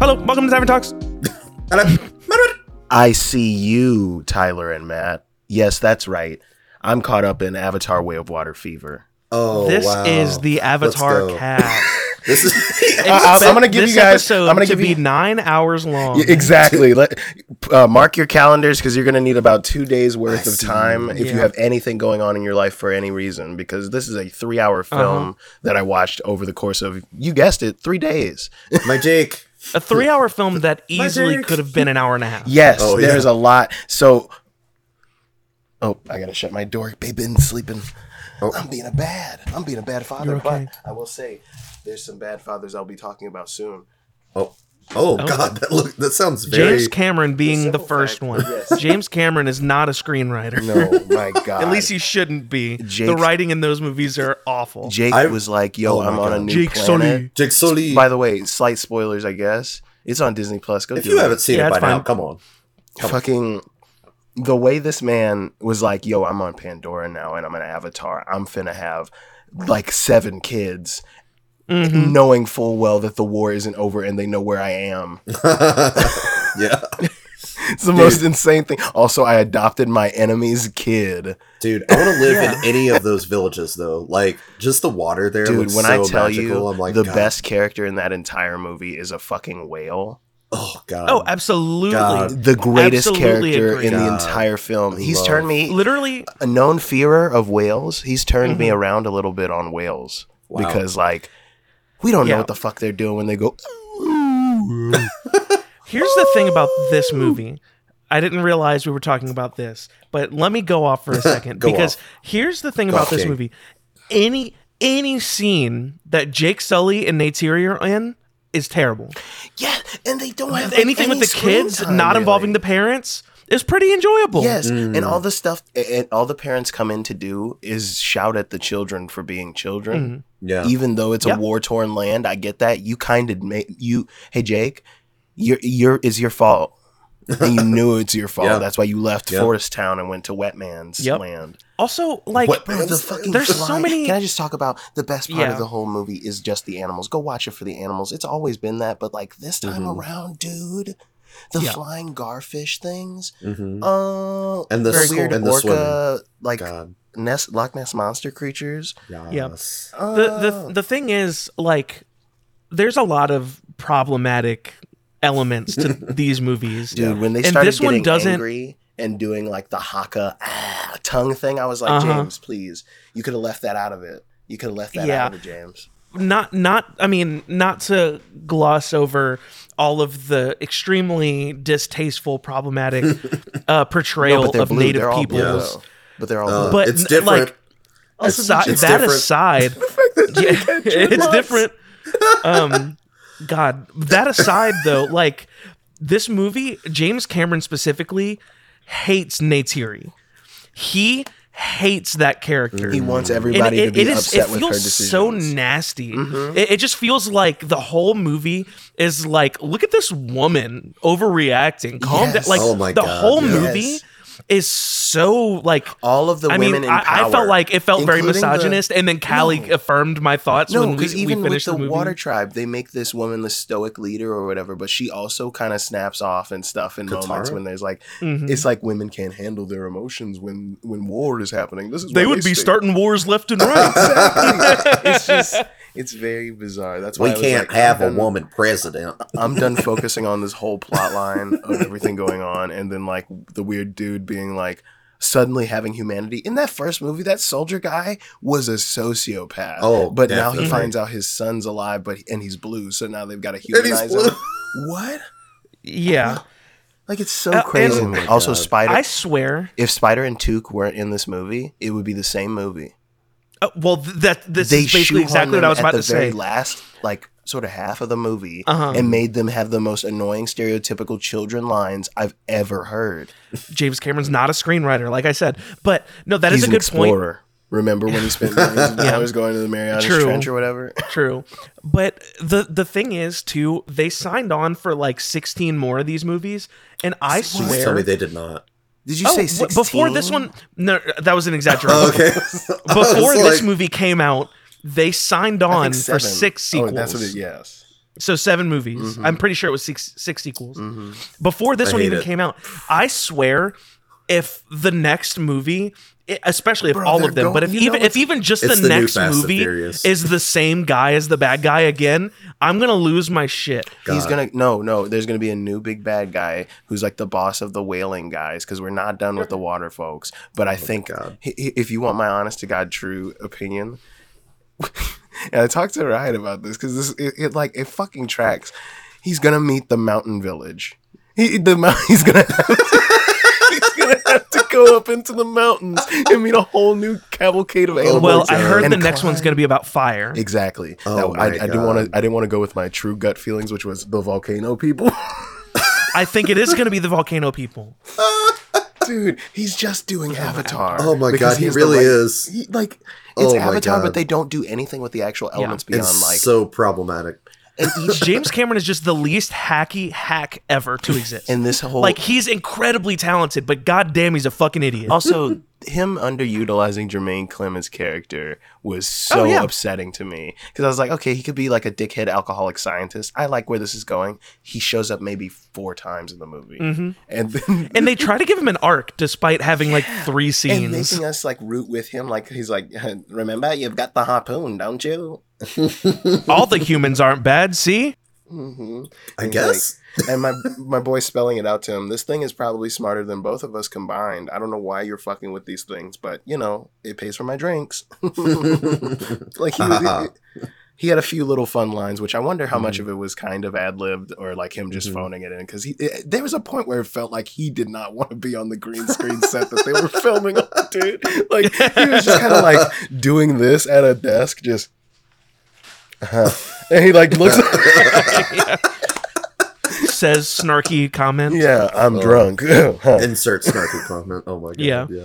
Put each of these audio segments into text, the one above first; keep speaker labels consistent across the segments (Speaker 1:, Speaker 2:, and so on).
Speaker 1: Hello, welcome to Tavern Talks.
Speaker 2: I see you, Tyler and Matt. Yes, that's right. I'm caught up in Avatar Way of Water fever.
Speaker 3: Oh,
Speaker 1: this
Speaker 3: wow.
Speaker 1: is the Avatar
Speaker 3: go.
Speaker 1: cat.
Speaker 3: This is
Speaker 2: I- I'm gonna give
Speaker 1: this
Speaker 2: you guys-
Speaker 1: Episode
Speaker 2: I'm gonna
Speaker 1: to
Speaker 2: give
Speaker 1: be
Speaker 2: you-
Speaker 1: nine hours long.
Speaker 2: Yeah, exactly. Let, uh, mark your calendars because you're going to need about two days worth
Speaker 3: I
Speaker 2: of
Speaker 3: see.
Speaker 2: time if you
Speaker 1: Yeah.
Speaker 2: have anything going on in your life for any reason. Because this is a three hour film that I watched over the course of, you guessed it, three days.
Speaker 3: my Jake.
Speaker 1: A three-hour film that easily
Speaker 3: dick.
Speaker 1: could have been an hour and a half.
Speaker 2: Yes,
Speaker 3: Oh, yeah.
Speaker 2: there's a lot. So, oh, I gotta shut my door. They've been sleeping.
Speaker 3: Oh.
Speaker 2: I'm being a bad. I'm being a bad father.
Speaker 1: okay.
Speaker 2: But I will say, there's some bad fathers I'll be talking about soon.
Speaker 3: Oh, oh, God, that look that sounds very.
Speaker 1: James Cameron being the
Speaker 2: simple
Speaker 1: first
Speaker 2: fact-
Speaker 1: one. James Cameron is not a screenwriter.
Speaker 2: No, my God.
Speaker 1: At least he shouldn't be. the
Speaker 2: Jake's-
Speaker 1: writing in those movies are awful.
Speaker 2: Jake
Speaker 3: I-
Speaker 2: was like, "Yo,
Speaker 3: Oh my
Speaker 2: I'm on a
Speaker 3: God.
Speaker 2: new
Speaker 1: Jake
Speaker 2: planet."
Speaker 1: Sully.
Speaker 3: Jake Sully.
Speaker 2: By the way, slight spoilers, I guess. It's on Disney Plus. Go
Speaker 3: if
Speaker 2: do
Speaker 3: you
Speaker 2: it.
Speaker 3: haven't seen
Speaker 1: Yeah,
Speaker 3: it by
Speaker 1: it's
Speaker 3: now,
Speaker 1: fine.
Speaker 3: come on.
Speaker 2: fucking the way this man was like, yo, I'm on Pandora now and I'm an avatar. I'm finna have like seven kids,
Speaker 3: Mm-hmm.
Speaker 2: knowing full well that the war isn't over and they know where I am.
Speaker 3: yeah,
Speaker 2: It's the most insane thing. Also, I adopted my enemy's kid.
Speaker 3: dude, I want to live in any of those villages though. Like just the water there.
Speaker 2: Dude,
Speaker 3: looks
Speaker 2: when
Speaker 3: so
Speaker 2: I tell
Speaker 3: magical.
Speaker 2: you
Speaker 3: I'm like
Speaker 2: the
Speaker 3: God.
Speaker 2: best character in that entire movie is a fucking whale.
Speaker 3: Oh God.
Speaker 1: Oh, absolutely.
Speaker 3: God.
Speaker 2: The greatest
Speaker 1: Absolutely
Speaker 2: character
Speaker 1: agree.
Speaker 2: in the
Speaker 3: Uh, God.
Speaker 2: entire film. He's
Speaker 3: Love.
Speaker 2: turned me
Speaker 1: Literally,
Speaker 2: a known fearer of whales, he's turned me
Speaker 1: Mm-hmm.
Speaker 2: around a little bit on whales
Speaker 3: Wow.
Speaker 2: because like we don't
Speaker 1: Yeah.
Speaker 2: know what the fuck they're doing when they go.
Speaker 1: here's the thing about this movie. I didn't realize we were talking about this, but let me go off for a second
Speaker 3: Go
Speaker 1: because
Speaker 3: off.
Speaker 1: here's the thing about
Speaker 3: off,
Speaker 1: this
Speaker 3: Jake.
Speaker 1: movie. Any any scene that Jake Sully and Neytiri are in is terrible.
Speaker 2: Yeah, and they don't have like,
Speaker 1: Anything
Speaker 2: any
Speaker 1: with the
Speaker 2: screen
Speaker 1: kids,
Speaker 2: time,
Speaker 1: not involving
Speaker 2: really.
Speaker 1: the Mm. parents, is pretty enjoyable.
Speaker 2: Yes, and all the stuff and all the parents come in to do is shout at the children for being children.
Speaker 3: Yeah.
Speaker 2: Even though it's
Speaker 1: Mm-hmm. Yep.
Speaker 2: a war torn land, I get that. You kind of make you. Hey Jake, your your is your fault. and you knew it's your fault.
Speaker 3: Yeah.
Speaker 2: That's why you left
Speaker 3: Yep.
Speaker 2: Forest Town and went to Wetman's
Speaker 1: Yep.
Speaker 2: land.
Speaker 1: Also, like
Speaker 3: What-
Speaker 2: Bro,
Speaker 3: That's-
Speaker 2: the fucking
Speaker 1: there's so
Speaker 2: fly-
Speaker 1: many-
Speaker 2: Can I just talk about the best part
Speaker 1: Yeah.
Speaker 2: of the whole movie is just the animals. Go watch it for the animals. It's always been that, but like this time around, dude, the
Speaker 1: Mm-hmm. Yeah. Mm.
Speaker 2: flying garfish things.
Speaker 3: Mhm.
Speaker 2: Uh,
Speaker 3: And the
Speaker 2: very
Speaker 3: sw-
Speaker 2: weird
Speaker 3: and the
Speaker 2: orca, like
Speaker 3: God.
Speaker 2: Ness, Loch Ness monster creatures.
Speaker 3: Yes. Oh.
Speaker 1: the the the thing is like there's a lot of problematic elements to these movies
Speaker 2: Dude, when they
Speaker 1: and
Speaker 2: started
Speaker 1: this
Speaker 2: getting
Speaker 1: one doesn't
Speaker 2: angry and doing like the haka ah, tongue thing, I was like,
Speaker 1: Uh-huh.
Speaker 2: James, please, you could have left that out of it. You could have left that
Speaker 1: Yeah.
Speaker 2: out of it, James.
Speaker 1: not not i mean not to gloss over all of the extremely distasteful problematic uh portrayal of native
Speaker 2: people,
Speaker 1: peoples
Speaker 2: But they're all
Speaker 3: Uh,
Speaker 2: blue.
Speaker 1: But,
Speaker 3: it's
Speaker 1: n-
Speaker 3: different.
Speaker 1: like, aside,
Speaker 3: it's
Speaker 1: that
Speaker 3: different.
Speaker 1: aside yeah, it's different um god that aside though like this movie james cameron specifically hates natiri he hates that character
Speaker 2: He wants
Speaker 1: And
Speaker 2: everybody to be
Speaker 1: is-
Speaker 2: upset with her
Speaker 1: feels so
Speaker 2: decisions. Mm-hmm.
Speaker 1: nasty it, it just feels like the whole movie is like look at this woman overreacting calm
Speaker 2: Yes.
Speaker 1: down like
Speaker 3: Oh my
Speaker 1: the
Speaker 3: God,
Speaker 1: whole
Speaker 3: yes.
Speaker 1: movie is so like
Speaker 2: All of the
Speaker 1: I
Speaker 2: women
Speaker 1: mean,
Speaker 2: in
Speaker 1: I,
Speaker 2: power.
Speaker 1: I felt like it felt very
Speaker 2: including the-
Speaker 1: misogynist, and then Callie affirmed my thoughts
Speaker 2: no,
Speaker 1: when we,
Speaker 2: because even
Speaker 1: we
Speaker 2: with
Speaker 1: finished
Speaker 2: the,
Speaker 1: the, movie.
Speaker 2: Water Tribe, they make this woman the stoic leader or whatever, but she also kind of snaps off and stuff in moments
Speaker 3: Katara?
Speaker 2: when there's like,
Speaker 1: Mhm.
Speaker 2: it's like women can't handle their emotions when when war is happening. This is
Speaker 1: they
Speaker 2: why
Speaker 1: would be
Speaker 2: stay-
Speaker 1: starting wars left and right.
Speaker 2: Exactly. it's just, it's very bizarre. That's why
Speaker 3: we
Speaker 2: I was
Speaker 3: can't
Speaker 2: like, um, I'm
Speaker 3: have a
Speaker 2: done-
Speaker 3: woman president.
Speaker 2: I'm done focusing on this whole plot line of everything going on, and then like the weird dude being like suddenly having humanity. In that first movie, that soldier guy was a sociopath.
Speaker 3: Oh,
Speaker 2: but now
Speaker 3: definitely.
Speaker 2: he finds out his son's alive, but and he's blue, so now they've got to humanize
Speaker 3: blue.
Speaker 2: him. What?
Speaker 1: yeah,
Speaker 2: Like it's so
Speaker 1: Uh, and-
Speaker 2: crazy. to me.
Speaker 3: Oh my
Speaker 2: also,
Speaker 3: God.
Speaker 2: Spider.
Speaker 1: I swear.
Speaker 2: if Spider and Took weren't in this movie, it would be the same movie.
Speaker 1: Uh, well, th- that this
Speaker 2: they
Speaker 1: is basically
Speaker 2: shoehorned
Speaker 1: exactly what
Speaker 2: them
Speaker 1: I was
Speaker 2: at
Speaker 1: about
Speaker 2: the
Speaker 1: to
Speaker 2: very
Speaker 1: say.
Speaker 2: last like sort of half of the movie
Speaker 1: Uh-huh.
Speaker 2: and made them have the most annoying stereotypical children lines I've ever heard.
Speaker 1: James Cameron's not a screenwriter, like I said, but no, that is
Speaker 2: He's
Speaker 1: a
Speaker 2: an
Speaker 1: good point.
Speaker 2: explorer. Remember when he spent millions of dollars going to the Marianas
Speaker 1: True.
Speaker 2: Trench or whatever?
Speaker 1: True, but the the thing is, too, they signed on for like sixteen more of these movies, and I
Speaker 3: Please tell me
Speaker 1: swear.
Speaker 3: they did not.
Speaker 2: Did you
Speaker 1: Oh,
Speaker 2: say
Speaker 1: w-
Speaker 2: 16?
Speaker 1: before this one, no, that was an exaggeration.
Speaker 3: Okay.
Speaker 1: before this movie came out, they signed
Speaker 2: I
Speaker 1: on
Speaker 2: think
Speaker 1: for
Speaker 2: seven.
Speaker 1: six sequels.
Speaker 2: Oh, that's what it, yes.
Speaker 1: So seven movies. I'm pretty sure it was six six sequels. Before this
Speaker 3: Mm-hmm. I
Speaker 1: one
Speaker 3: hate
Speaker 1: even
Speaker 3: it.
Speaker 1: came out, I swear, if the next movie, i- especially if
Speaker 2: Bro,
Speaker 1: all
Speaker 2: they're
Speaker 1: of them, but if
Speaker 2: going- you
Speaker 1: even
Speaker 2: know
Speaker 1: if even just the,
Speaker 3: it's the new
Speaker 1: next
Speaker 3: Fast and
Speaker 1: movie
Speaker 3: Furious.
Speaker 1: is the same guy as the bad guy again, I'm gonna lose my shit.
Speaker 2: He's
Speaker 3: God.
Speaker 2: gonna no no. There's gonna be a new big bad guy who's like the boss of the whaling guys because we're not done with the water folks. But
Speaker 1: Oh,
Speaker 2: I think
Speaker 3: God.
Speaker 2: i- i- if you want my honest to god true opinion, and I talked to Ryan about this because this it, it like it fucking tracks. He's gonna meet the mountain village. He the mou- he's gonna. He's gonna have to go up into the mountains and meet a whole new cavalcade of animals.
Speaker 1: Oh, well, I
Speaker 3: Oh God.
Speaker 1: heard
Speaker 2: and
Speaker 1: the next one's
Speaker 2: climb.
Speaker 1: gonna be about fire.
Speaker 2: Exactly.
Speaker 3: Oh
Speaker 2: That- I, I
Speaker 3: my
Speaker 2: didn't want
Speaker 3: God.
Speaker 2: to. I didn't want to go with my true gut feelings, which was the volcano people.
Speaker 1: I think it is gonna be the volcano people.
Speaker 2: Dude, he's just doing Avatar.
Speaker 3: Oh my
Speaker 2: Because
Speaker 3: God, he
Speaker 2: has the
Speaker 3: really
Speaker 2: right-
Speaker 3: is.
Speaker 2: he- like
Speaker 3: Oh
Speaker 2: it's
Speaker 3: my
Speaker 2: Avatar,
Speaker 3: God.
Speaker 2: but they don't do anything with the actual elements
Speaker 3: It's
Speaker 2: beyond like.
Speaker 3: so problematic.
Speaker 2: and each
Speaker 1: James Cameron is just the least hacky hack ever to exist.
Speaker 2: in this whole
Speaker 1: like he's incredibly talented, but goddamn, he's a fucking idiot.
Speaker 2: also him underutilizing Jermaine Clemens' character was so
Speaker 1: Oh, yeah.
Speaker 2: upsetting to me because I was like, okay, he could be like a dickhead alcoholic scientist. I like where this is going. He shows up maybe four times in the movie,
Speaker 1: Mm-hmm.
Speaker 2: and then
Speaker 1: and they try to give him an arc despite having like three
Speaker 2: and
Speaker 1: scenes.
Speaker 2: making us like root with him. Like he's like, remember you've got the harpoon, don't you?
Speaker 1: All the humans aren't bad. See,
Speaker 2: hmm
Speaker 3: I
Speaker 2: He's
Speaker 3: guess.
Speaker 2: and my my boy spelling it out to him. This thing is probably smarter than both of us combined. I don't know why you're fucking with these things, but you know, it pays for my drinks. like he, was- he had a few little fun lines, which I wonder how much of it was kind of ad libbed or like him just
Speaker 3: Mhm.
Speaker 2: phoning it in. Because he it- there was a point where it felt like he did not want to be on the green screen set that they were filming on, dude. Like he was just kind of like doing this at a desk, just. uh-huh. And he like looks.
Speaker 1: says snarky comment.
Speaker 2: yeah, I'm
Speaker 3: Oh.
Speaker 2: drunk. Huh.
Speaker 3: Insert snarky comment. Oh my god.
Speaker 1: Yeah.
Speaker 3: yeah.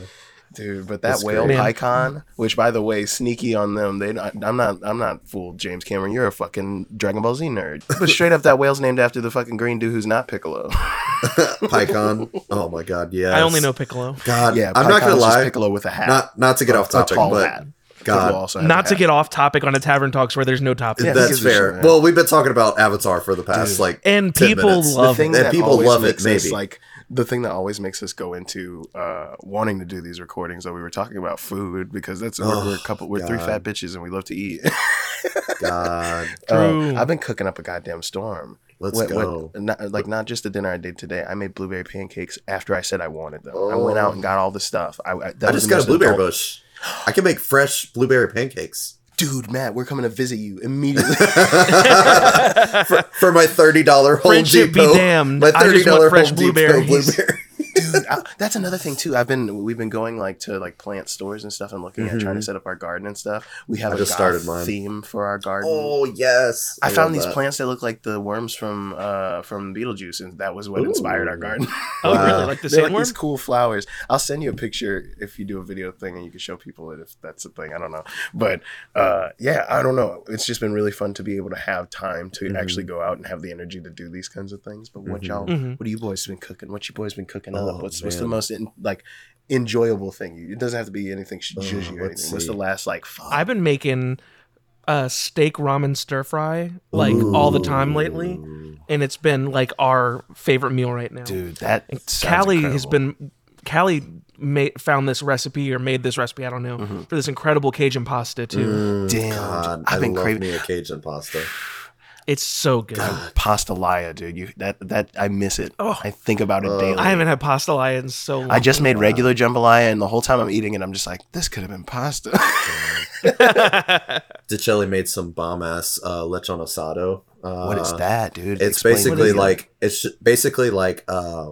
Speaker 2: dude but that
Speaker 3: That's
Speaker 2: whale
Speaker 1: great. Man.
Speaker 2: icon which by the way sneaky on them they not, i'm not i'm not fooled james cameron you're a fucking dragon ball z nerd but straight up that whale's named after the fucking green dude who's not piccolo
Speaker 3: PyCon. Oh my god. Yeah.
Speaker 1: I only know Piccolo.
Speaker 3: God.
Speaker 2: yeah
Speaker 3: I'm not
Speaker 2: Pycon's
Speaker 3: gonna
Speaker 2: just
Speaker 3: lie.
Speaker 2: piccolo with a hat
Speaker 3: Not not to get
Speaker 2: A-
Speaker 3: off topic,
Speaker 2: a tall
Speaker 3: but
Speaker 2: hat Piccolo
Speaker 3: God.
Speaker 2: also has
Speaker 1: Not
Speaker 2: a
Speaker 1: to
Speaker 2: hat.
Speaker 1: get off topic on a tavern talks where there's no topic.
Speaker 2: Yeah, who
Speaker 3: That's
Speaker 2: gives a
Speaker 3: fair.
Speaker 2: shit?
Speaker 3: Well, we've been talking about Avatar for the past
Speaker 2: Dude.
Speaker 3: like
Speaker 1: And
Speaker 3: 10
Speaker 1: people
Speaker 3: minutes.
Speaker 1: love
Speaker 2: the thing
Speaker 1: it.
Speaker 3: And
Speaker 2: that
Speaker 3: people
Speaker 2: always
Speaker 3: love it,
Speaker 2: makes us,
Speaker 3: maybe.
Speaker 2: like the thing that always makes us go into uh, wanting to do these recordings that we were talking about food because that's we're,
Speaker 3: Oh,
Speaker 2: we're a couple we're three
Speaker 3: God.
Speaker 2: fat bitches and we love to eat.
Speaker 3: God.
Speaker 1: True.
Speaker 2: Um, I've been cooking up a goddamn storm.
Speaker 3: Let's
Speaker 2: What- what-
Speaker 3: go.
Speaker 2: not, like not just the dinner I did today. I made blueberry pancakes after I said I wanted them. I
Speaker 3: Oh.
Speaker 2: went out and got all the stuff. I, I, that
Speaker 3: I
Speaker 2: was
Speaker 3: just
Speaker 2: the
Speaker 3: got a
Speaker 2: most
Speaker 3: blueberry
Speaker 2: adult-
Speaker 3: bush. I can make fresh blueberry pancakes.
Speaker 2: Dude, Matt, we're coming to visit you immediately.
Speaker 3: for, for my thirty dollar Home
Speaker 1: Friendship be
Speaker 3: Depot.
Speaker 1: damned.
Speaker 3: My
Speaker 1: I
Speaker 3: thirty
Speaker 1: just want
Speaker 3: dollar Home
Speaker 1: fresh
Speaker 3: Depot
Speaker 1: blueberries.
Speaker 3: blueberry.
Speaker 2: Dude, I- that's another thing too. I've been we've been going like to like plant stores and stuff and looking at trying to
Speaker 3: Mhm.
Speaker 2: set up our garden and stuff. We have
Speaker 3: I
Speaker 2: a
Speaker 3: just
Speaker 2: goth
Speaker 3: started mine.
Speaker 2: theme for our garden.
Speaker 3: Oh yes,
Speaker 2: I, found
Speaker 3: love
Speaker 2: these
Speaker 3: that.
Speaker 2: plants that look like the worms from uh from Beetlejuice, and that was what
Speaker 3: Ooh.
Speaker 2: inspired our garden.
Speaker 1: Oh,
Speaker 3: Wow.
Speaker 1: really? Like the
Speaker 2: They're like
Speaker 1: sandworm?
Speaker 2: these cool flowers. I'll send you a picture if you do a video thing and you can show people it if that's a thing. I don't know. But uh, yeah, I don't know. It's just been really fun to be able to have time to
Speaker 3: Mhm.
Speaker 2: actually go out and have the energy to do these kinds of things. But what
Speaker 3: Mhm.
Speaker 2: y'all,
Speaker 1: Mhm.
Speaker 2: what do you boys been cooking? What you boys been cooking
Speaker 3: Oh,
Speaker 2: up? What's, what's the
Speaker 3: man.
Speaker 2: most in, like enjoyable thing? you- It doesn't have to be anything sh-
Speaker 3: Uh,
Speaker 2: jizzy or
Speaker 3: let's
Speaker 2: anything. What's
Speaker 3: see.
Speaker 2: the last like? Fuck.
Speaker 1: I've been making uh, steak ramen stir fry like all the time lately,
Speaker 3: Ooh.
Speaker 1: and it's been like our favorite meal right now.
Speaker 2: dude, that
Speaker 1: And
Speaker 2: sounds
Speaker 1: Callie has
Speaker 2: incredible.
Speaker 1: been Callie ma- found this recipe or made this recipe, I don't know,
Speaker 2: Mm-hmm.
Speaker 1: for this incredible Cajun pasta too.
Speaker 3: Mm,
Speaker 2: Damn,
Speaker 3: God,
Speaker 2: I've
Speaker 3: I
Speaker 2: been
Speaker 3: love
Speaker 2: craving-
Speaker 3: me a Cajun pasta.
Speaker 1: It's so good.
Speaker 2: pasta laya, dude. You that that I miss it.
Speaker 1: Oh.
Speaker 2: I think about it
Speaker 3: Oh.
Speaker 2: daily.
Speaker 1: I haven't had pasta lion in so long.
Speaker 2: I just made regular jambalaya, and the whole time I'm eating it, I'm just like, this could have been pasta.
Speaker 3: Dicelli made some bomb ass uh, lechon asado. Uh,
Speaker 2: what is that, dude?
Speaker 3: It's
Speaker 1: What
Speaker 2: Explain
Speaker 3: basically
Speaker 1: is
Speaker 2: it.
Speaker 1: that?
Speaker 3: like it's sh- basically like uh,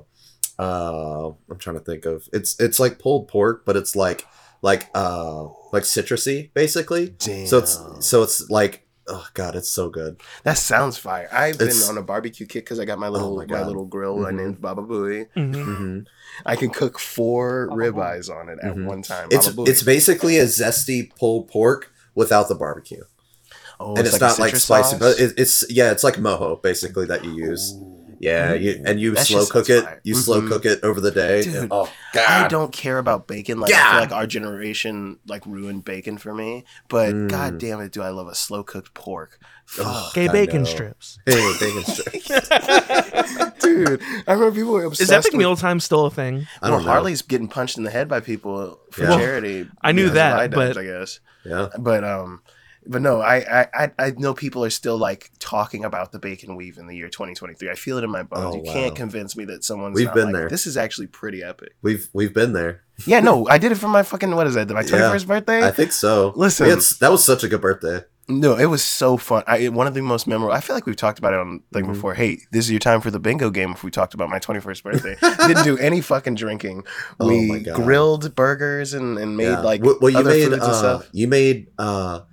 Speaker 3: uh, I'm trying to think of it's it's like pulled pork, but it's like like uh like citrusy basically.
Speaker 2: Damn.
Speaker 3: So it's so it's like oh god, it's so good.
Speaker 2: that sounds fire. I've been
Speaker 3: It's- Oh
Speaker 2: on a barbecue kick because I got my little
Speaker 3: my
Speaker 2: my,
Speaker 3: God.
Speaker 2: little grill. I
Speaker 3: Mhm.
Speaker 2: named Baba Booey.
Speaker 1: Mhm.
Speaker 3: Mm-hmm.
Speaker 2: I can cook four
Speaker 1: Baba Booey.
Speaker 2: ribeyes on it at
Speaker 3: Mhm.
Speaker 2: one time.
Speaker 3: It's
Speaker 2: Baba Booey.
Speaker 3: it's basically a zesty pulled pork without the barbecue,
Speaker 2: oh,
Speaker 3: and it's,
Speaker 2: a
Speaker 3: not like
Speaker 2: citrus
Speaker 3: spicy,
Speaker 2: sauce?
Speaker 3: but it, it's yeah, it's like mojo basically that you use.
Speaker 2: Ooh. Mm-hmm.
Speaker 3: Yeah, you, and you
Speaker 2: That
Speaker 3: slow
Speaker 2: shit
Speaker 3: cook
Speaker 2: sounds
Speaker 3: it.
Speaker 2: fire.
Speaker 3: You slow
Speaker 2: Mhm.
Speaker 3: cook it over the day.
Speaker 2: Dude,
Speaker 3: and- oh
Speaker 2: I
Speaker 3: god,
Speaker 2: don't care about bacon. Like I
Speaker 3: Yeah.
Speaker 2: feel like our generation like ruined bacon for me. But
Speaker 3: Mm.
Speaker 2: god damn it, do I love a slow cooked pork. Fuck.
Speaker 3: Ugh.
Speaker 1: Gay
Speaker 3: I
Speaker 1: bacon
Speaker 3: know.
Speaker 1: strips.
Speaker 3: Hey, bacon strip.
Speaker 2: Dude, I remember people were obsessed
Speaker 1: Is Epic
Speaker 2: with
Speaker 1: Meal Time still a thing?
Speaker 3: I
Speaker 2: well,
Speaker 3: don't know.
Speaker 2: Harley's getting punched in the head by people for
Speaker 3: Yeah. Well,
Speaker 2: charity.
Speaker 1: I knew
Speaker 2: because of
Speaker 1: that,
Speaker 2: eye
Speaker 1: but-
Speaker 2: dives, I guess.
Speaker 3: Yeah,
Speaker 2: But um but no, I, I- I I know people are still like talking about the bacon weave in the year 2023. I feel it in my bones.
Speaker 3: Oh,
Speaker 2: you can't
Speaker 3: wow.
Speaker 2: convince me that someone's
Speaker 3: We've
Speaker 2: not
Speaker 3: been
Speaker 2: like,
Speaker 3: there.
Speaker 2: This is actually pretty epic.
Speaker 3: we've we've been there.
Speaker 2: Yeah, no, I did it for my fucking what is that? My
Speaker 3: Yeah.
Speaker 2: 21st birthday.
Speaker 3: I think so.
Speaker 2: Listen.
Speaker 3: it's, that was such a good birthday.
Speaker 2: No, it was so fun. I it- one of the most memorable. I feel like we've talked about it on like
Speaker 3: Mhm.
Speaker 2: before. Hey, this is your time for the bingo game. If we talked about my twenty first birthday, didn't do any fucking drinking.
Speaker 3: Oh
Speaker 2: We
Speaker 3: my God.
Speaker 2: grilled burgers and, and made
Speaker 3: Yeah.
Speaker 2: like
Speaker 3: well, well, you
Speaker 2: other
Speaker 3: made
Speaker 2: foods
Speaker 3: uh,
Speaker 2: and stuff
Speaker 3: you made uh,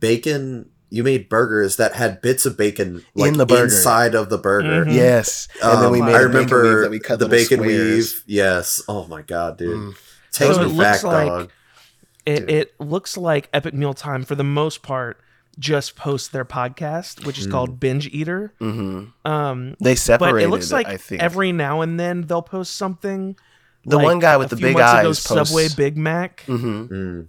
Speaker 3: bacon. You made burgers that had bits of bacon like,
Speaker 2: In the burger.
Speaker 3: inside of the burger.
Speaker 1: Mhm.
Speaker 2: yes.
Speaker 3: Um,
Speaker 2: and then we made
Speaker 3: I
Speaker 2: a bacon
Speaker 3: remember
Speaker 2: weave that we cut
Speaker 3: the
Speaker 2: little
Speaker 3: bacon
Speaker 2: squares.
Speaker 3: weave. Yes. Oh my god, dude.
Speaker 2: Mm.
Speaker 3: Takes
Speaker 1: So it
Speaker 3: me
Speaker 1: looks
Speaker 3: back,
Speaker 1: like-
Speaker 3: dog.
Speaker 1: It,
Speaker 2: Dude.
Speaker 1: it looks like Epic Meal Time, for the most part, just posts their podcast, which is
Speaker 3: Mm.
Speaker 1: called Binge Eater.
Speaker 2: Mhm.
Speaker 1: Um,
Speaker 2: They Hmm. separated.
Speaker 1: but it looks like
Speaker 2: I think
Speaker 1: every now and then they'll post something.
Speaker 2: the
Speaker 1: like,
Speaker 2: one guy
Speaker 1: a
Speaker 2: with the
Speaker 1: few
Speaker 2: big
Speaker 1: months ago,
Speaker 2: eyes. posts-
Speaker 1: Subway Big Mac.
Speaker 2: Mhm.
Speaker 3: Mm.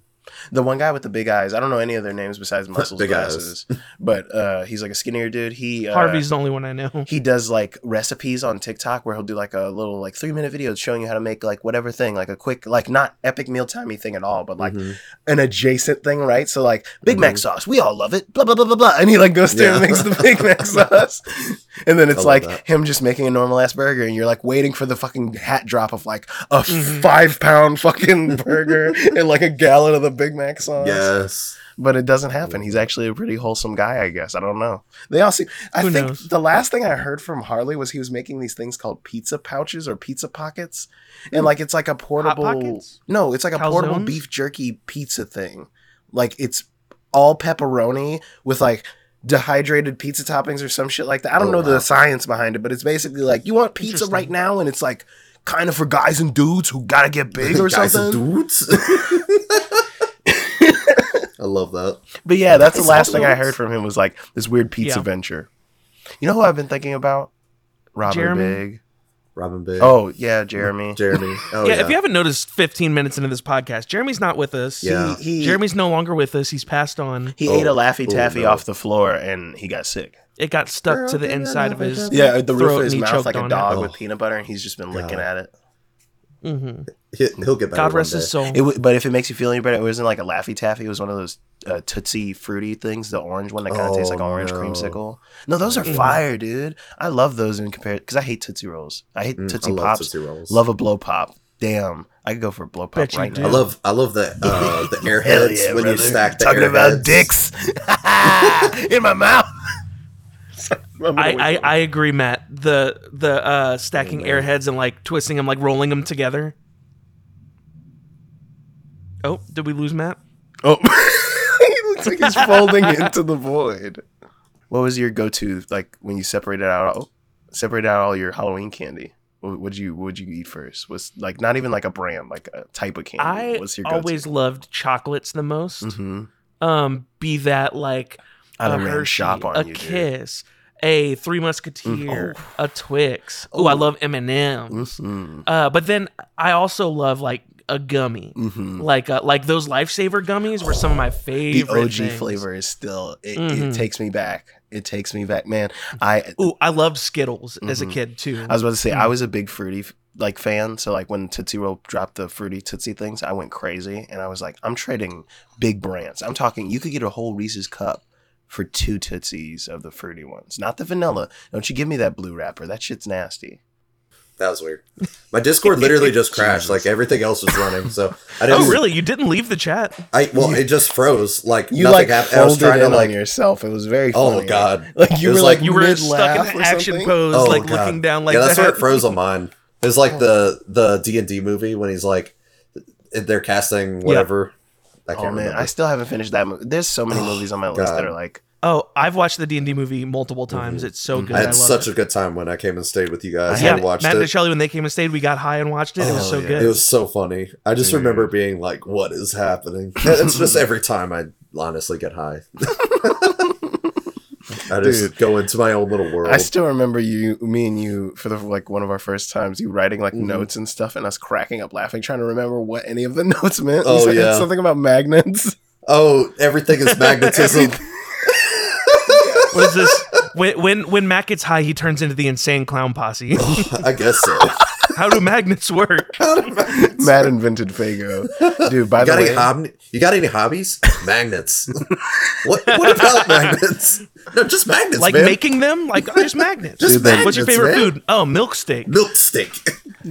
Speaker 2: The one guy with the big eyes. I don't know any other names besides muscles
Speaker 3: Big eyes.
Speaker 2: glasses, but uh, he's like a skinnier dude. He uh,
Speaker 1: Harvey's the only one I know.
Speaker 3: Mm-hmm.
Speaker 2: he does like recipes on TikTok where he'll do like a little like three minute video showing you how to make like whatever thing, like a quick, like not epic mealtimey thing at all, but like
Speaker 3: Mhm.
Speaker 2: an adjacent thing, right? So like Big Mac
Speaker 3: Mhm.
Speaker 2: sauce, we all love it, blah blah blah blah blah, and he like goes through and
Speaker 3: Yeah.
Speaker 2: makes the Big Mac sauce, and then
Speaker 3: I
Speaker 2: it's
Speaker 3: love
Speaker 2: like
Speaker 3: that.
Speaker 2: him just making a normal ass burger, and you're like waiting for the fucking hat drop of like a
Speaker 3: Mm-hmm.
Speaker 1: Mhm.
Speaker 2: five pound fucking burger and like a gallon of the Big Mac sauce
Speaker 3: Yes.
Speaker 2: but it doesn't happen. He's actually a pretty wholesome guy, I guess. I don't know. They all seem. I
Speaker 1: Who
Speaker 2: think
Speaker 1: knows?
Speaker 2: the last thing I heard from Harley was he was making these things called pizza pouches or pizza pockets,
Speaker 3: Hmm.
Speaker 2: and like it's like a portable.
Speaker 1: Pockets?
Speaker 2: No, it's like a portable
Speaker 1: Calzones?
Speaker 2: beef jerky pizza thing. Like it's all pepperoni with like dehydrated pizza toppings or some shit like that. I don't
Speaker 3: Oh,
Speaker 2: know
Speaker 3: wow.
Speaker 2: the science behind it, but it's basically like you want pizza
Speaker 1: Interesting.
Speaker 2: right now, and it's like kind of for guys and dudes who gotta get big or
Speaker 3: Guys and
Speaker 2: something.
Speaker 3: Dudes. I love that.
Speaker 2: But yeah, that's the
Speaker 3: Guys
Speaker 2: last
Speaker 3: and
Speaker 2: thing I
Speaker 3: dudes.
Speaker 2: heard from him was like this weird pizza
Speaker 1: Yeah.
Speaker 2: venture. You know who I've been thinking about? Robin
Speaker 1: Jeremy?
Speaker 2: Big.
Speaker 3: Robin Big.
Speaker 2: Oh yeah, Jeremy.
Speaker 3: Jeremy. Oh
Speaker 1: yeah,
Speaker 3: yeah.
Speaker 1: if you haven't noticed, 15 minutes into this podcast, Jeremy's not with us.
Speaker 3: Yeah.
Speaker 2: He, he,
Speaker 1: Jeremy's no longer with us. He's passed on.
Speaker 2: he
Speaker 3: Oh,
Speaker 2: ate a Laffy
Speaker 3: oh,
Speaker 2: Taffy
Speaker 3: no.
Speaker 2: off the floor and he got sick.
Speaker 1: It got stuck to the
Speaker 3: Girl,
Speaker 1: inside of his.
Speaker 3: Yeah,
Speaker 2: the
Speaker 1: roof of his mouth like a dog
Speaker 3: it. with
Speaker 2: peanut butter, and he's just been
Speaker 3: licking
Speaker 2: at it.
Speaker 1: hmm
Speaker 3: He- He'll get better.
Speaker 1: God
Speaker 3: one
Speaker 1: rest his
Speaker 3: day.
Speaker 1: soul.
Speaker 2: it w- but if it makes you feel any better, it wasn't like a Laffy Taffy. It was one of those uh, Tootsie Fruity things, the orange one that kind of tastes like
Speaker 3: Oh,
Speaker 2: orange
Speaker 3: no.
Speaker 2: creamsicle. No, those are
Speaker 1: Mhm.
Speaker 2: fire, dude. I love those in compared because I hate Tootsie Rolls. I hate
Speaker 3: Mm,
Speaker 2: Tootsie
Speaker 3: I love
Speaker 2: Pops.
Speaker 3: Tootsie Rolls.
Speaker 2: Love a blow pop. Damn, I could go for a blow pop
Speaker 1: Bet you
Speaker 2: right
Speaker 1: do.
Speaker 2: now.
Speaker 3: I love I love the uh, the
Speaker 2: Hell
Speaker 3: airheads
Speaker 2: yeah,
Speaker 3: when
Speaker 2: brother.
Speaker 3: you stack the
Speaker 2: talking about
Speaker 3: airheads.
Speaker 2: dicks in my mouth.
Speaker 1: I, I, I agree, Matt. The the uh, stacking
Speaker 3: man.
Speaker 1: airheads and like twisting them, like rolling them together. Oh, did we lose Matt?
Speaker 2: oh, he looks like he's folding into the void. What was your go-to like when you separated out all, separated out all your Halloween candy? What would you what would you eat first? Was like not even like a brand, like a type of candy.
Speaker 1: I
Speaker 2: What's your go-to?
Speaker 1: always loved chocolates the most.
Speaker 2: Mhm.
Speaker 1: Um, be that like
Speaker 2: I
Speaker 1: a
Speaker 2: done ran
Speaker 1: Hershey,
Speaker 2: shop on
Speaker 1: a
Speaker 2: you, dude.
Speaker 1: Kiss, a Three Musketeer,
Speaker 2: Mm,
Speaker 1: a Twix. Oh, I
Speaker 2: Oh.
Speaker 1: love M and M's.
Speaker 2: Mhm.
Speaker 1: Uh, but then I also love like a gummy,
Speaker 2: Mhm.
Speaker 1: like uh, like those lifesaver gummies were some of my
Speaker 2: the
Speaker 1: favorite.
Speaker 2: OG
Speaker 1: things.
Speaker 2: flavor is still it,
Speaker 1: Mhm.
Speaker 2: it takes me back. It takes me back, man. I
Speaker 1: Mm-hmm. Ooh, Mm-hmm. I loved Skittles as a
Speaker 2: Mhm.
Speaker 1: kid too.
Speaker 2: I was about to say I was a big fruity f- like fan. So like when Tootsie Roll dropped the fruity Tootsie things, I went crazy and I was like, I'm trading big brands. I'm talking you could get a whole Reese's cup for two Tootsies of the fruity ones, not the vanilla. Don't you give me that blue wrapper? That shit's nasty.
Speaker 3: That was weird. My Discord literally just crashed. Like everything else was running, so I didn't.
Speaker 1: oh, really? You didn't leave the chat?
Speaker 3: I well,
Speaker 2: You-
Speaker 3: it just froze. Like
Speaker 2: You
Speaker 3: nothing
Speaker 2: like
Speaker 3: happened. I was
Speaker 2: folded
Speaker 3: trying
Speaker 2: in
Speaker 3: to
Speaker 2: on
Speaker 3: like.
Speaker 2: yourself. It was very
Speaker 3: Oh
Speaker 2: funny.
Speaker 3: god.
Speaker 2: Like you
Speaker 3: It
Speaker 2: were
Speaker 3: was
Speaker 2: like,
Speaker 3: like
Speaker 1: You were stuck
Speaker 2: mid-laugh
Speaker 1: in
Speaker 2: or
Speaker 1: the action
Speaker 2: something?
Speaker 1: pose,
Speaker 3: Oh,
Speaker 1: like
Speaker 3: God.
Speaker 1: looking down like
Speaker 3: yeah, that's where it
Speaker 1: that.
Speaker 3: froze on mine. It's like
Speaker 2: Oh.
Speaker 3: the the D and D movie when he's like, they're casting whatever. I
Speaker 2: Oh
Speaker 3: can't
Speaker 2: man,
Speaker 3: remember.
Speaker 2: I still haven't finished that movie. There's so many
Speaker 3: Oh,
Speaker 2: movies on my list
Speaker 3: God.
Speaker 2: that are like
Speaker 1: Oh, I've watched the D and D movie multiple times. It's so
Speaker 2: Mhm.
Speaker 1: good.
Speaker 3: Mm-hmm. I
Speaker 1: I,
Speaker 3: had
Speaker 1: love
Speaker 3: such
Speaker 1: it.
Speaker 3: a good time when I came and stayed with you guys.
Speaker 1: yeah,
Speaker 3: and watched
Speaker 1: Matt and
Speaker 3: it.
Speaker 1: Shelley when they came and stayed, we got high and watched it. it was so
Speaker 2: Oh, yeah.
Speaker 1: good.
Speaker 3: It was so funny. I just
Speaker 2: Dude.
Speaker 3: remember being like, "What is happening?" It's just every time I honestly get high. I just go into my own little world.
Speaker 2: I still remember you, me and you, for the like one of our first times, you writing like
Speaker 3: Mhm.
Speaker 2: notes and stuff, and us cracking up laughing, trying to remember what any of the notes meant. You
Speaker 3: Oh,
Speaker 2: said
Speaker 3: yeah.
Speaker 2: something about magnets.
Speaker 3: oh, everything is magnetism.
Speaker 1: What is this? When when when Matt gets high, he turns into the insane clown posse.
Speaker 3: I guess so.
Speaker 1: How do magnets work?
Speaker 2: Matt invented Fago, dude. By
Speaker 3: You
Speaker 2: the
Speaker 3: got,
Speaker 2: way,
Speaker 3: any hob- you got any hobbies? magnets. what, what about magnets? No, just magnets,
Speaker 1: Like
Speaker 3: man.
Speaker 1: making them? Like oh, just magnets.
Speaker 3: Just
Speaker 1: What's your
Speaker 3: magnets,
Speaker 1: favorite
Speaker 3: man.
Speaker 1: food? Oh, milk steak.
Speaker 3: Milk steak.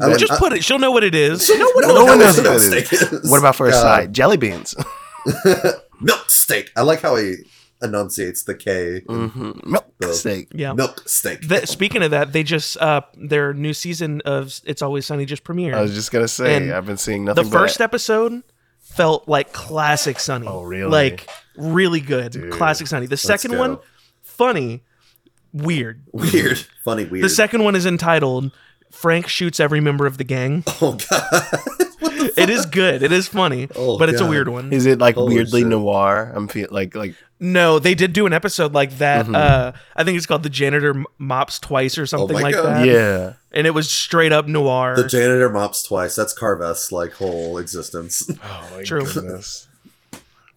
Speaker 3: I
Speaker 1: just put it. She'll know what it is.
Speaker 3: no one,
Speaker 2: no one knows what
Speaker 3: milk
Speaker 2: it
Speaker 3: steak is.
Speaker 2: what about for a
Speaker 3: God.
Speaker 2: side? Jelly beans,
Speaker 3: Milk steak. I like how he enunciates the K.
Speaker 2: Mm-hmm. milk
Speaker 3: Well,
Speaker 2: steak.
Speaker 1: Yeah.
Speaker 3: Milk steak.
Speaker 1: The- speaking of that, they just uh their new season of It's Always Sunny just premiered.
Speaker 2: I was just gonna say,
Speaker 1: And
Speaker 2: I've been seeing
Speaker 1: the
Speaker 2: nothing.
Speaker 1: first
Speaker 2: but
Speaker 1: episode felt like classic Sunny.
Speaker 2: Oh, really?
Speaker 1: Like really good,
Speaker 2: Dude,
Speaker 1: classic Sunny. The second
Speaker 3: go.
Speaker 1: one, funny, weird.
Speaker 3: weird. Funny, weird.
Speaker 1: The second one is entitled "Frank shoots every member of the gang."
Speaker 3: oh, God.
Speaker 1: it is good. It is funny,
Speaker 3: Oh,
Speaker 1: but it's a
Speaker 3: God.
Speaker 1: weird one.
Speaker 2: is it like
Speaker 3: Holy
Speaker 2: weirdly
Speaker 3: shit.
Speaker 2: noir? I'm feel like like
Speaker 1: No, they did do an episode like that.
Speaker 2: Mm-hmm.
Speaker 1: Uh, I think it's called "The Janitor M- Mops Twice" or something
Speaker 3: my
Speaker 1: like
Speaker 3: God.
Speaker 1: that.
Speaker 2: Oh, yeah.
Speaker 1: and it was straight up noir.
Speaker 3: The janitor mops twice. That's Carvest's like whole existence.
Speaker 2: Oh my
Speaker 1: True.
Speaker 2: goodness.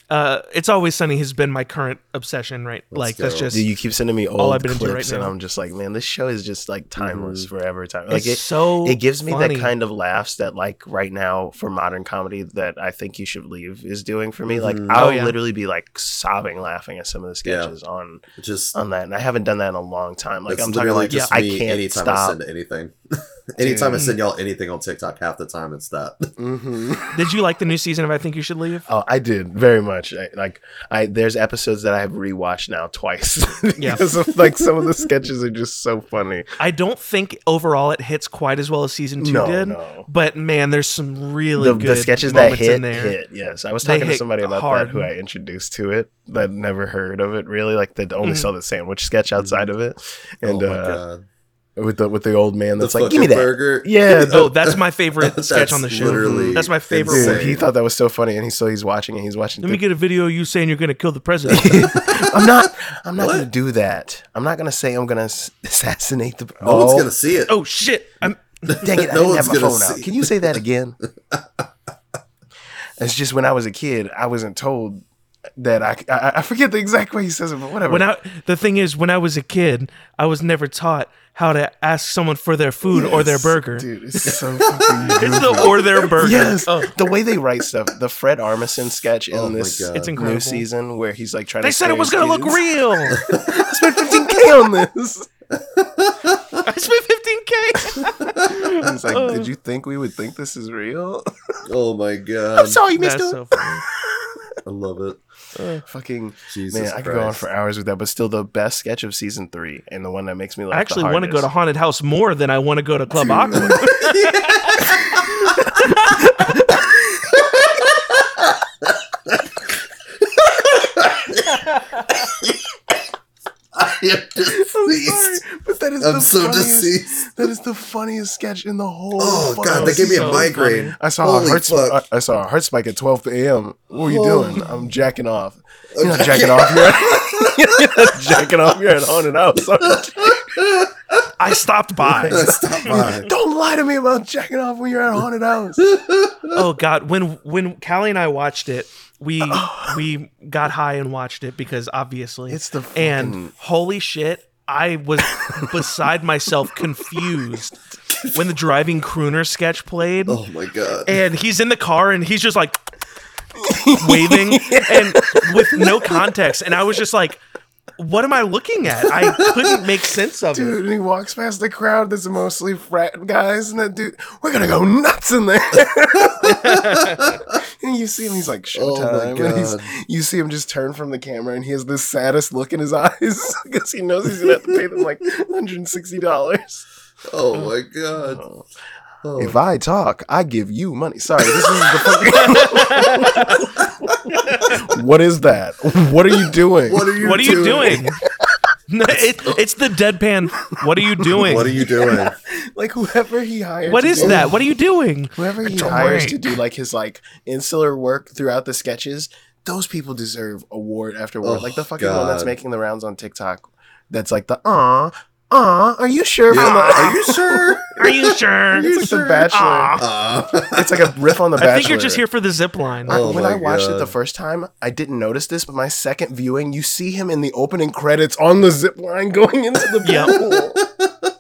Speaker 1: uh, it's always sunny has been my current obsession, right? like that's
Speaker 3: go.
Speaker 1: just
Speaker 2: Dude, you keep sending me old
Speaker 1: I've been
Speaker 2: clips,
Speaker 1: into right
Speaker 2: and
Speaker 1: now.
Speaker 2: I'm just like, man, this show is just like timeless
Speaker 3: Mm-hmm.
Speaker 2: forever. Time
Speaker 1: it's
Speaker 2: like it,
Speaker 1: so.
Speaker 2: it gives me
Speaker 1: funny.
Speaker 2: that kind of laughs that like right now for modern comedy that I think you should leave is doing for me. Like
Speaker 3: Mhm.
Speaker 2: I'll
Speaker 1: Oh, yeah.
Speaker 2: literally be like sobbing laughing at some of the
Speaker 3: Yeah.
Speaker 2: sketches on
Speaker 3: Just
Speaker 2: on that, and I haven't done that in a long time. Uh, Like
Speaker 3: it's
Speaker 2: I'm talking
Speaker 3: literally
Speaker 2: like
Speaker 3: just
Speaker 2: I
Speaker 3: me
Speaker 2: can't
Speaker 3: anytime I
Speaker 2: stop.
Speaker 3: send anything. anytime I
Speaker 1: Dude.
Speaker 3: send y'all anything on TikTok, half the time it's that. Mm-hmm.
Speaker 2: Mhm.
Speaker 1: Did you like the new season of I Think You Should Leave?
Speaker 2: Oh, I did very much. I, like I there's episodes that I have rewatched now twice
Speaker 1: Yeah.
Speaker 2: because of, like some of the sketches are just so funny.
Speaker 1: I don't think overall it hits quite as well as season two
Speaker 2: No,
Speaker 1: did.
Speaker 2: no.
Speaker 1: But man, there's some really
Speaker 2: the,
Speaker 1: good
Speaker 2: the sketches that
Speaker 1: moments in
Speaker 2: hit
Speaker 1: there.
Speaker 2: hit yes i was
Speaker 1: They
Speaker 2: talking to
Speaker 1: hit
Speaker 2: somebody about
Speaker 1: hard.
Speaker 2: that who i introduced to it that never heard of it really like that only
Speaker 1: Mhm.
Speaker 2: saw the sandwich sketch outside of it and
Speaker 3: Mm-hmm. oh my
Speaker 2: uh
Speaker 3: god.
Speaker 2: with the with the old man that's like
Speaker 3: fucking
Speaker 2: give me that
Speaker 3: burger.
Speaker 2: yeah the-
Speaker 1: Oh, that's my favorite
Speaker 3: That's
Speaker 1: sketch on the show.
Speaker 3: literally
Speaker 1: that's my favorite
Speaker 2: dude,
Speaker 1: one.
Speaker 3: insane.
Speaker 2: he thought that was so funny and he so he's watching it he's watching
Speaker 1: Let me
Speaker 2: the-
Speaker 1: get a video of you saying you're going to kill the president.
Speaker 2: i'm not i'm not
Speaker 3: What?
Speaker 2: gonna do that i'm not gonna say i'm gonna s- assassinate the
Speaker 3: No one's gonna see it.
Speaker 1: oh shit! I'm,
Speaker 2: Dang it,
Speaker 3: No
Speaker 2: I didn't
Speaker 3: one's
Speaker 2: have my
Speaker 3: gonna
Speaker 2: phone out.
Speaker 3: see.
Speaker 2: Can you say that again? it's just when I was a kid, I wasn't told that I, I I forget the exact way he says it, but whatever.
Speaker 1: when I the thing is, when I was a kid, I was never taught how to ask someone for their food or their
Speaker 2: Yes,
Speaker 1: burger.
Speaker 2: Dude, it's so fucking
Speaker 1: It's
Speaker 2: goofy.
Speaker 1: the or their burger.
Speaker 2: Yes,
Speaker 1: Oh,
Speaker 2: the way they write stuff. The Fred Armisen sketch in
Speaker 3: Oh my
Speaker 2: this
Speaker 3: God.
Speaker 1: it's incredible.
Speaker 2: new season where he's like trying
Speaker 1: They
Speaker 2: to.
Speaker 1: said it was going to look real. I
Speaker 2: I spent 15k on this.
Speaker 1: spent 15k.
Speaker 2: He's like,
Speaker 1: Oh.
Speaker 2: did you think we would think this is real?
Speaker 3: Oh my god.
Speaker 2: Sorry, Mister.
Speaker 1: That's so funny.
Speaker 3: I love it.
Speaker 2: Fucking
Speaker 3: Jesus
Speaker 2: man, I could go on
Speaker 3: Christ.
Speaker 2: for hours with that, but still the best sketch of season three and the one that makes me laugh.
Speaker 1: I
Speaker 2: the
Speaker 1: actually want to go to
Speaker 2: hardest.
Speaker 1: haunted house more than I want to go to club aqua.
Speaker 3: I am deceased.
Speaker 2: Sorry, but that is
Speaker 3: I'm
Speaker 2: the
Speaker 3: so
Speaker 2: funniest,
Speaker 3: deceased.
Speaker 2: That is the funniest sketch in the whole.
Speaker 3: Oh
Speaker 2: fucking
Speaker 3: god, they gave me a
Speaker 1: so
Speaker 3: migraine.
Speaker 2: I saw
Speaker 3: Holy
Speaker 2: a heart
Speaker 3: fuck.
Speaker 2: spike. I saw a heart spike at 12 a.m. What are you
Speaker 3: Oh.
Speaker 2: doing? I'm jacking off.
Speaker 3: Uh,
Speaker 2: You're not jacking off. You're you're not jacking off. You're at haunted house. I'm-
Speaker 1: I stopped by.
Speaker 3: Stop by.
Speaker 2: Don't lie to me about jacking off when you're at haunted house.
Speaker 1: oh god when when callie and i watched it we we got high and watched it because obviously
Speaker 2: It's the
Speaker 1: and
Speaker 2: fucking-
Speaker 1: holy shit i was beside myself confused when the driving crooner sketch played
Speaker 3: Oh my god.
Speaker 1: and he's in the car and he's just like waving and with no context and i was just like what am i looking at i couldn't make sense of it
Speaker 2: Dude, and he walks past the crowd that's mostly frat guys, and that dude, we're gonna go nuts in there. and you see him, he's like,
Speaker 3: Oh my
Speaker 2: Showtime. and he's,
Speaker 3: God.
Speaker 2: you see him just turn from the camera, and he has the saddest look in his eyes because he knows he's gonna have to pay them like $160.
Speaker 3: Oh my god. Oh,
Speaker 2: If I talk, I give you money. Sorry, this is the fucking. what is that? What are you doing?
Speaker 3: what are you
Speaker 1: what are you doing No, it, it's the deadpan what are you doing
Speaker 3: What are you doing?
Speaker 2: like whoever he hired.
Speaker 1: What
Speaker 2: to
Speaker 1: is
Speaker 2: do
Speaker 1: that? What are you doing?
Speaker 2: Whoever he
Speaker 1: don't
Speaker 2: hires
Speaker 1: worry.
Speaker 2: to do like his like insular work throughout the sketches, those people deserve award after award.
Speaker 3: Oh,
Speaker 2: like the fucking one that's
Speaker 3: God.
Speaker 2: making the rounds on TikTok that's like the ah ah. Are you sure?
Speaker 3: Yeah.
Speaker 2: From the,
Speaker 3: Are you sure?
Speaker 1: Are you sure?
Speaker 2: It's
Speaker 3: you
Speaker 2: like
Speaker 3: sure?
Speaker 2: the Bachelor.
Speaker 1: Aw.
Speaker 3: Uh,
Speaker 2: It's like a riff on the Bachelor.
Speaker 1: I think you're just here for the zip line.
Speaker 2: I-
Speaker 3: Oh
Speaker 2: when
Speaker 3: my
Speaker 2: I watched it the
Speaker 3: God.
Speaker 2: first time, I didn't notice this, but my second viewing, you see him in the opening credits on the zip line going into the
Speaker 1: Yeah.
Speaker 2: pool.
Speaker 3: oh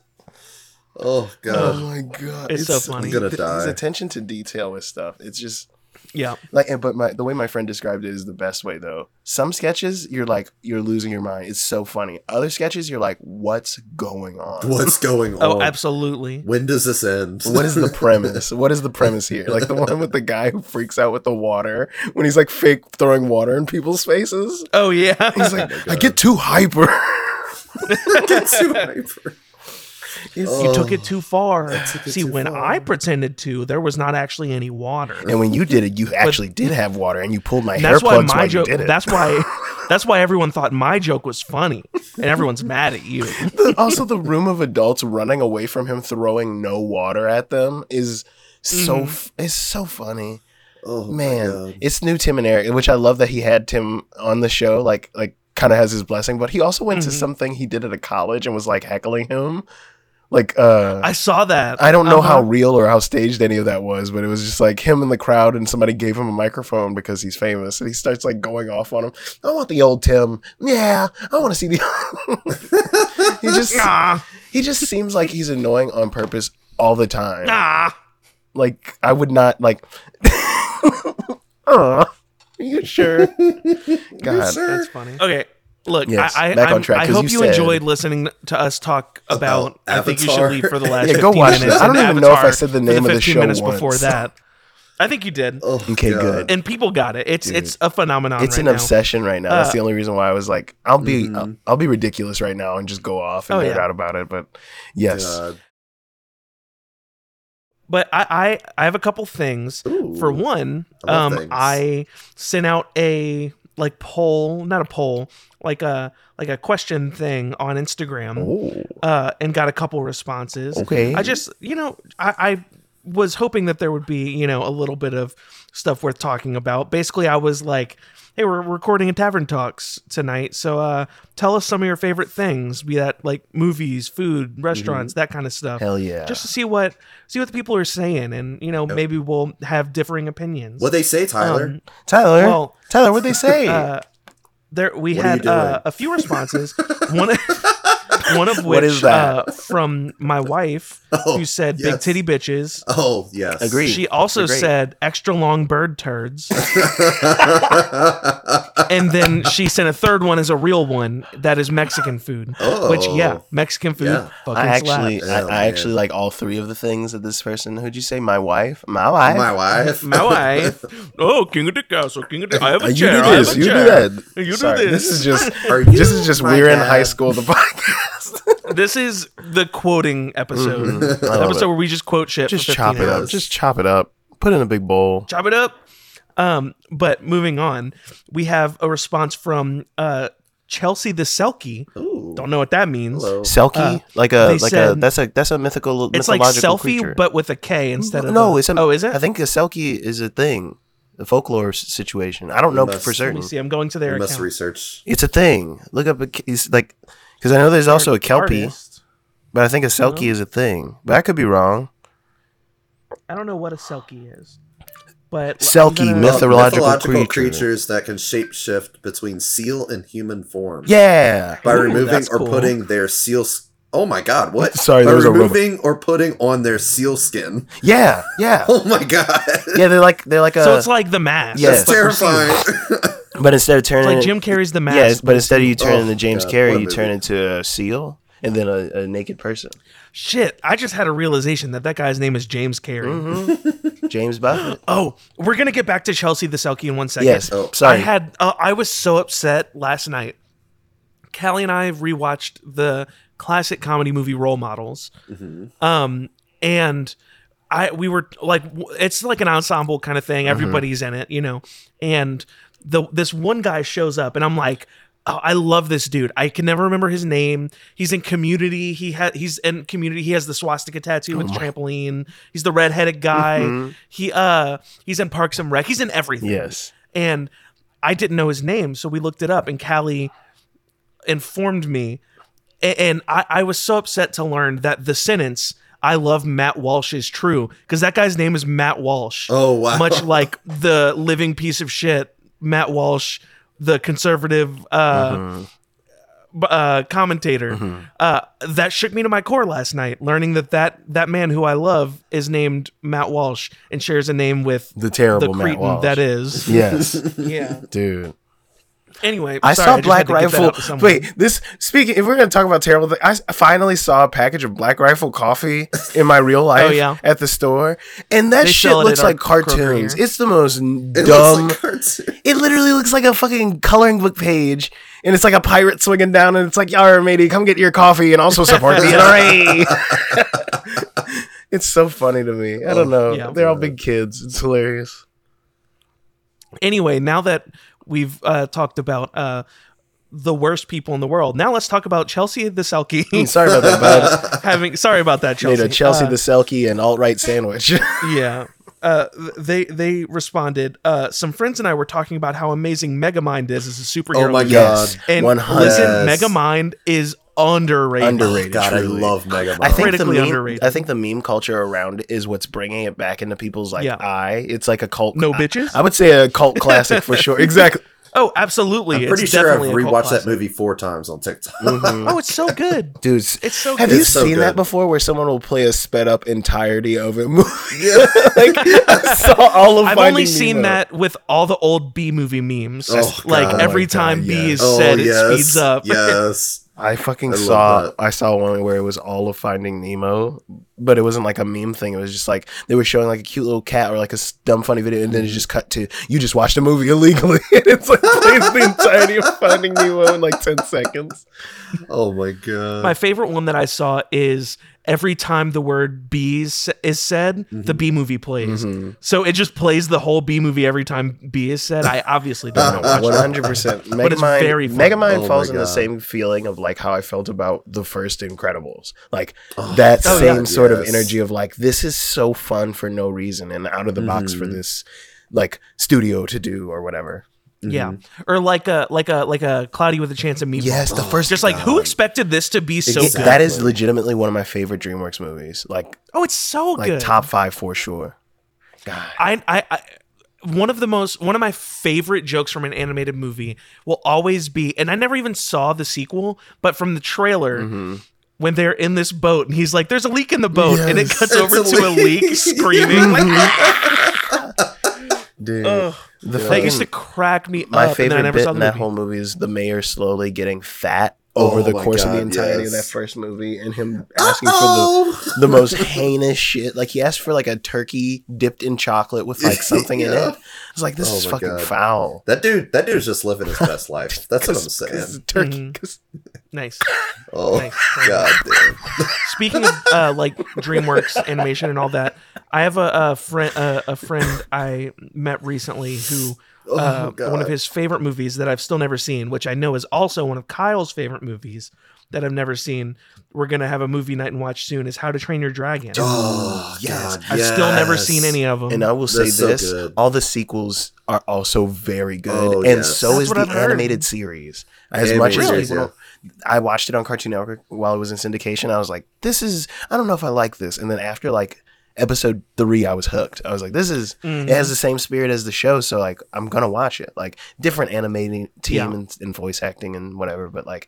Speaker 2: oh
Speaker 3: god.
Speaker 2: my god,
Speaker 1: It's so funny.
Speaker 3: I'm gonna
Speaker 2: th-
Speaker 3: die.
Speaker 2: His attention to detail with stuff, it's just
Speaker 1: yeah.
Speaker 2: like. and- But my the way my friend described it is the best way though. Some sketches, you're like you're losing your mind. It's so funny. Other sketches, you're like, what's going on?
Speaker 3: What's going on?
Speaker 1: Oh, absolutely.
Speaker 3: when does this end?
Speaker 2: What is the premise? What is the premise here? Like the one with the guy who freaks out with the water when he's like fake throwing water in people's faces.
Speaker 1: Oh yeah.
Speaker 2: He's like,
Speaker 3: my
Speaker 2: I
Speaker 3: God.
Speaker 2: get too hyper.
Speaker 3: It's too hyper. Oh,
Speaker 1: you took it too far.
Speaker 3: it
Speaker 1: See,
Speaker 3: too
Speaker 1: when
Speaker 3: far.
Speaker 1: I pretended to, there was not actually any water.
Speaker 2: And when you did it, you actually did have water, and you pulled my
Speaker 1: And
Speaker 2: hair
Speaker 1: that's why
Speaker 2: plugs
Speaker 1: my
Speaker 2: while you
Speaker 1: joke.
Speaker 2: did it.
Speaker 1: That's why. That's why everyone thought my joke was funny, and everyone's mad at you.
Speaker 2: also, the room of adults running away from him, throwing no water at them, is
Speaker 1: Mm-hmm.
Speaker 2: so f- is so funny,
Speaker 3: Oh
Speaker 2: man. It's new Tim and Eric, which I love that he had Tim on the show. Like, like kind of has his blessing, but he also went
Speaker 1: Mhm.
Speaker 2: to something he did at a college and was like heckling him, like uh,
Speaker 1: I saw that.
Speaker 2: I don't know
Speaker 1: Uh-huh.
Speaker 2: how real or how staged any of that was, but it was just like him in the crowd, and somebody gave him a microphone because he's famous, and he starts like going off on him. I want the old Tim. Yeah, I want to see the. he just
Speaker 1: Nah,
Speaker 2: he just seems like he's annoying on purpose all the time.
Speaker 1: nah.
Speaker 2: Like I would not like. Aw, are you sure? God,
Speaker 1: That's funny. Okay. Look,
Speaker 2: Yes,
Speaker 1: I, I,
Speaker 2: back on
Speaker 1: I'm-
Speaker 2: track,
Speaker 1: I
Speaker 2: 'cause
Speaker 1: hope
Speaker 2: you
Speaker 1: you,
Speaker 2: said-
Speaker 1: enjoyed listening to us talk about.
Speaker 3: About
Speaker 1: I think you should
Speaker 3: Avatar.
Speaker 1: leave for the last.
Speaker 2: Yeah, go
Speaker 1: 15
Speaker 2: watch
Speaker 1: minutes
Speaker 2: that. I don't
Speaker 1: and
Speaker 2: even know if I
Speaker 1: Avatar
Speaker 2: said the
Speaker 1: for
Speaker 2: name of the
Speaker 1: 15
Speaker 2: show
Speaker 1: minutes before
Speaker 2: once.
Speaker 1: that. I think you did,
Speaker 3: Oh,
Speaker 2: Okay,
Speaker 3: God.
Speaker 2: good.
Speaker 1: and people got it. It's it's a phenomenon.
Speaker 2: it's
Speaker 1: right
Speaker 2: an
Speaker 1: now.
Speaker 2: obsession right now. That's
Speaker 1: Uh, Mm-hmm.
Speaker 2: the only reason why I was like, I'll be,
Speaker 3: Mhm.
Speaker 2: I'll, I'll be ridiculous right now and just go off and
Speaker 1: Oh,
Speaker 2: nerd
Speaker 1: yeah.
Speaker 2: out about it. But yes,
Speaker 3: God.
Speaker 1: But I, I I have a couple things.
Speaker 3: Ooh.
Speaker 1: For one,
Speaker 3: I love
Speaker 1: um,
Speaker 3: things.
Speaker 1: I sent out a like poll, not a poll, like a like a question thing on Instagram,
Speaker 2: oh,
Speaker 1: uh, and got a couple responses.
Speaker 2: okay.
Speaker 1: I just, you know, I, I was hoping that there would be, you know, a little bit of stuff worth talking about. Basically, I was like, hey, we're recording a Tavern Talks tonight. So uh, tell us some of your favorite things, be that like movies,
Speaker 3: Mm-hmm.
Speaker 1: food, restaurants, that kind of stuff.
Speaker 2: hell yeah.
Speaker 1: Just to see what see what the people are saying, and you know maybe we'll have differing opinions.
Speaker 3: What they say, Tyler?
Speaker 1: Um,
Speaker 2: Tyler,
Speaker 1: well,
Speaker 2: Tyler, what'd they say?
Speaker 1: uh, there we
Speaker 3: What are you
Speaker 1: had
Speaker 3: doing?
Speaker 1: uh, a few responses. one, one of which
Speaker 2: What is that?
Speaker 1: Uh, from my wife,
Speaker 3: Oh,
Speaker 1: who said
Speaker 3: yes.
Speaker 1: "big titty bitches."
Speaker 3: oh yes.
Speaker 2: Agreed.
Speaker 1: She also
Speaker 2: They're great.
Speaker 1: said extra long bird turds. and then she sent a third one as a real one that is Mexican food.
Speaker 3: Oh.
Speaker 1: Which yeah, Mexican food
Speaker 3: Yeah.
Speaker 1: fucking
Speaker 2: I actually,
Speaker 3: slaps.
Speaker 2: I,
Speaker 3: Oh,
Speaker 2: I
Speaker 3: man.
Speaker 2: actually like all three of the things that this person. Who'd you say? My wife. My wife.
Speaker 3: My wife.
Speaker 1: slaps. My wife. Oh, king of the castle, king of the I have
Speaker 2: Uh,
Speaker 1: a chair. I have a chair. You do
Speaker 2: This
Speaker 1: this.
Speaker 2: is just.
Speaker 3: Are you
Speaker 2: This is just.
Speaker 3: my
Speaker 2: We're in
Speaker 3: dad?
Speaker 2: high school. The podcast.
Speaker 1: This is the quoting episode.
Speaker 2: Mm-hmm. I
Speaker 1: The
Speaker 2: love
Speaker 1: episode
Speaker 2: it.
Speaker 1: where we just quote shit.
Speaker 2: Just
Speaker 1: for 15
Speaker 2: chop it up.
Speaker 1: hours.
Speaker 2: Just chop it up. Put it in a big bowl.
Speaker 1: Chop it up. Um, but moving on, we have a response from uh, Chelsea the Selkie.
Speaker 3: Ooh.
Speaker 1: Don't know what that means.
Speaker 3: Hello.
Speaker 2: Selkie,
Speaker 1: Uh,
Speaker 2: like a
Speaker 1: they
Speaker 2: like a
Speaker 1: said-
Speaker 2: that's a that's a mythical
Speaker 1: It's like
Speaker 2: mythological
Speaker 1: selfie,
Speaker 2: creature.
Speaker 1: but with a K instead of
Speaker 2: no,
Speaker 1: a-
Speaker 2: it's a,
Speaker 1: oh, is it?
Speaker 2: I think a selkie is a thing, a folklore s- situation. I don't know
Speaker 3: Must-
Speaker 2: for
Speaker 1: Let me
Speaker 2: certain.
Speaker 1: see. I'm going to their
Speaker 3: You must
Speaker 1: account.
Speaker 3: research.
Speaker 2: It's a thing. Look up a, it's like because I know there's also a kelpie,
Speaker 1: Artist.
Speaker 2: but I think a selkie is a thing. But I could be wrong.
Speaker 1: I don't know what a selkie is, but
Speaker 2: Selkie,
Speaker 1: I'm
Speaker 2: myth-
Speaker 1: gonna,
Speaker 2: Mythological creature.
Speaker 3: creatures that can shapeshift between seal and human form.
Speaker 2: Yeah,
Speaker 3: By
Speaker 1: Ooh,
Speaker 3: removing
Speaker 1: that's
Speaker 3: or
Speaker 1: cool.
Speaker 3: putting their seal. s- Oh my god, what?
Speaker 2: Sorry,
Speaker 3: By
Speaker 2: there was a robot.
Speaker 3: removing or putting on their seal skin.
Speaker 2: yeah, yeah,
Speaker 3: Oh my god.
Speaker 2: yeah. They're like they're like a,
Speaker 1: so it's like the mask.
Speaker 2: yeah.
Speaker 3: That's terrifying.
Speaker 2: but instead of
Speaker 1: It's
Speaker 2: turning,
Speaker 1: like Jim Carrey's the mask.
Speaker 2: yeah, but instead of you turn
Speaker 3: Oh,
Speaker 2: into James
Speaker 3: God, what
Speaker 2: Carrey,
Speaker 3: a
Speaker 2: you turn
Speaker 3: movie.
Speaker 2: into a seal and then a, a naked person.
Speaker 1: Shit, I just had a realization that that guy's name is James Carrey.
Speaker 2: James Buffett.
Speaker 1: Oh, we're gonna get back to Chelsea the Selkie in one second.
Speaker 2: yes,
Speaker 3: Oh.
Speaker 1: I
Speaker 2: sorry.
Speaker 1: had uh, I was so upset last night. Callie and I rewatched the classic comedy movie Role Models.
Speaker 2: Mm-hmm.
Speaker 1: Um and I we were like w- it's like an ensemble kind of thing.
Speaker 2: Mm-hmm.
Speaker 1: Everybody's in it, you know. And the this one guy shows up and I'm like Oh, I love this dude. I can never remember his name. He's in Community. He ha- he's in Community. He has the swastika tattoo
Speaker 2: Oh
Speaker 1: with trampoline. He's the redheaded guy. He uh he's in Parks and Rec. He's in everything
Speaker 2: Mm-hmm. yes.
Speaker 1: and I didn't know his name, so we looked it up, and Callie informed me A- And I, I was so upset to learn that the sentence "I love Matt Walsh" is true because that guy's name is Matt Walsh,
Speaker 3: Oh wow.
Speaker 1: much like the living piece of shit Matt Walsh, the conservative uh,
Speaker 2: Mm-hmm.
Speaker 1: b- uh, commentator. Uh, that shook me to my core last night, learning that, that that man who I love is named Matt Walsh and shares a name with
Speaker 2: The terrible
Speaker 1: the
Speaker 2: Matt
Speaker 1: cretin
Speaker 2: Walsh.
Speaker 1: that is.
Speaker 2: Yes,
Speaker 1: Yeah.
Speaker 2: dude.
Speaker 1: Anyway,
Speaker 2: I
Speaker 1: sorry,
Speaker 2: saw
Speaker 1: just had
Speaker 2: Black
Speaker 1: to get that
Speaker 2: Rifle.
Speaker 1: out to someone.
Speaker 2: Wait, this speaking. If we're gonna talk about terrible, thi- I s- finally saw a package of Black Rifle coffee in my real
Speaker 1: Oh,
Speaker 2: life
Speaker 1: yeah.
Speaker 2: at the store, and that
Speaker 1: They
Speaker 2: shit
Speaker 1: sell it
Speaker 2: looks
Speaker 1: at our
Speaker 2: like cartoons.
Speaker 1: Kroger.
Speaker 2: It's the most n
Speaker 3: It looks
Speaker 2: dumb.
Speaker 3: like cartoon.
Speaker 2: it literally looks like a fucking coloring book page, and it's like a pirate swinging down, and it's like, "Yar, matey, come get your coffee and also support the NRA." it's so funny to me. I don't know.
Speaker 1: Oh, Yeah.
Speaker 2: They're all big kids. It's hilarious.
Speaker 1: anyway, now that we've uh, talked about uh, the worst people in the world, now let's talk about Chelsea the Selkie.
Speaker 2: Sorry about that, bud.
Speaker 1: Having sorry about that, Chelsea.
Speaker 2: Made a Chelsea
Speaker 1: Uh,
Speaker 2: the Selkie and alt right sandwich.
Speaker 1: yeah. Uh, th- they they responded. Uh, some friends and I were talking about how amazing Megamind is as a superhero.
Speaker 3: Oh my
Speaker 1: movie.
Speaker 3: god.
Speaker 2: Yes.
Speaker 1: And
Speaker 2: 100.
Speaker 1: listen,
Speaker 3: Yes.
Speaker 1: Megamind is underrated.
Speaker 2: Under-
Speaker 3: Oh, God, I
Speaker 2: truly.
Speaker 3: love Mega.
Speaker 2: I think the
Speaker 1: Critically
Speaker 2: meme,
Speaker 1: underrated.
Speaker 2: I think the meme culture around it is what's bringing it back into people's like
Speaker 1: Yeah.
Speaker 2: eye. It's like a cult.
Speaker 1: No bitches?
Speaker 2: I, would say a cult classic for sure. Exactly.
Speaker 1: oh, absolutely.
Speaker 3: I'm pretty
Speaker 1: it's
Speaker 3: sure I've
Speaker 1: definitely a cult
Speaker 3: rewatched that
Speaker 1: classic.
Speaker 3: movie four times on TikTok.
Speaker 2: Mm-hmm.
Speaker 1: Oh, it's so good.
Speaker 2: Dude,
Speaker 1: It's so
Speaker 2: have
Speaker 1: good.
Speaker 2: you
Speaker 3: It's so
Speaker 2: seen
Speaker 3: good.
Speaker 2: that before where someone will play a sped up entirety of a movie? like, I saw all of
Speaker 1: I've
Speaker 2: Finding
Speaker 1: only seen
Speaker 2: Nemo.
Speaker 1: that with all the old B movie memes.
Speaker 3: Oh,
Speaker 1: like
Speaker 3: God.
Speaker 1: every
Speaker 2: Oh, my
Speaker 1: time
Speaker 2: God,
Speaker 1: B is
Speaker 2: yes.
Speaker 3: Oh,
Speaker 1: said,
Speaker 3: yes.
Speaker 1: it speeds up.
Speaker 3: Yes.
Speaker 2: I fucking
Speaker 3: I love
Speaker 2: saw
Speaker 3: that.
Speaker 2: I saw one where it was all of Finding Nemo, but it wasn't like a meme thing. It was just like they were showing like a cute little cat or like a s- dumb funny video, and then
Speaker 3: Mm.
Speaker 2: it just cut to you just watched a movie illegally, and it's like plays the entirety of Finding Nemo in like ten seconds.
Speaker 3: Oh my god.
Speaker 1: My favorite one that I saw is every time the word bees is said, the
Speaker 2: Mm-hmm.
Speaker 1: B movie plays.
Speaker 3: Mm-hmm.
Speaker 1: So it just plays the whole B movie every time B is said. I obviously don't know.
Speaker 2: Uh, One hundred percent.
Speaker 1: it's very
Speaker 2: Megamind.
Speaker 1: fun.
Speaker 2: Megamind
Speaker 3: Oh my
Speaker 2: falls in the
Speaker 3: God.
Speaker 2: same feeling of like how I felt about the first Incredibles, like that
Speaker 1: Oh,
Speaker 2: same
Speaker 1: yeah.
Speaker 2: sort of
Speaker 3: Yes.
Speaker 2: energy of like this is so fun for no reason and out of the box for
Speaker 3: Mhm.
Speaker 2: this like studio to do or whatever.
Speaker 1: Yeah, or like a like a like a Cloudy with a Chance of Meatballs.
Speaker 2: Yes, the first
Speaker 1: just like who expected this to be so
Speaker 2: It-
Speaker 1: good?
Speaker 2: that is legitimately one of my favorite DreamWorks movies. Like
Speaker 1: oh, it's so
Speaker 2: like
Speaker 1: good.
Speaker 2: top five for sure. God.
Speaker 1: I, I, I, one of the most, one of my favorite jokes from an animated movie will always be, and I never even saw the sequel, but from the trailer,
Speaker 2: Mm-hmm.
Speaker 3: Mm-hmm.
Speaker 1: when they're in this boat and he's like, "There's a leak in the boat," and it
Speaker 2: Yes.
Speaker 1: cuts
Speaker 3: It's
Speaker 1: over
Speaker 3: a
Speaker 1: to
Speaker 3: leak.
Speaker 1: a leak, screaming. like,
Speaker 2: Dude.
Speaker 3: Mm-hmm.
Speaker 1: ugh,
Speaker 2: the
Speaker 1: that used to
Speaker 2: fucking,
Speaker 1: crack me
Speaker 2: my
Speaker 1: up.
Speaker 2: favorite
Speaker 1: and then I never
Speaker 2: bit
Speaker 1: saw
Speaker 2: in
Speaker 1: the
Speaker 2: that
Speaker 1: movie.
Speaker 2: whole movie is the mayor slowly getting fat over
Speaker 3: Oh
Speaker 2: the
Speaker 3: my
Speaker 2: course of the
Speaker 3: God,
Speaker 2: entirety of that
Speaker 3: yes.
Speaker 2: first movie and him asking for the the most heinous shit. Like he asked for like a turkey dipped in chocolate with like something in it.
Speaker 3: Yeah.
Speaker 2: I was like, this
Speaker 3: Oh
Speaker 2: is
Speaker 3: my
Speaker 2: fucking
Speaker 3: God.
Speaker 2: foul.
Speaker 3: that dude. That dude's just living his best life. That's what I'm
Speaker 2: 'Cause- 'cause
Speaker 3: saying.
Speaker 2: turkey.
Speaker 1: Mhm.
Speaker 2: 'cause-
Speaker 1: Nice,
Speaker 3: Oh
Speaker 1: nice.
Speaker 3: god damn.
Speaker 1: Speaking of uh, like DreamWorks animation and all that, I have a, a friend, uh, a friend I met recently who
Speaker 3: Oh,
Speaker 1: uh,
Speaker 3: God.
Speaker 1: one of his favorite movies that I've still never seen, which I know is also one of Kyle's favorite movies that I've never seen. We're gonna have a movie night and watch soon. Is How to Train Your Dragon.
Speaker 3: Oh
Speaker 2: Yes.
Speaker 3: god.
Speaker 1: I've still never
Speaker 3: yes.
Speaker 1: seen any of them.
Speaker 2: And I will say
Speaker 3: That's so
Speaker 2: this:
Speaker 3: good.
Speaker 2: all the sequels are also very good,
Speaker 3: Oh,
Speaker 2: and
Speaker 3: yes.
Speaker 2: so
Speaker 1: That's
Speaker 2: is
Speaker 1: what
Speaker 2: the
Speaker 1: I've heard.
Speaker 2: animated series. As
Speaker 3: Animated
Speaker 2: much as
Speaker 1: series,
Speaker 2: people, I watched it on Cartoon Network while it was in syndication. I was like, "This is I don't know if I like this." And then after like episode three, I was hooked. I was like, "This is
Speaker 1: Mhm.
Speaker 2: it has the same spirit as the show, so like I'm gonna watch it." Like different animating team
Speaker 1: Yeah.
Speaker 2: and, and voice acting and whatever, but like.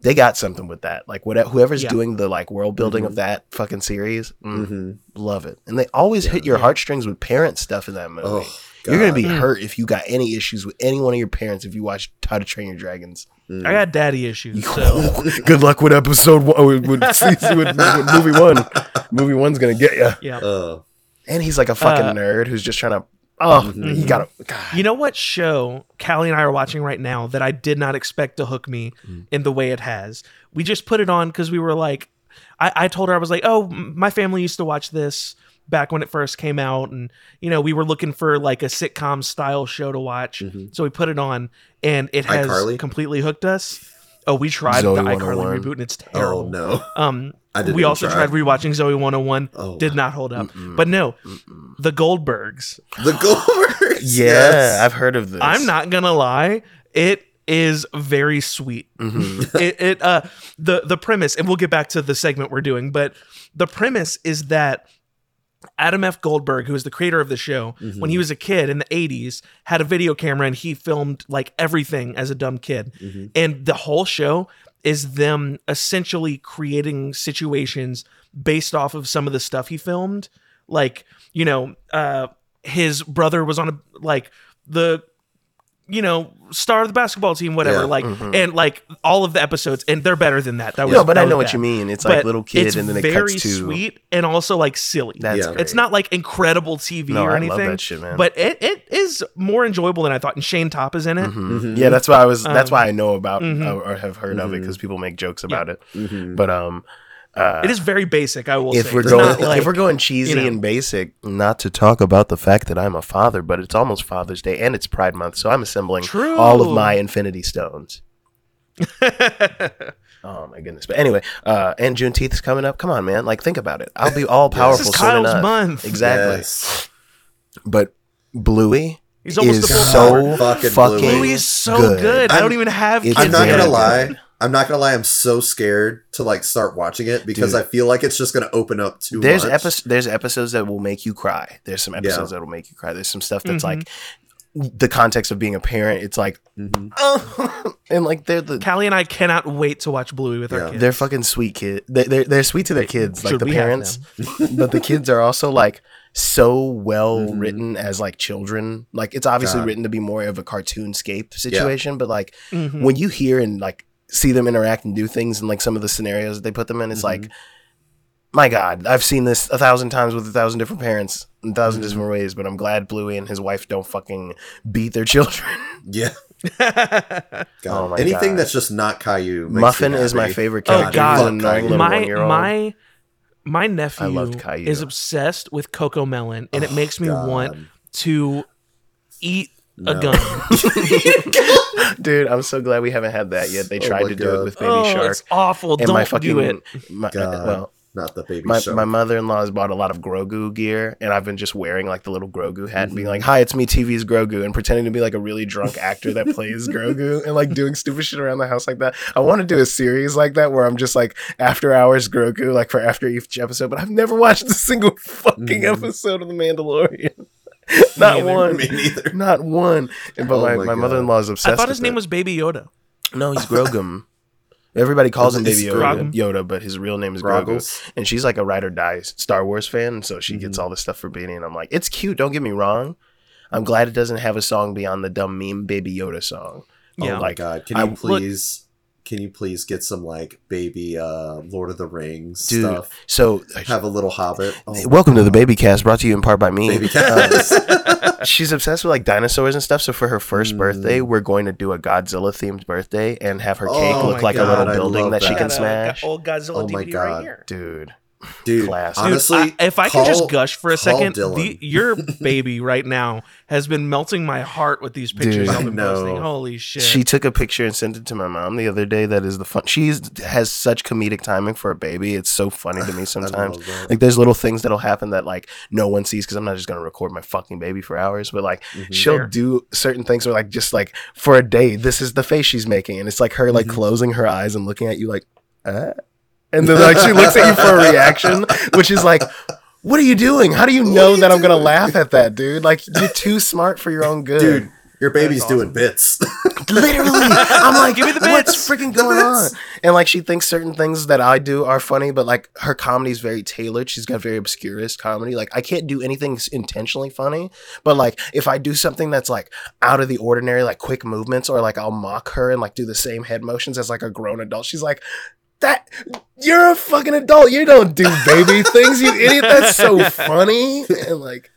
Speaker 2: They got something with that. Like whatever, whoever's
Speaker 1: Yeah.
Speaker 2: doing the like world building
Speaker 3: Mhm.
Speaker 2: of that fucking series, mm,
Speaker 3: Mhm.
Speaker 2: love it. And they always hit your heartstrings with parent stuff in that movie.
Speaker 3: Oh,
Speaker 2: You're gonna
Speaker 3: God.
Speaker 2: be
Speaker 1: Mm.
Speaker 2: hurt if you got any issues with any one of your parents if you watch How to Train Your Dragons.
Speaker 3: Mm.
Speaker 1: I got daddy issues. So
Speaker 2: Good luck with episode one, with, with, season- with- with movie one. Movie one's gonna get you.
Speaker 1: yeah.
Speaker 3: Oh,
Speaker 2: And he's like a fucking
Speaker 1: Uh, mm-hmm.
Speaker 2: nerd who's just trying to. Oh,
Speaker 3: Mhm.
Speaker 2: he got a God.
Speaker 1: You know what show Callie and I are watching right now that I did not expect to hook me
Speaker 3: Mm.
Speaker 1: in the way it has? We just put it on because we were like, I, I told her, I was like, oh, m- my family used to watch this back when it first came out. And, you know, we were looking for like a sitcom style show to watch.
Speaker 3: Mhm.
Speaker 1: So we put it on and it has
Speaker 3: iCarly?
Speaker 1: completely hooked us. Oh, we tried
Speaker 2: Zoe
Speaker 1: the
Speaker 2: 101.
Speaker 1: iCarly reboot and it's
Speaker 3: oh
Speaker 1: terrible.
Speaker 3: no.
Speaker 1: Um,
Speaker 3: I didn't
Speaker 1: we
Speaker 3: even
Speaker 1: also
Speaker 3: try.
Speaker 1: tried rewatching Zoe 101.
Speaker 3: Oh,
Speaker 1: did not hold up. But no, The Goldbergs.
Speaker 3: The Goldbergs.
Speaker 2: Yeah, I've heard of this.
Speaker 1: I'm not gonna lie. It is very sweet.
Speaker 2: Mhm.
Speaker 1: it, it uh the the premise and we'll get back to the segment we're doing but the premise is that Adam F Goldberg who is the creator of the show when
Speaker 3: Mm-hmm.
Speaker 1: he was a kid in the 80s had a video camera and he filmed like everything as a dumb kid
Speaker 3: Mhm.
Speaker 1: and the whole show is them essentially creating situations based off of some of the stuff he filmed like you know uh his brother was on a like the you know star of the basketball team whatever
Speaker 3: Yeah.
Speaker 1: like
Speaker 2: Mhm.
Speaker 1: and like all of the episodes and they're better than that that was
Speaker 2: no, but
Speaker 1: that
Speaker 2: I
Speaker 1: was
Speaker 2: know what
Speaker 1: bad.
Speaker 2: you mean. It's
Speaker 1: But
Speaker 2: like little kid,
Speaker 1: it's
Speaker 2: and then it
Speaker 1: very
Speaker 2: cuts to.
Speaker 1: sweet and also like silly
Speaker 2: That's
Speaker 3: Yeah.
Speaker 2: great.
Speaker 1: it's not like incredible tv
Speaker 2: No,
Speaker 1: or
Speaker 2: I
Speaker 1: anything
Speaker 2: love that shit, man.
Speaker 1: but uh, it, it is more enjoyable than i thought and shane top is in it
Speaker 2: Mhm.
Speaker 3: Mhm.
Speaker 2: yeah, that's why I was. That's
Speaker 1: Um,
Speaker 2: why I know about
Speaker 1: mhm.
Speaker 2: uh, or have heard of it because people make jokes about it.
Speaker 3: Mhm.
Speaker 2: But um, uh,
Speaker 1: it is very basic i will
Speaker 2: if
Speaker 1: say
Speaker 2: we're
Speaker 1: It's
Speaker 2: going
Speaker 1: not like-
Speaker 2: if we're going cheesy
Speaker 1: you know.
Speaker 2: and basic, not to talk about the fact that I'm a father, but it's almost Father's Day and it's Pride Month, so I'm assembling
Speaker 1: True.
Speaker 2: all of my Infinity Stones. Oh my goodness! But anyway, uh, and Juneteenth is coming up. Come on, man! Like think about it. I'll be all
Speaker 1: this
Speaker 2: powerful
Speaker 1: is
Speaker 2: soon
Speaker 1: kyle's
Speaker 2: enough.
Speaker 1: month
Speaker 2: Exactly.
Speaker 3: Yes.
Speaker 2: But Bluey
Speaker 1: he's almost
Speaker 2: is
Speaker 1: the full power.
Speaker 2: so
Speaker 3: Fucking
Speaker 2: fucking,
Speaker 3: Bluey.
Speaker 1: Bluey is so
Speaker 2: good.
Speaker 1: good. I don't
Speaker 3: I'm-
Speaker 1: even have
Speaker 2: it's
Speaker 1: kids.
Speaker 3: I'm not
Speaker 1: yet.
Speaker 3: gonna
Speaker 2: Yeah.
Speaker 3: lie. I'm not gonna lie. I'm so scared to like start watching it because
Speaker 2: Dude.
Speaker 3: I feel like it's just gonna open up too
Speaker 2: there's
Speaker 3: much.
Speaker 2: episodes there's episodes that will make you cry there's some episodes that will make you cry there's some stuff that's
Speaker 1: Mm-hmm.
Speaker 2: like the context of being a parent it's like
Speaker 3: Mhm.
Speaker 2: and like they're the
Speaker 1: Callie and I cannot wait to watch Bluey with
Speaker 3: Yeah.
Speaker 1: our kids.
Speaker 2: they're fucking sweet kid they, they're, they're sweet to their kids like
Speaker 1: Should
Speaker 2: the
Speaker 1: we have
Speaker 2: parents
Speaker 1: them?
Speaker 2: but the kids are also like so well
Speaker 3: Mhm.
Speaker 2: written as like children like it's obviously
Speaker 3: God.
Speaker 2: written to be more of a cartoonscape situation but like
Speaker 1: Mhm.
Speaker 2: when you hear and like see them interact and do things and like some of the scenarios that they put them in, it's like, my God, I've seen this a thousand times with a thousand different parents, in a 1000 different ways. But I'm glad Bluey and his wife don't fucking beat their children.
Speaker 3: Yeah. God.
Speaker 2: Oh my
Speaker 3: Anything
Speaker 2: God.
Speaker 3: that's just not Caillou. makes me
Speaker 2: Muffin is my
Speaker 3: happy.
Speaker 2: favorite
Speaker 1: Oh,
Speaker 2: character. He's
Speaker 1: God.
Speaker 2: an annoying little
Speaker 1: my
Speaker 2: one-year-old.
Speaker 1: my my
Speaker 2: I
Speaker 1: nephew
Speaker 2: loved Caillou. Oh,
Speaker 1: is obsessed with Coco Melon, and it makes me
Speaker 3: God.
Speaker 1: want to eat a
Speaker 3: No.
Speaker 1: gun.
Speaker 2: Dude, I'm so glad we haven't had that yet. They
Speaker 3: Oh
Speaker 2: tried
Speaker 3: my
Speaker 2: to do
Speaker 3: God.
Speaker 2: it with Baby
Speaker 1: oh,
Speaker 2: Shark.
Speaker 1: it's awful.
Speaker 2: And
Speaker 1: Don't
Speaker 2: my fucking
Speaker 1: do it.
Speaker 2: my- uh,
Speaker 3: God.
Speaker 2: well,
Speaker 3: Not the baby
Speaker 2: my,
Speaker 3: show.
Speaker 2: my mother-in-law's bought a lot of grogu gear and i've been just wearing like the little grogu hat
Speaker 3: Mm-hmm.
Speaker 2: and being like hi it's me tv's grogu and pretending to be like a really drunk actor that plays grogu and like doing stupid shit around the house like that i want to do a series like that where i'm just like after hours grogu like for after each episode but i've never watched a single fucking
Speaker 3: Mhm.
Speaker 2: episode of the mandalorian not
Speaker 1: neither.
Speaker 2: one
Speaker 3: Me neither.
Speaker 2: not one and but
Speaker 3: Oh
Speaker 2: my,
Speaker 3: my
Speaker 2: my
Speaker 3: God.
Speaker 2: mother-in-law is obsessed
Speaker 1: I thought his
Speaker 2: with
Speaker 1: name
Speaker 2: it. Oh,
Speaker 1: was Baby Yoda.
Speaker 2: no he's grogum Everybody calls him
Speaker 3: It's
Speaker 2: Baby Yoda,
Speaker 1: Grogu.
Speaker 2: Yoda, but his real name is Grogu
Speaker 3: Groggles.
Speaker 2: and she's like a ride or die Star Wars fan, and so she gets all this stuff for Beanie, and I'm like, it's cute. Don't get me wrong. I'm glad it doesn't have a song beyond the dumb meme Baby Yoda song.
Speaker 1: Yeah.
Speaker 2: Oh
Speaker 3: my
Speaker 2: my god,
Speaker 3: God. Can
Speaker 2: I-
Speaker 3: you
Speaker 2: look-
Speaker 3: please? Can you please get some like baby uh Lord of the Rings
Speaker 2: dude.
Speaker 3: stuff?
Speaker 2: So, uh,
Speaker 3: Have a little Hobbit. Oh,
Speaker 2: welcome to the Baby Cast, brought to you in part by me.
Speaker 3: baby cats.
Speaker 2: Uh, she's obsessed with like dinosaurs and stuff. So for her first
Speaker 3: Mm.
Speaker 2: birthday, we're going to do a Godzilla themed birthday and have her cake
Speaker 3: Oh
Speaker 2: look
Speaker 1: my
Speaker 2: like
Speaker 1: God,
Speaker 2: a little
Speaker 3: I
Speaker 2: building
Speaker 3: love
Speaker 2: that, she
Speaker 3: that.
Speaker 2: can
Speaker 1: Got a-
Speaker 2: smash,
Speaker 1: got old Godzilla
Speaker 3: Oh my
Speaker 1: DVD right
Speaker 3: God.
Speaker 1: here.
Speaker 2: dude.
Speaker 3: Dude,
Speaker 2: Class.
Speaker 1: Dude,
Speaker 3: honestly,
Speaker 1: I- if I could
Speaker 3: call-
Speaker 1: just gush for a
Speaker 3: call
Speaker 1: second,
Speaker 3: Dylan.
Speaker 1: the, your baby right now has been melting my heart with these pictures
Speaker 2: Dude.
Speaker 1: I've
Speaker 3: I
Speaker 1: been
Speaker 3: know.
Speaker 1: posting. Holy shit!
Speaker 2: She took a picture and sent it to my mom the other day. That is the fun. She has such comedic timing for a baby. It's so funny to me
Speaker 3: I love
Speaker 2: sometimes.
Speaker 3: that.
Speaker 2: Like there's little things that'll happen that like no one sees because I'm not just gonna record my fucking baby for hours, but like
Speaker 3: Mhm.
Speaker 2: she'll
Speaker 1: Fair.
Speaker 2: do certain things where like just like for a day, this is the face she's making, and it's like her like
Speaker 3: Mhm.
Speaker 2: closing her eyes and looking at you like, uh? and then like she looks at you for a reaction, which is like. What are you doing? How do you
Speaker 3: What
Speaker 2: know
Speaker 3: are you
Speaker 2: that I'm gonna
Speaker 3: doing?"
Speaker 2: laugh at that, dude? Like you're too smart for your own good,
Speaker 3: Dude, your baby's
Speaker 1: That's
Speaker 3: doing bits.
Speaker 2: Literally, I'm like,
Speaker 1: Give me the bits.
Speaker 2: what's freaking going on?
Speaker 3: bits.
Speaker 2: And like, she thinks certain things that I do are funny, but like, her comedy's very tailored. She's got very obscurist comedy. Like, I can't do anything s- intentionally funny, but like, if I do something that's like out of the ordinary, like quick movements, or like I'll mock her and like do the same head motions as like a grown adult, she's like. That you're a fucking adult. You don't do baby things, you idiot. That's so funny. And like,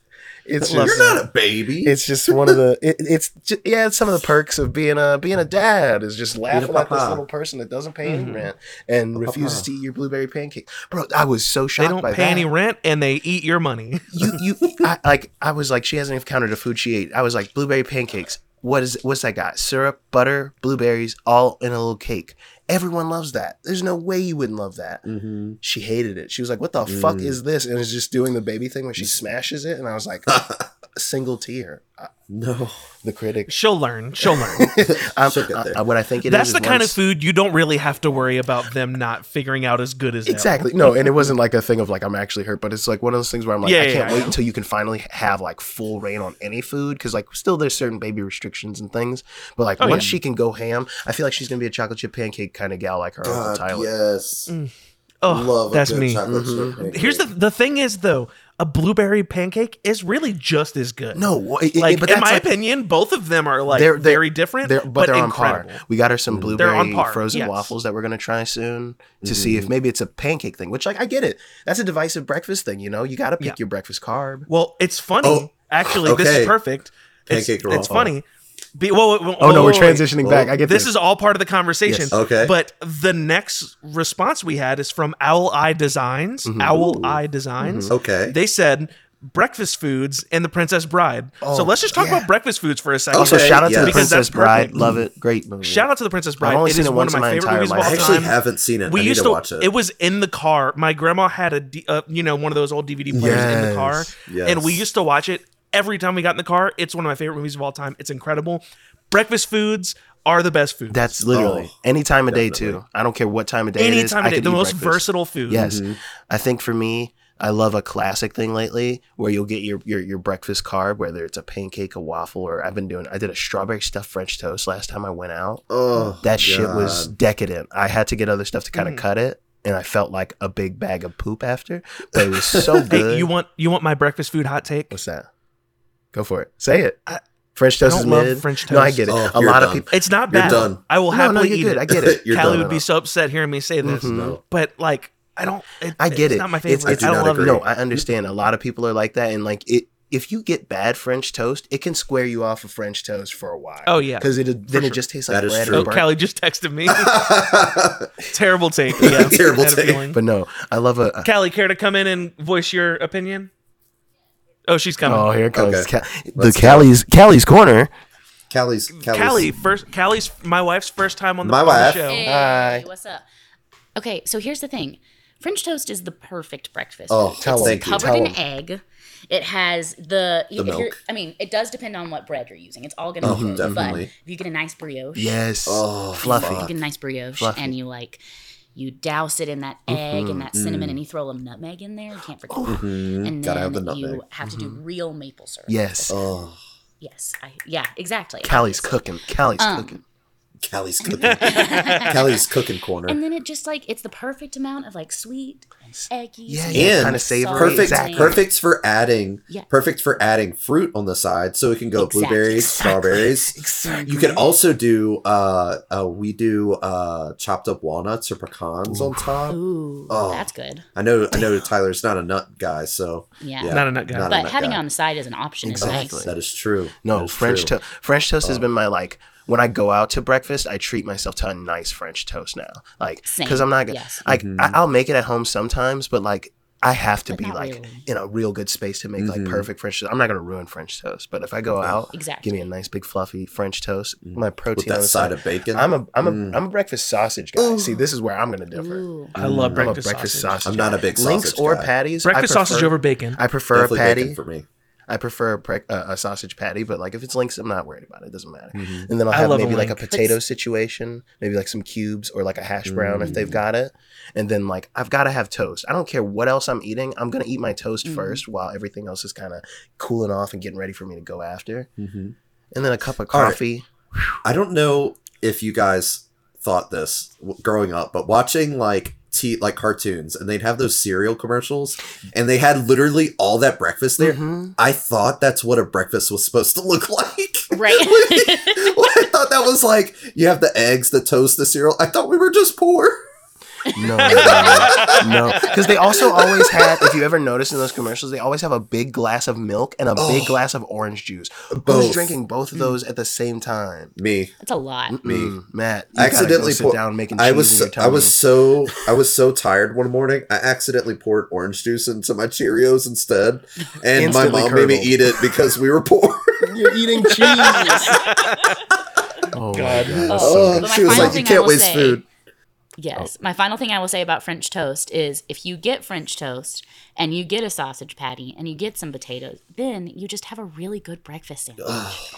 Speaker 2: it's
Speaker 1: Love
Speaker 2: just
Speaker 3: You're not a baby.
Speaker 2: it's just one of the it, it's ju- yeah it's some of the perks of being a being a dad is just laughing at this
Speaker 3: papa.
Speaker 2: little person that doesn't pay any
Speaker 1: Mhm.
Speaker 2: rent and
Speaker 3: A
Speaker 2: refuses
Speaker 3: papa.
Speaker 2: to eat your blueberry pancake bro i was so shocked
Speaker 1: they don't
Speaker 2: by
Speaker 1: pay
Speaker 2: that.
Speaker 1: any rent and they eat your money.
Speaker 2: you you I, like i was like she hasn't even counted the food she ate i was like blueberry pancakes what is what's that got syrup butter blueberries all in a little cake everyone loves that there's no way you wouldn't love that
Speaker 3: mm-hmm.
Speaker 2: she hated it. She was like, "What the fuck
Speaker 3: Mm.
Speaker 2: is this?" And is just doing the baby thing where she smashes it, and I was like, a single tear. Uh,
Speaker 3: No.
Speaker 2: The critics.
Speaker 1: She'll learn. She'll learn.
Speaker 2: I'm,
Speaker 3: She'll get
Speaker 2: I-
Speaker 3: there.
Speaker 2: I- what I think it is
Speaker 1: That's
Speaker 2: is
Speaker 1: the kind of
Speaker 2: once-
Speaker 1: food you don't really have to worry about them not figuring out as good as exactly.
Speaker 2: Exactly. No, and it wasn't like a thing of like I'm actually hurt, but it's like one of those things where I'm like
Speaker 1: Yeah,
Speaker 2: I
Speaker 1: yeah,
Speaker 2: can't
Speaker 1: yeah.
Speaker 2: wait until you can finally have like full reign on any food because like still there's certain baby restrictions and things, but like
Speaker 1: Oh,
Speaker 2: once
Speaker 1: yeah.
Speaker 2: she can go ham, I feel like she's gonna be a chocolate chip pancake kind of gal like her uncle
Speaker 3: God,
Speaker 2: Tyler.
Speaker 3: yes.
Speaker 1: Oh,
Speaker 3: Love a
Speaker 1: that's
Speaker 3: good
Speaker 1: me.
Speaker 3: chocolate chip
Speaker 2: Mhm.
Speaker 3: pancake.
Speaker 1: Here's the the thing is though, a blueberry pancake is really just as good.
Speaker 2: No, wha- it- it-
Speaker 1: like
Speaker 2: but
Speaker 1: in
Speaker 2: that's
Speaker 1: my
Speaker 2: like-
Speaker 1: opinion, both of them are like
Speaker 2: They're- they're-
Speaker 1: very different,
Speaker 2: they're,
Speaker 1: but,
Speaker 2: but, they're on
Speaker 1: incredible.
Speaker 2: par. We got her some
Speaker 1: They're
Speaker 2: blueberry
Speaker 1: on par,
Speaker 2: frozen
Speaker 1: yes.
Speaker 2: waffles that we're gonna try soon to see if maybe it's a pancake thing. Which like I get it. That's a divisive breakfast thing. You know, you got to pick
Speaker 1: Yeah.
Speaker 2: your breakfast carb.
Speaker 1: Well, it's funny.
Speaker 3: Oh,
Speaker 1: Actually, this
Speaker 3: okay.
Speaker 1: is perfect. It's,
Speaker 3: Pancake
Speaker 1: it's
Speaker 3: waffle.
Speaker 1: funny. Be, whoa, whoa, whoa,
Speaker 2: Oh no,
Speaker 1: whoa,
Speaker 2: we're
Speaker 1: whoa, wait.
Speaker 2: transitioning
Speaker 3: Well,
Speaker 2: back. I get
Speaker 1: This is all part of the conversation.
Speaker 2: Yes.
Speaker 3: Okay.
Speaker 1: But the next response we had is from Owl Eye Designs.
Speaker 2: Mm-hmm.
Speaker 1: Owl Eye Designs.
Speaker 3: Okay.
Speaker 1: They said breakfast foods and the Princess Bride.
Speaker 2: Oh,
Speaker 1: so let's just talk about breakfast foods for a second.
Speaker 2: also
Speaker 3: Okay,
Speaker 2: shout out
Speaker 3: yeah.
Speaker 2: to the
Speaker 1: Because that's
Speaker 2: Princess Bride.
Speaker 1: perfect.
Speaker 2: Love it. Great movie.
Speaker 1: Shout out to the Princess Bride.
Speaker 2: only
Speaker 1: It
Speaker 2: seen
Speaker 1: is
Speaker 2: it
Speaker 1: one
Speaker 2: once
Speaker 1: of
Speaker 2: in
Speaker 1: my
Speaker 2: my
Speaker 1: favorite
Speaker 2: entire
Speaker 1: movies of all
Speaker 2: life.
Speaker 3: I
Speaker 1: time.
Speaker 3: actually haven't seen it.
Speaker 1: we
Speaker 3: I need
Speaker 1: used
Speaker 3: to,
Speaker 1: to,
Speaker 3: watch it.
Speaker 1: was in the car. My grandma had a D, uh, you know one of those old DVD players in the car,
Speaker 2: Yes,
Speaker 3: yes.
Speaker 1: and we used to watch it every time we got in the car. It's one of my favorite movies of all time. It's incredible. Breakfast foods are the best foods.
Speaker 2: That's literally
Speaker 3: Oh,
Speaker 2: any time of day
Speaker 3: definitely.
Speaker 2: too. I don't care what time of day.
Speaker 1: any
Speaker 2: it is,
Speaker 1: time
Speaker 2: I
Speaker 1: of day,
Speaker 2: could
Speaker 1: the
Speaker 2: eat
Speaker 1: most
Speaker 2: breakfast.
Speaker 1: versatile food.
Speaker 2: Yes,
Speaker 3: Mm-hmm.
Speaker 2: I think for me, I love a classic thing lately where you'll get your, your your breakfast carb, whether it's a pancake, a waffle, or I've been doing. I did a strawberry stuffed French toast last time I went out.
Speaker 3: oh,
Speaker 2: That shit was
Speaker 3: God.
Speaker 2: decadent. I had to get other stuff to kind of
Speaker 1: Mhm.
Speaker 2: cut it, and I felt like a big bag of poop after. But it was so
Speaker 1: Hey,
Speaker 2: good.
Speaker 1: you want you want my breakfast food hot take?
Speaker 2: What's that? Go for it. Say it.
Speaker 1: I-
Speaker 2: French
Speaker 1: I
Speaker 2: toast is
Speaker 1: don't love
Speaker 2: mid.
Speaker 1: French toast.
Speaker 2: No, I get it.
Speaker 3: Oh,
Speaker 2: a
Speaker 3: you're
Speaker 2: lot of
Speaker 3: done.
Speaker 2: people.
Speaker 1: It's not
Speaker 3: You're
Speaker 1: bad.
Speaker 3: done.
Speaker 1: I will
Speaker 2: No, no,
Speaker 1: happily
Speaker 2: you're
Speaker 1: eat
Speaker 2: good.
Speaker 1: it.
Speaker 2: I get it.
Speaker 3: You're
Speaker 1: Callie
Speaker 3: done.
Speaker 1: would be so upset hearing me say this,
Speaker 2: Mhm.
Speaker 3: No.
Speaker 1: but like I don't. It,
Speaker 2: I get
Speaker 1: it's
Speaker 2: it.
Speaker 1: Not my favorite.
Speaker 2: It's-
Speaker 1: I,
Speaker 3: I do
Speaker 1: don't
Speaker 3: not
Speaker 1: love
Speaker 3: agree.
Speaker 1: it.
Speaker 2: No, I understand. A lot of people are like that, and like it. If you get bad French toast, it can square you off of French toast for a while.
Speaker 1: Oh yeah.
Speaker 2: because it then it just tastes like
Speaker 3: That is
Speaker 2: bread
Speaker 3: true.
Speaker 1: Oh,
Speaker 2: and butter.
Speaker 1: Callie just texted me. Terrible take. Yeah,
Speaker 3: Terrible
Speaker 1: Had a
Speaker 3: take.
Speaker 1: feeling.
Speaker 2: But no, I love a.
Speaker 1: Callie, care to come in and voice your opinion? Oh, she's coming.
Speaker 2: oh, here it comes
Speaker 3: Okay.
Speaker 2: Ca- the
Speaker 3: Let's go.
Speaker 2: Callie's Callie's corner.
Speaker 3: Callie's, Callie's.
Speaker 1: Callie, first, Callie's my wife's first time on the,
Speaker 3: My
Speaker 1: on the
Speaker 3: wife.
Speaker 1: show.
Speaker 4: Hey,
Speaker 2: Hi.
Speaker 4: what's up? Okay, so here's the thing. French toast is the perfect breakfast.
Speaker 3: Oh, tell
Speaker 4: it's
Speaker 3: them. Thank you.
Speaker 4: covered
Speaker 2: Tell
Speaker 4: in
Speaker 2: them.
Speaker 4: egg. It has the, if you're-
Speaker 3: milk.
Speaker 4: I mean, it does depend on what bread you're using. It's all gonna
Speaker 3: Oh,
Speaker 4: be good,
Speaker 3: definitely.
Speaker 4: but if you get a nice brioche,
Speaker 2: Yes,
Speaker 3: Oh,
Speaker 2: fluffy.
Speaker 4: you get a nice brioche
Speaker 2: Fluffy.
Speaker 4: and you like you douse it in that egg
Speaker 3: Mm-hmm,
Speaker 4: and that cinnamon and you throw a nutmeg in there. You can't forget that.
Speaker 3: Mhm.
Speaker 4: And
Speaker 3: mm. Gotta have the
Speaker 4: then
Speaker 3: nutmeg. Mm-hmm.
Speaker 4: you have to do real maple syrup.
Speaker 2: Yes,
Speaker 3: Oh,
Speaker 4: Yes. I, yeah, exactly.
Speaker 2: Callie's cooking. Callie's
Speaker 4: Um,
Speaker 2: cooking.
Speaker 3: Callie's cooking. Callie's cooking corner.
Speaker 4: And then it just like it's the perfect amount of like sweet and eggy.
Speaker 2: Yeah,
Speaker 4: sweet.
Speaker 2: yeah,
Speaker 3: And
Speaker 2: kind of savory.
Speaker 4: Sorry.
Speaker 3: perfect
Speaker 4: Exactly.
Speaker 3: perfect for adding
Speaker 4: Yeah.
Speaker 3: perfect for adding fruit on the side so it can go
Speaker 4: Exactly.
Speaker 3: blueberries
Speaker 2: Exactly.
Speaker 3: strawberries
Speaker 2: Exactly.
Speaker 3: you can also do uh, uh we do uh chopped up walnuts or pecans on top
Speaker 4: Ooh,
Speaker 3: Oh.
Speaker 4: that's good.
Speaker 3: i know i know tyler's not a nut guy so
Speaker 4: Yeah.
Speaker 3: Yeah.
Speaker 1: Not a nut guy.
Speaker 3: Not a
Speaker 4: But
Speaker 3: nut
Speaker 4: having
Speaker 3: guy.
Speaker 4: it on the side as an option
Speaker 2: Exactly.
Speaker 4: is nice.
Speaker 3: that is true That
Speaker 2: No,
Speaker 3: is
Speaker 2: French
Speaker 3: true.
Speaker 2: toast. French toast has been my like. When I go out to breakfast, I treat myself to a nice French toast now. Like,
Speaker 4: Same.
Speaker 2: because I'm not gonna.
Speaker 4: Yes.
Speaker 2: Like,
Speaker 3: Mm-hmm.
Speaker 2: I, I'll make it at home sometimes, but like, I have to
Speaker 4: But
Speaker 2: be
Speaker 4: not
Speaker 2: like
Speaker 4: really.
Speaker 2: in a real good space to make
Speaker 3: Mhm.
Speaker 2: like perfect French toast. I'm not gonna ruin French toast, but if I go out,
Speaker 4: Exactly.
Speaker 2: give me a nice big fluffy French toast, my protein
Speaker 3: Mm. with
Speaker 2: on
Speaker 3: that
Speaker 2: the
Speaker 3: side of bacon
Speaker 2: I'm a I'm a
Speaker 3: Mm.
Speaker 2: am a breakfast sausage guy. See, this is where I'm gonna differ.
Speaker 4: Ooh.
Speaker 1: I love
Speaker 3: Mm,
Speaker 2: I'm a
Speaker 1: breakfast,
Speaker 2: breakfast sausage.
Speaker 1: sausage.
Speaker 3: I'm not a big
Speaker 2: links
Speaker 3: sausage
Speaker 2: or
Speaker 3: guy.
Speaker 2: patties. I
Speaker 1: Breakfast sausage
Speaker 2: prefer-
Speaker 1: over bacon.
Speaker 2: I prefer
Speaker 3: definitely
Speaker 2: a patty.
Speaker 3: bacon for me
Speaker 2: I prefer a pre- uh, a sausage patty, but like if it's links, I'm not worried about it. It doesn't matter.
Speaker 3: Mm-hmm.
Speaker 2: And then I'll
Speaker 1: I
Speaker 2: have
Speaker 1: love a
Speaker 2: maybe like a
Speaker 1: link.
Speaker 2: potato situation, maybe like some cubes or like a hash brown if
Speaker 3: Mm.
Speaker 2: they've got it. And then like I've got to have toast. I don't care what else I'm eating. I'm gonna eat my toast
Speaker 3: Mm.
Speaker 2: first while everything else is kind of cooling off and getting ready for me to go after.
Speaker 3: Mhm.
Speaker 2: And then a cup of
Speaker 3: All right.
Speaker 2: coffee.
Speaker 3: i don't know if you guys thought this w- growing up but watching like tea like cartoons and they'd have those cereal commercials and they had literally all that breakfast there
Speaker 2: Mhm.
Speaker 3: I thought that's what a breakfast was supposed to look like.
Speaker 4: Right.
Speaker 3: Like, well, I thought that was like you have the eggs, the toast, the cereal. I thought we were just poor.
Speaker 2: No, no, because they also always had. If you ever notice in those commercials, they always have a big glass of milk and a big glass of orange juice.
Speaker 3: Oh. Uh, Both. Mm.
Speaker 2: Who's drinking both of those at the same time?
Speaker 3: Me.
Speaker 4: That's a lot.
Speaker 3: Me.
Speaker 2: Mm, Matt. You
Speaker 3: I
Speaker 2: gotta go
Speaker 3: accidentally
Speaker 2: sit
Speaker 3: pour-
Speaker 2: down making cheese
Speaker 3: I was
Speaker 2: in
Speaker 3: so,
Speaker 2: your
Speaker 3: I was
Speaker 2: tummy.
Speaker 3: so I was so tired one morning. I accidentally poured orange juice into my Cheerios instead, and my
Speaker 2: Instantly
Speaker 3: mom made me
Speaker 2: curdled.
Speaker 3: eat it because we were poor.
Speaker 2: You're eating cheese. oh
Speaker 1: God.
Speaker 2: my god.
Speaker 4: Oh,
Speaker 3: Oh,
Speaker 4: but my
Speaker 3: she was
Speaker 4: final
Speaker 3: Oh, Uh, like, "You
Speaker 4: thing I
Speaker 3: can't
Speaker 4: will
Speaker 3: waste
Speaker 4: say-
Speaker 3: food." Oh.
Speaker 4: Yes. My final thing I will say about French toast is if you get French toast and you get a sausage patty and you get some potatoes, then you just have a really good breakfast sandwich.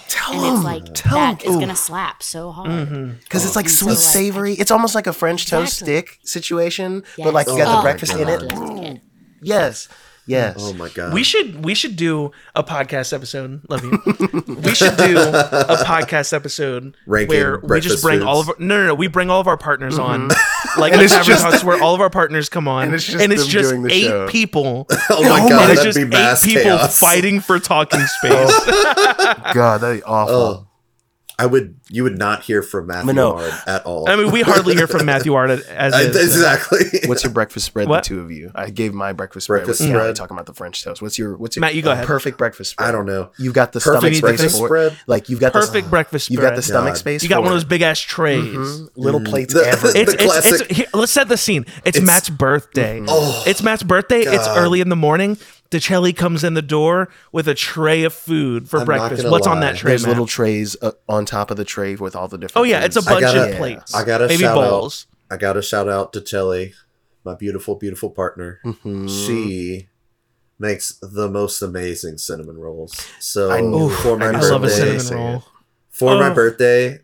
Speaker 2: Tell
Speaker 4: and it's
Speaker 2: them.
Speaker 4: like
Speaker 2: tell
Speaker 4: that is
Speaker 2: them. Mm-hmm.
Speaker 4: going to slap so hard.
Speaker 2: Because it's
Speaker 3: Oh,
Speaker 2: like
Speaker 4: And so,
Speaker 2: sweet
Speaker 4: like,
Speaker 2: savory. It's almost like a French toast
Speaker 4: Exactly.
Speaker 2: stick situation, but like you got
Speaker 4: Yes.
Speaker 2: the
Speaker 4: Oh,
Speaker 2: breakfast in
Speaker 4: God,
Speaker 2: it.
Speaker 4: let's do it.
Speaker 2: Yes. Yes.
Speaker 3: Oh my god.
Speaker 1: We should we should do a podcast episode. Love you. we should do a podcast episode
Speaker 3: Ranking
Speaker 1: where we just
Speaker 3: breakfast
Speaker 1: bring all of
Speaker 3: foods. Mm-hmm.
Speaker 1: our, no no no we bring all of our partners on like
Speaker 2: And
Speaker 1: it's
Speaker 2: it's just-
Speaker 1: just, where all of our partners come on
Speaker 2: and it's just them doing the
Speaker 1: eight
Speaker 2: show.
Speaker 1: people
Speaker 3: oh my
Speaker 2: Oh
Speaker 3: god,
Speaker 2: my-
Speaker 1: and it's
Speaker 3: that'd
Speaker 1: just
Speaker 3: be
Speaker 1: eight
Speaker 3: mass
Speaker 1: people
Speaker 3: chaos.
Speaker 1: fighting for talking space.
Speaker 2: God, that'd be awful.
Speaker 3: Oh, I would. You would not hear from Matthew
Speaker 2: Mano.
Speaker 3: Hard at all.
Speaker 1: I mean, we hardly hear from Matthew Art as
Speaker 3: I-
Speaker 1: is, so.
Speaker 3: exactly.
Speaker 2: What's your breakfast spread,
Speaker 1: What?
Speaker 2: the two of you? I gave my breakfast spread.
Speaker 3: Breakfast
Speaker 2: with Callie
Speaker 3: spread.
Speaker 2: talking about the French toast. What's your what's your
Speaker 1: Matt, you go
Speaker 2: uh,
Speaker 1: ahead.
Speaker 2: perfect breakfast spread?
Speaker 3: I don't know.
Speaker 2: You've got the
Speaker 3: Perfect
Speaker 2: stomach
Speaker 3: breakfast
Speaker 2: space for
Speaker 3: spread?
Speaker 2: it. Like you've got the-
Speaker 1: Perfect breakfast
Speaker 2: You've got the
Speaker 1: spread.
Speaker 2: stomach
Speaker 3: God. Mm.
Speaker 2: space.
Speaker 1: You got
Speaker 2: for
Speaker 1: one of
Speaker 2: it.
Speaker 1: those big ass trays.
Speaker 2: Mhm. little plates
Speaker 3: The-
Speaker 2: everywhere.
Speaker 1: It's,
Speaker 3: Mm-hmm. The
Speaker 1: it's, it's,
Speaker 3: classic-
Speaker 1: here, let's set the scene. It's,
Speaker 3: It's-
Speaker 1: Matt's birthday.
Speaker 3: Oh,
Speaker 1: It's Matt's birthday. It's
Speaker 3: God.
Speaker 1: early in the morning. DiCelli comes in the door with a tray of food for
Speaker 3: I'm not
Speaker 1: breakfast.
Speaker 3: gonna
Speaker 1: What's on
Speaker 3: lie.
Speaker 1: that tray,
Speaker 2: There's
Speaker 1: Matt?
Speaker 2: little trays uh, on top of the tray with all the different.
Speaker 1: oh yeah, it's a
Speaker 2: foods.
Speaker 1: bunch
Speaker 3: gotta-
Speaker 1: of plates.
Speaker 3: I gotta
Speaker 1: maybe
Speaker 3: shout out-
Speaker 1: bowls.
Speaker 3: I gotta shout out to Telly, my beautiful, beautiful partner.
Speaker 1: Mm-hmm.
Speaker 2: Mhm.
Speaker 3: She makes the most amazing cinnamon rolls. So
Speaker 2: I knew-
Speaker 3: for my
Speaker 2: I
Speaker 1: I
Speaker 2: knew
Speaker 1: love a
Speaker 2: birthday.
Speaker 1: cinnamon
Speaker 2: Say it.
Speaker 1: roll.
Speaker 3: for my
Speaker 1: Oh.
Speaker 3: birthday,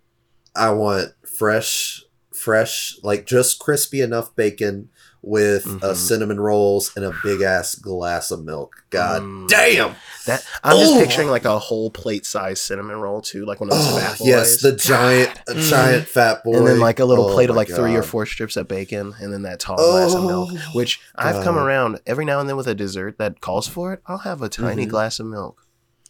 Speaker 3: I want fresh, fresh, like just crispy enough bacon with uh,
Speaker 1: Mm-hmm.
Speaker 2: Mhm.
Speaker 3: cinnamon rolls and a big ass glass of milk. God
Speaker 2: Mm.
Speaker 3: damn!
Speaker 2: That I'm
Speaker 3: Oh.
Speaker 2: just picturing like a whole plate size cinnamon roll too, like one of those
Speaker 3: Oh
Speaker 2: fat boys.
Speaker 3: yes, the giant, a
Speaker 1: Mm.
Speaker 3: giant fat boy,
Speaker 2: and then like a little
Speaker 3: Oh
Speaker 2: plate of
Speaker 3: my
Speaker 2: like three or
Speaker 3: God.
Speaker 2: four strips of bacon, and then that tall glass of milk.
Speaker 3: Oh,
Speaker 2: Which I've come
Speaker 3: God.
Speaker 2: around every now and then with a dessert that calls for it. I'll have a tiny
Speaker 3: Mhm.
Speaker 2: glass of milk.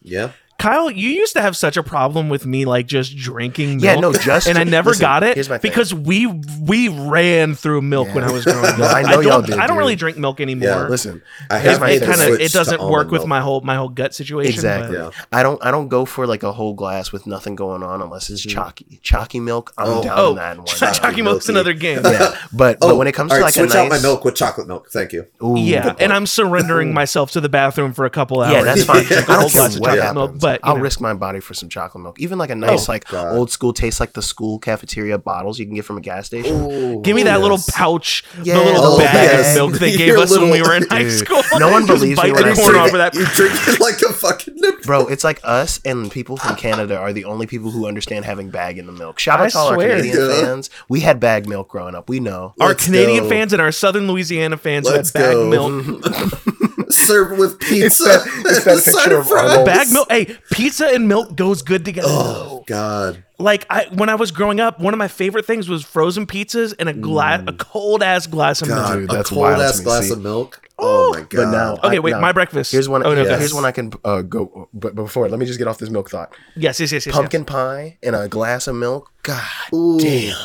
Speaker 3: Yeah,
Speaker 1: Kyle, you used to have such a problem with me like just drinking milk.
Speaker 2: Yeah, no, just
Speaker 1: and I never
Speaker 2: listen,
Speaker 1: got it
Speaker 2: Here's my thing.
Speaker 1: because we we ran through milk when
Speaker 2: Yeah.
Speaker 1: I was growing up.
Speaker 2: No, I know
Speaker 1: don't,
Speaker 2: y'all did,
Speaker 1: I don't
Speaker 2: dude.
Speaker 1: really drink milk anymore.
Speaker 3: Yeah,
Speaker 2: listen,
Speaker 3: I
Speaker 1: it,
Speaker 2: Here's my
Speaker 3: made the
Speaker 2: thing.
Speaker 1: kind of
Speaker 3: switch
Speaker 1: it
Speaker 3: to
Speaker 1: doesn't work
Speaker 3: almond
Speaker 1: with
Speaker 3: milk.
Speaker 1: my whole my whole gut situation.
Speaker 2: Exactly.
Speaker 1: but-
Speaker 3: Yeah.
Speaker 2: I don't I don't go for like a whole glass with nothing going on unless it's
Speaker 3: Mhm.
Speaker 2: chalky. Chalky milk, I'm
Speaker 3: Oh.
Speaker 2: down
Speaker 1: Oh,
Speaker 2: on that in one.
Speaker 3: Chalky
Speaker 2: round.
Speaker 1: Chucky Milk's
Speaker 3: milky.
Speaker 1: another game.
Speaker 2: yeah, but
Speaker 3: Oh,
Speaker 2: but when it comes
Speaker 3: all
Speaker 2: to
Speaker 3: right,
Speaker 2: like
Speaker 3: switch
Speaker 2: a nice,
Speaker 3: out my milk with chocolate milk. Thank you.
Speaker 2: Ooh,
Speaker 1: Yeah, and I'm surrendering myself to the bathroom for a couple hours.
Speaker 2: yeah, that's fine.
Speaker 3: Yeah.
Speaker 1: Drink a
Speaker 2: I
Speaker 1: whole
Speaker 2: don't care
Speaker 1: glass of
Speaker 2: what
Speaker 1: chocolate
Speaker 2: happens.
Speaker 1: milk, but you
Speaker 2: I'll
Speaker 1: know.
Speaker 2: risk my body for some chocolate milk. Even like a nice, like
Speaker 3: Oh God.
Speaker 2: old school taste, like the school cafeteria bottles you can get from a gas station.
Speaker 1: Give me that
Speaker 3: Ooh,
Speaker 1: little
Speaker 3: yes.
Speaker 1: pouch,
Speaker 2: Yeah,
Speaker 1: the little
Speaker 2: oh,
Speaker 1: bag
Speaker 2: yes.
Speaker 1: of milk they gave
Speaker 3: Your
Speaker 1: us when we
Speaker 3: little-
Speaker 1: were in high
Speaker 2: Dude,
Speaker 1: school.
Speaker 2: no one
Speaker 1: Just
Speaker 2: believes me
Speaker 1: bite
Speaker 2: when
Speaker 1: the
Speaker 2: I
Speaker 3: You
Speaker 2: say
Speaker 1: corn
Speaker 2: that.
Speaker 1: off of that.
Speaker 3: You drink it like a fucking nipple.
Speaker 2: Bro, it's like us and people from Canada are the only people who understand having bag in the milk. Shout
Speaker 1: I
Speaker 2: out to all our
Speaker 1: swear.
Speaker 2: Canadian
Speaker 3: Yeah.
Speaker 2: fans. We had bag milk growing up. We know.
Speaker 1: Our
Speaker 3: Let's
Speaker 1: Canadian
Speaker 3: go.
Speaker 1: fans and our Southern Louisiana fans
Speaker 3: Let's
Speaker 1: had bag
Speaker 3: go.
Speaker 1: milk.
Speaker 3: served with pizza
Speaker 2: that- it's that
Speaker 3: and a side
Speaker 2: picture
Speaker 3: of
Speaker 2: of Arnold.
Speaker 3: fries.
Speaker 1: Bag milk. Hey, pizza and milk goes good together.
Speaker 3: Oh God.
Speaker 1: Like I, when I was growing up, one of my favorite things was frozen pizzas and a glass, a cold ass glass of
Speaker 3: God,
Speaker 1: milk.
Speaker 2: Dude,
Speaker 3: a
Speaker 2: that's
Speaker 3: cold
Speaker 2: wild to
Speaker 3: ass
Speaker 2: me,
Speaker 3: glass
Speaker 2: see.
Speaker 3: of milk. Oh my god!
Speaker 2: But now,
Speaker 1: Okay,
Speaker 2: I-
Speaker 1: wait,
Speaker 2: now,
Speaker 1: my breakfast.
Speaker 2: Here's one.
Speaker 1: Oh no,
Speaker 3: yes.
Speaker 1: yes,
Speaker 2: Here's one I can uh, go. But before, let me just get off this milk thought.
Speaker 1: yes, yes, yes, yes.
Speaker 2: Pumpkin pie and a glass of milk. God
Speaker 3: Ooh.
Speaker 2: damn!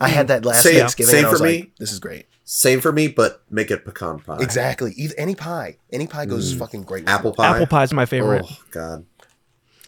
Speaker 2: I had that last
Speaker 3: Same-
Speaker 2: Thanksgiving.
Speaker 3: same
Speaker 2: and I was
Speaker 3: for
Speaker 2: like,
Speaker 3: me.
Speaker 2: This is great.
Speaker 3: Same for me, but make it pecan pie.
Speaker 2: Exactly. Either, any pie. Any pie goes
Speaker 3: Mm.
Speaker 2: fucking great. with
Speaker 3: Apple
Speaker 2: milk.
Speaker 3: pie.
Speaker 1: Apple pie's my favorite.
Speaker 3: Oh God.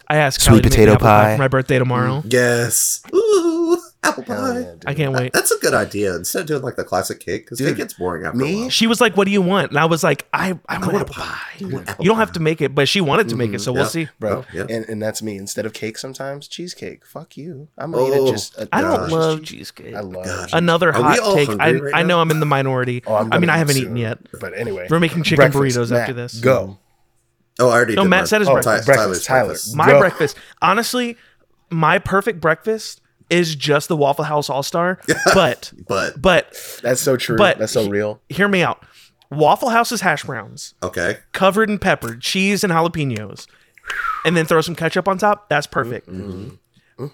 Speaker 1: I asked
Speaker 2: Sweet
Speaker 1: Kylie to make me
Speaker 2: potato
Speaker 1: apple
Speaker 2: pie.
Speaker 1: for my birthday tomorrow.
Speaker 3: Yes. Ooh, apple
Speaker 2: Hell
Speaker 3: pie.
Speaker 2: yeah, dude.
Speaker 1: I can't wait.
Speaker 3: That's a good idea. Instead of doing like the classic cake, because
Speaker 2: Dude,
Speaker 3: cake gets boring after
Speaker 2: me?
Speaker 3: a while.
Speaker 1: She was like, "What do you want?" And I was like, "I, I want
Speaker 3: want
Speaker 1: apple
Speaker 3: a
Speaker 1: pie."
Speaker 3: apple
Speaker 1: You don't have to make it, but she wanted to make it,
Speaker 2: Mhm.
Speaker 1: so we'll
Speaker 3: Yeah.
Speaker 1: see.
Speaker 2: bro.
Speaker 3: Oh, yeah.
Speaker 2: and, and that's me. Instead of cake, sometimes cheesecake. Fuck you. I'm gonna eat
Speaker 3: Oh,
Speaker 2: it just. a-
Speaker 1: I don't
Speaker 2: just-
Speaker 1: love cheesecake.
Speaker 2: I love.
Speaker 3: God.
Speaker 2: cheesecake.
Speaker 1: Another
Speaker 3: Are we
Speaker 1: hot
Speaker 3: all
Speaker 1: take. I,
Speaker 3: hungry right
Speaker 1: I
Speaker 3: now?
Speaker 1: know I'm in the minority.
Speaker 2: Oh, I'm
Speaker 1: I mean,
Speaker 2: gonna
Speaker 1: I
Speaker 2: eat
Speaker 1: haven't
Speaker 2: soon.
Speaker 1: eaten yet.
Speaker 2: But anyway,
Speaker 1: We're making chicken
Speaker 2: breakfast.
Speaker 1: burritos
Speaker 2: Matt,
Speaker 1: after this.
Speaker 2: Go.
Speaker 3: Oh, I already
Speaker 1: No,
Speaker 3: did
Speaker 1: Matt
Speaker 3: mine.
Speaker 1: said his
Speaker 2: Oh,
Speaker 1: breakfast.
Speaker 3: Ty-
Speaker 2: breakfast. Tyler.
Speaker 3: Tyler's.
Speaker 1: My
Speaker 2: Go.
Speaker 1: breakfast, honestly, my perfect breakfast is just the Waffle House All Star. But
Speaker 3: But
Speaker 1: but
Speaker 2: That's so true.
Speaker 1: But-
Speaker 2: that's so real.
Speaker 1: hear me out. Waffle House's hash browns
Speaker 3: okay,
Speaker 1: covered in pepper, cheese, and jalapenos, and then throw some ketchup on top. That's perfect.
Speaker 2: Mm-hmm.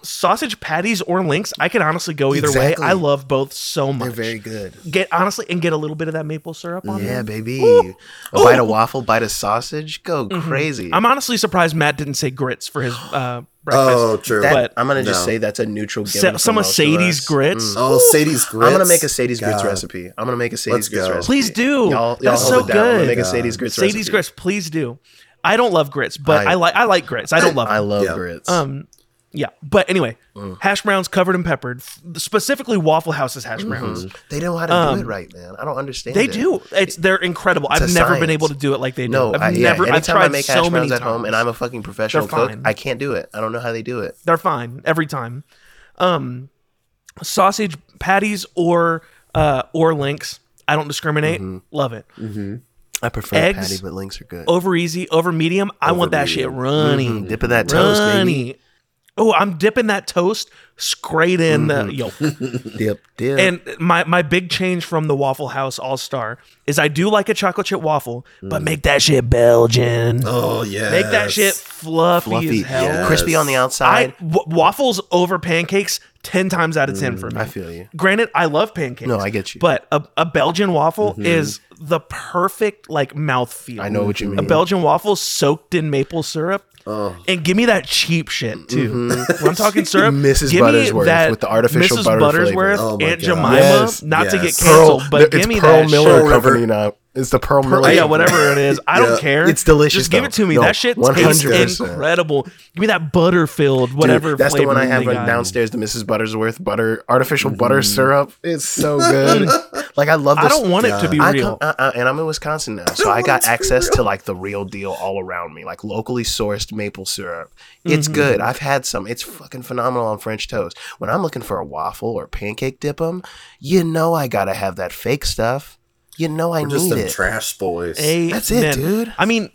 Speaker 1: Sausage patties or links, I can honestly go either
Speaker 2: Exactly.
Speaker 1: way. I love both so
Speaker 2: They're
Speaker 1: much.
Speaker 2: very good.
Speaker 1: get honestly and get a little bit of that maple syrup on there.
Speaker 2: Yeah, baby. A bite of waffle, bite of sausage. Go crazy.
Speaker 1: Mm-hmm. I'm honestly surprised Matt didn't say grits for his uh, breakfast.
Speaker 3: oh, true.
Speaker 2: That-
Speaker 1: but-
Speaker 2: I'm gonna just
Speaker 3: No.
Speaker 2: say that's a neutral
Speaker 1: Sa-
Speaker 2: given. for
Speaker 1: some of
Speaker 2: most
Speaker 1: Sadie's
Speaker 2: us. Mm.
Speaker 1: grits.
Speaker 3: oh, Sadie's grits.
Speaker 2: I'm gonna make a Sadie's grits
Speaker 3: God.
Speaker 2: recipe. I'm gonna make a
Speaker 3: Let's
Speaker 2: Sadie's grits
Speaker 3: go.
Speaker 2: recipe.
Speaker 1: Please do.
Speaker 2: Y'all, y'all
Speaker 1: That's
Speaker 2: hold
Speaker 1: so
Speaker 2: it down. I'm gonna make
Speaker 1: good.
Speaker 2: a Sadie's grits
Speaker 1: Sadie's
Speaker 2: recipe.
Speaker 1: grits, please do. I don't love grits, but I,
Speaker 2: I-
Speaker 1: like I like grits. I don't love.
Speaker 2: I
Speaker 1: them.
Speaker 2: love
Speaker 3: Yeah.
Speaker 2: grits.
Speaker 1: Um, yeah. But anyway, hash browns covered in peppered, f- specifically Waffle House's hash browns.
Speaker 2: they know how to
Speaker 1: um,
Speaker 2: do it right, man. I don't understand.
Speaker 1: They
Speaker 2: Mm-hmm. it.
Speaker 1: do. It's they're incredible. I've
Speaker 2: a
Speaker 1: never been
Speaker 2: science.
Speaker 1: able to do it like they do.
Speaker 2: No,
Speaker 1: I've
Speaker 2: I, yeah,
Speaker 1: never. I've
Speaker 2: anytime
Speaker 1: tried
Speaker 2: I make
Speaker 1: so
Speaker 2: hash
Speaker 1: many
Speaker 2: browns
Speaker 1: times
Speaker 2: at home, and I'm a fucking professional
Speaker 1: They're
Speaker 2: cook,
Speaker 1: fine.
Speaker 2: I can't do it. I don't know how they do it.
Speaker 1: They're fine every time. Um, sausage patties or uh, or links. I don't discriminate.
Speaker 2: Mm-hmm.
Speaker 1: Love it.
Speaker 2: I prefer
Speaker 1: Eggs?
Speaker 2: patty, but links are good.
Speaker 1: Over easy, over medium. I want that shit runny.
Speaker 2: Dip of that toast, baby.
Speaker 1: Runny. Oh, I'm dipping that toast straight in the
Speaker 2: Mm-hmm.
Speaker 1: yo.
Speaker 2: Dip, dip.
Speaker 1: And my my big change from the Waffle House All Star is I do like a chocolate chip waffle,
Speaker 2: Mm.
Speaker 1: but make that shit Belgian.
Speaker 3: Oh yeah.
Speaker 1: Make that shit fluffy,
Speaker 2: fluffy,
Speaker 1: as hell.
Speaker 3: yeah.
Speaker 2: crispy on the
Speaker 1: I
Speaker 2: outside.
Speaker 1: w- waffles over pancakes ten times out of ten for me.
Speaker 2: Mm. I, feel you.
Speaker 1: Granted, I love pancakes.
Speaker 2: No, I get you. Mm-hmm.
Speaker 1: But a, a Belgian waffle is the perfect like mouthfeel.
Speaker 2: I know what you
Speaker 1: A
Speaker 2: mean.
Speaker 1: Belgian waffle soaked in maple syrup. And give me that cheap shit too. When I'm talking syrup,
Speaker 2: Mrs.
Speaker 1: give me
Speaker 2: Mm-hmm. Buttersworth
Speaker 1: that
Speaker 2: with the artificial
Speaker 1: Mrs.
Speaker 2: butter flavor.
Speaker 1: Buttersworth,
Speaker 3: Oh my
Speaker 1: Aunt
Speaker 3: God.
Speaker 1: Jemima,
Speaker 2: Yes,
Speaker 1: not to get
Speaker 3: yes.
Speaker 1: canceled, but
Speaker 2: it's
Speaker 1: give me
Speaker 2: Pearl
Speaker 1: that
Speaker 2: Miller
Speaker 1: shit.
Speaker 2: Company now. It's the Pearl Miller.
Speaker 1: Yeah,
Speaker 2: Company.
Speaker 1: whatever it is, I don't
Speaker 3: Yeah.
Speaker 1: care.
Speaker 2: It's delicious,
Speaker 1: Just give it
Speaker 2: though.
Speaker 1: to me.
Speaker 2: No,
Speaker 1: that shit tastes
Speaker 2: 100%.
Speaker 1: incredible. Give me that butter filled
Speaker 2: Dude,
Speaker 1: whatever.
Speaker 2: that's the
Speaker 1: flavor
Speaker 2: one I
Speaker 1: they
Speaker 2: have
Speaker 1: got.
Speaker 2: right downstairs. The Mrs. Buttersworth butter artificial butter
Speaker 1: Mm.
Speaker 2: syrup. It's so good. like I love. This.
Speaker 1: I don't want it to be
Speaker 2: I
Speaker 1: real.
Speaker 2: come- uh, uh, and I'm in Wisconsin now, so I
Speaker 3: want it
Speaker 2: got
Speaker 3: to be
Speaker 2: access
Speaker 3: real.
Speaker 2: to like the real deal all around me, like locally sourced maple syrup. It's
Speaker 1: Mm-hmm.
Speaker 2: good. I've had some. It's fucking phenomenal on French toast. When I'm looking for a waffle or pancake dip 'em, you know I gotta have that fake stuff. You know I
Speaker 3: We're just
Speaker 2: need
Speaker 3: them
Speaker 2: it.
Speaker 3: trash boys.
Speaker 2: That's it,
Speaker 1: Amen.
Speaker 2: dude.
Speaker 1: I mean,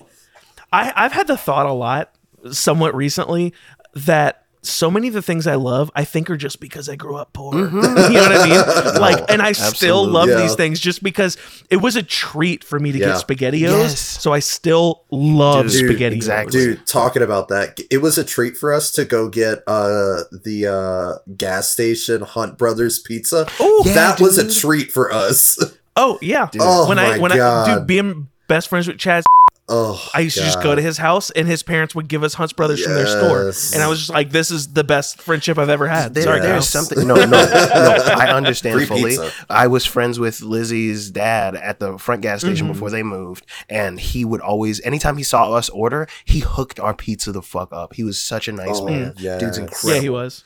Speaker 1: I, I've had the thought a lot, somewhat recently, that so many of the things I love, I think are just because I grew up poor. you know what I mean? Like, and I still
Speaker 2: absolutely.
Speaker 1: love
Speaker 3: Mm-hmm. Yeah.
Speaker 1: these things just because it was a treat for me to
Speaker 3: Yeah.
Speaker 1: get SpaghettiOs.
Speaker 2: Yes.
Speaker 1: So I still love
Speaker 2: Dude,
Speaker 1: SpaghettiOs.
Speaker 2: exactly.
Speaker 3: Dude, talking about that, it was a treat for us to go get uh the uh gas station Hunt Brothers pizza.
Speaker 1: Oh,
Speaker 2: Yeah,
Speaker 3: that was a
Speaker 2: dude.
Speaker 3: treat for us.
Speaker 1: oh yeah.
Speaker 3: Oh
Speaker 1: when
Speaker 3: my
Speaker 1: I when I
Speaker 3: God.
Speaker 1: dude being best friends with Chaz
Speaker 3: Oh,
Speaker 1: I used to just
Speaker 3: God.
Speaker 1: go to his house, and his parents would give us Hunt's Brothers from their store,
Speaker 3: Yes.
Speaker 1: and I was just like, "This is the best friendship I've ever had."
Speaker 2: There-
Speaker 1: Sorry,
Speaker 2: there's
Speaker 1: guys.
Speaker 2: something. No, no, no. I understand
Speaker 3: Free
Speaker 2: fully.
Speaker 3: pizza.
Speaker 2: I was friends with Lizzie's dad at the front gas
Speaker 1: Mm-hmm.
Speaker 2: station before they moved, and he would always, anytime he saw us order, he hooked our pizza the fuck up. He was such a nice
Speaker 3: Oh,
Speaker 2: man.
Speaker 3: yes.
Speaker 2: Dude's
Speaker 3: Yeah,
Speaker 1: yeah,
Speaker 2: incredible.
Speaker 1: he was.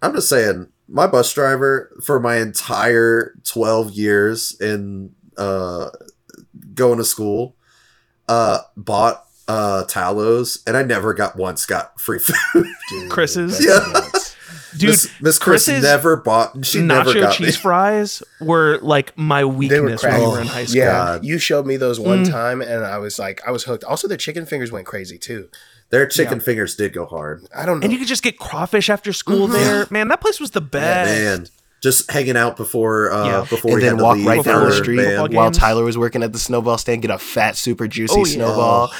Speaker 3: I'm just saying, my bus driver for my entire 12 years in uh, going to school uh, bought uh, Talos, and I never got once got free food.
Speaker 2: Dude,
Speaker 1: Chris's.
Speaker 2: that's
Speaker 3: Yeah.
Speaker 2: nuts.
Speaker 1: Dude,
Speaker 3: Miss, Miss Chris
Speaker 1: Chris's
Speaker 3: never bought. She never
Speaker 1: nacho
Speaker 3: got
Speaker 1: cheese
Speaker 3: me.
Speaker 1: fries were like my weakness when we
Speaker 2: crack-
Speaker 1: were in high school.
Speaker 2: Yeah,
Speaker 3: God.
Speaker 2: you showed me those one
Speaker 1: Mm.
Speaker 2: time, and I was like, I was hooked. Also, their chicken fingers went crazy too.
Speaker 3: Their chicken fingers did go hard.
Speaker 2: I don't know.
Speaker 1: And you could just get crawfish after school there. Man, that place was the best.
Speaker 3: Man, just hanging out before uh,
Speaker 1: Yeah.
Speaker 3: before
Speaker 2: and
Speaker 3: we
Speaker 2: then
Speaker 3: had to
Speaker 2: walk
Speaker 3: leave
Speaker 2: right down the
Speaker 3: for-
Speaker 1: Football
Speaker 2: street
Speaker 1: games.
Speaker 2: while Tyler was working at the snowball stand, get a fat, super juicy
Speaker 1: Oh, yeah. Mm.
Speaker 2: snowball.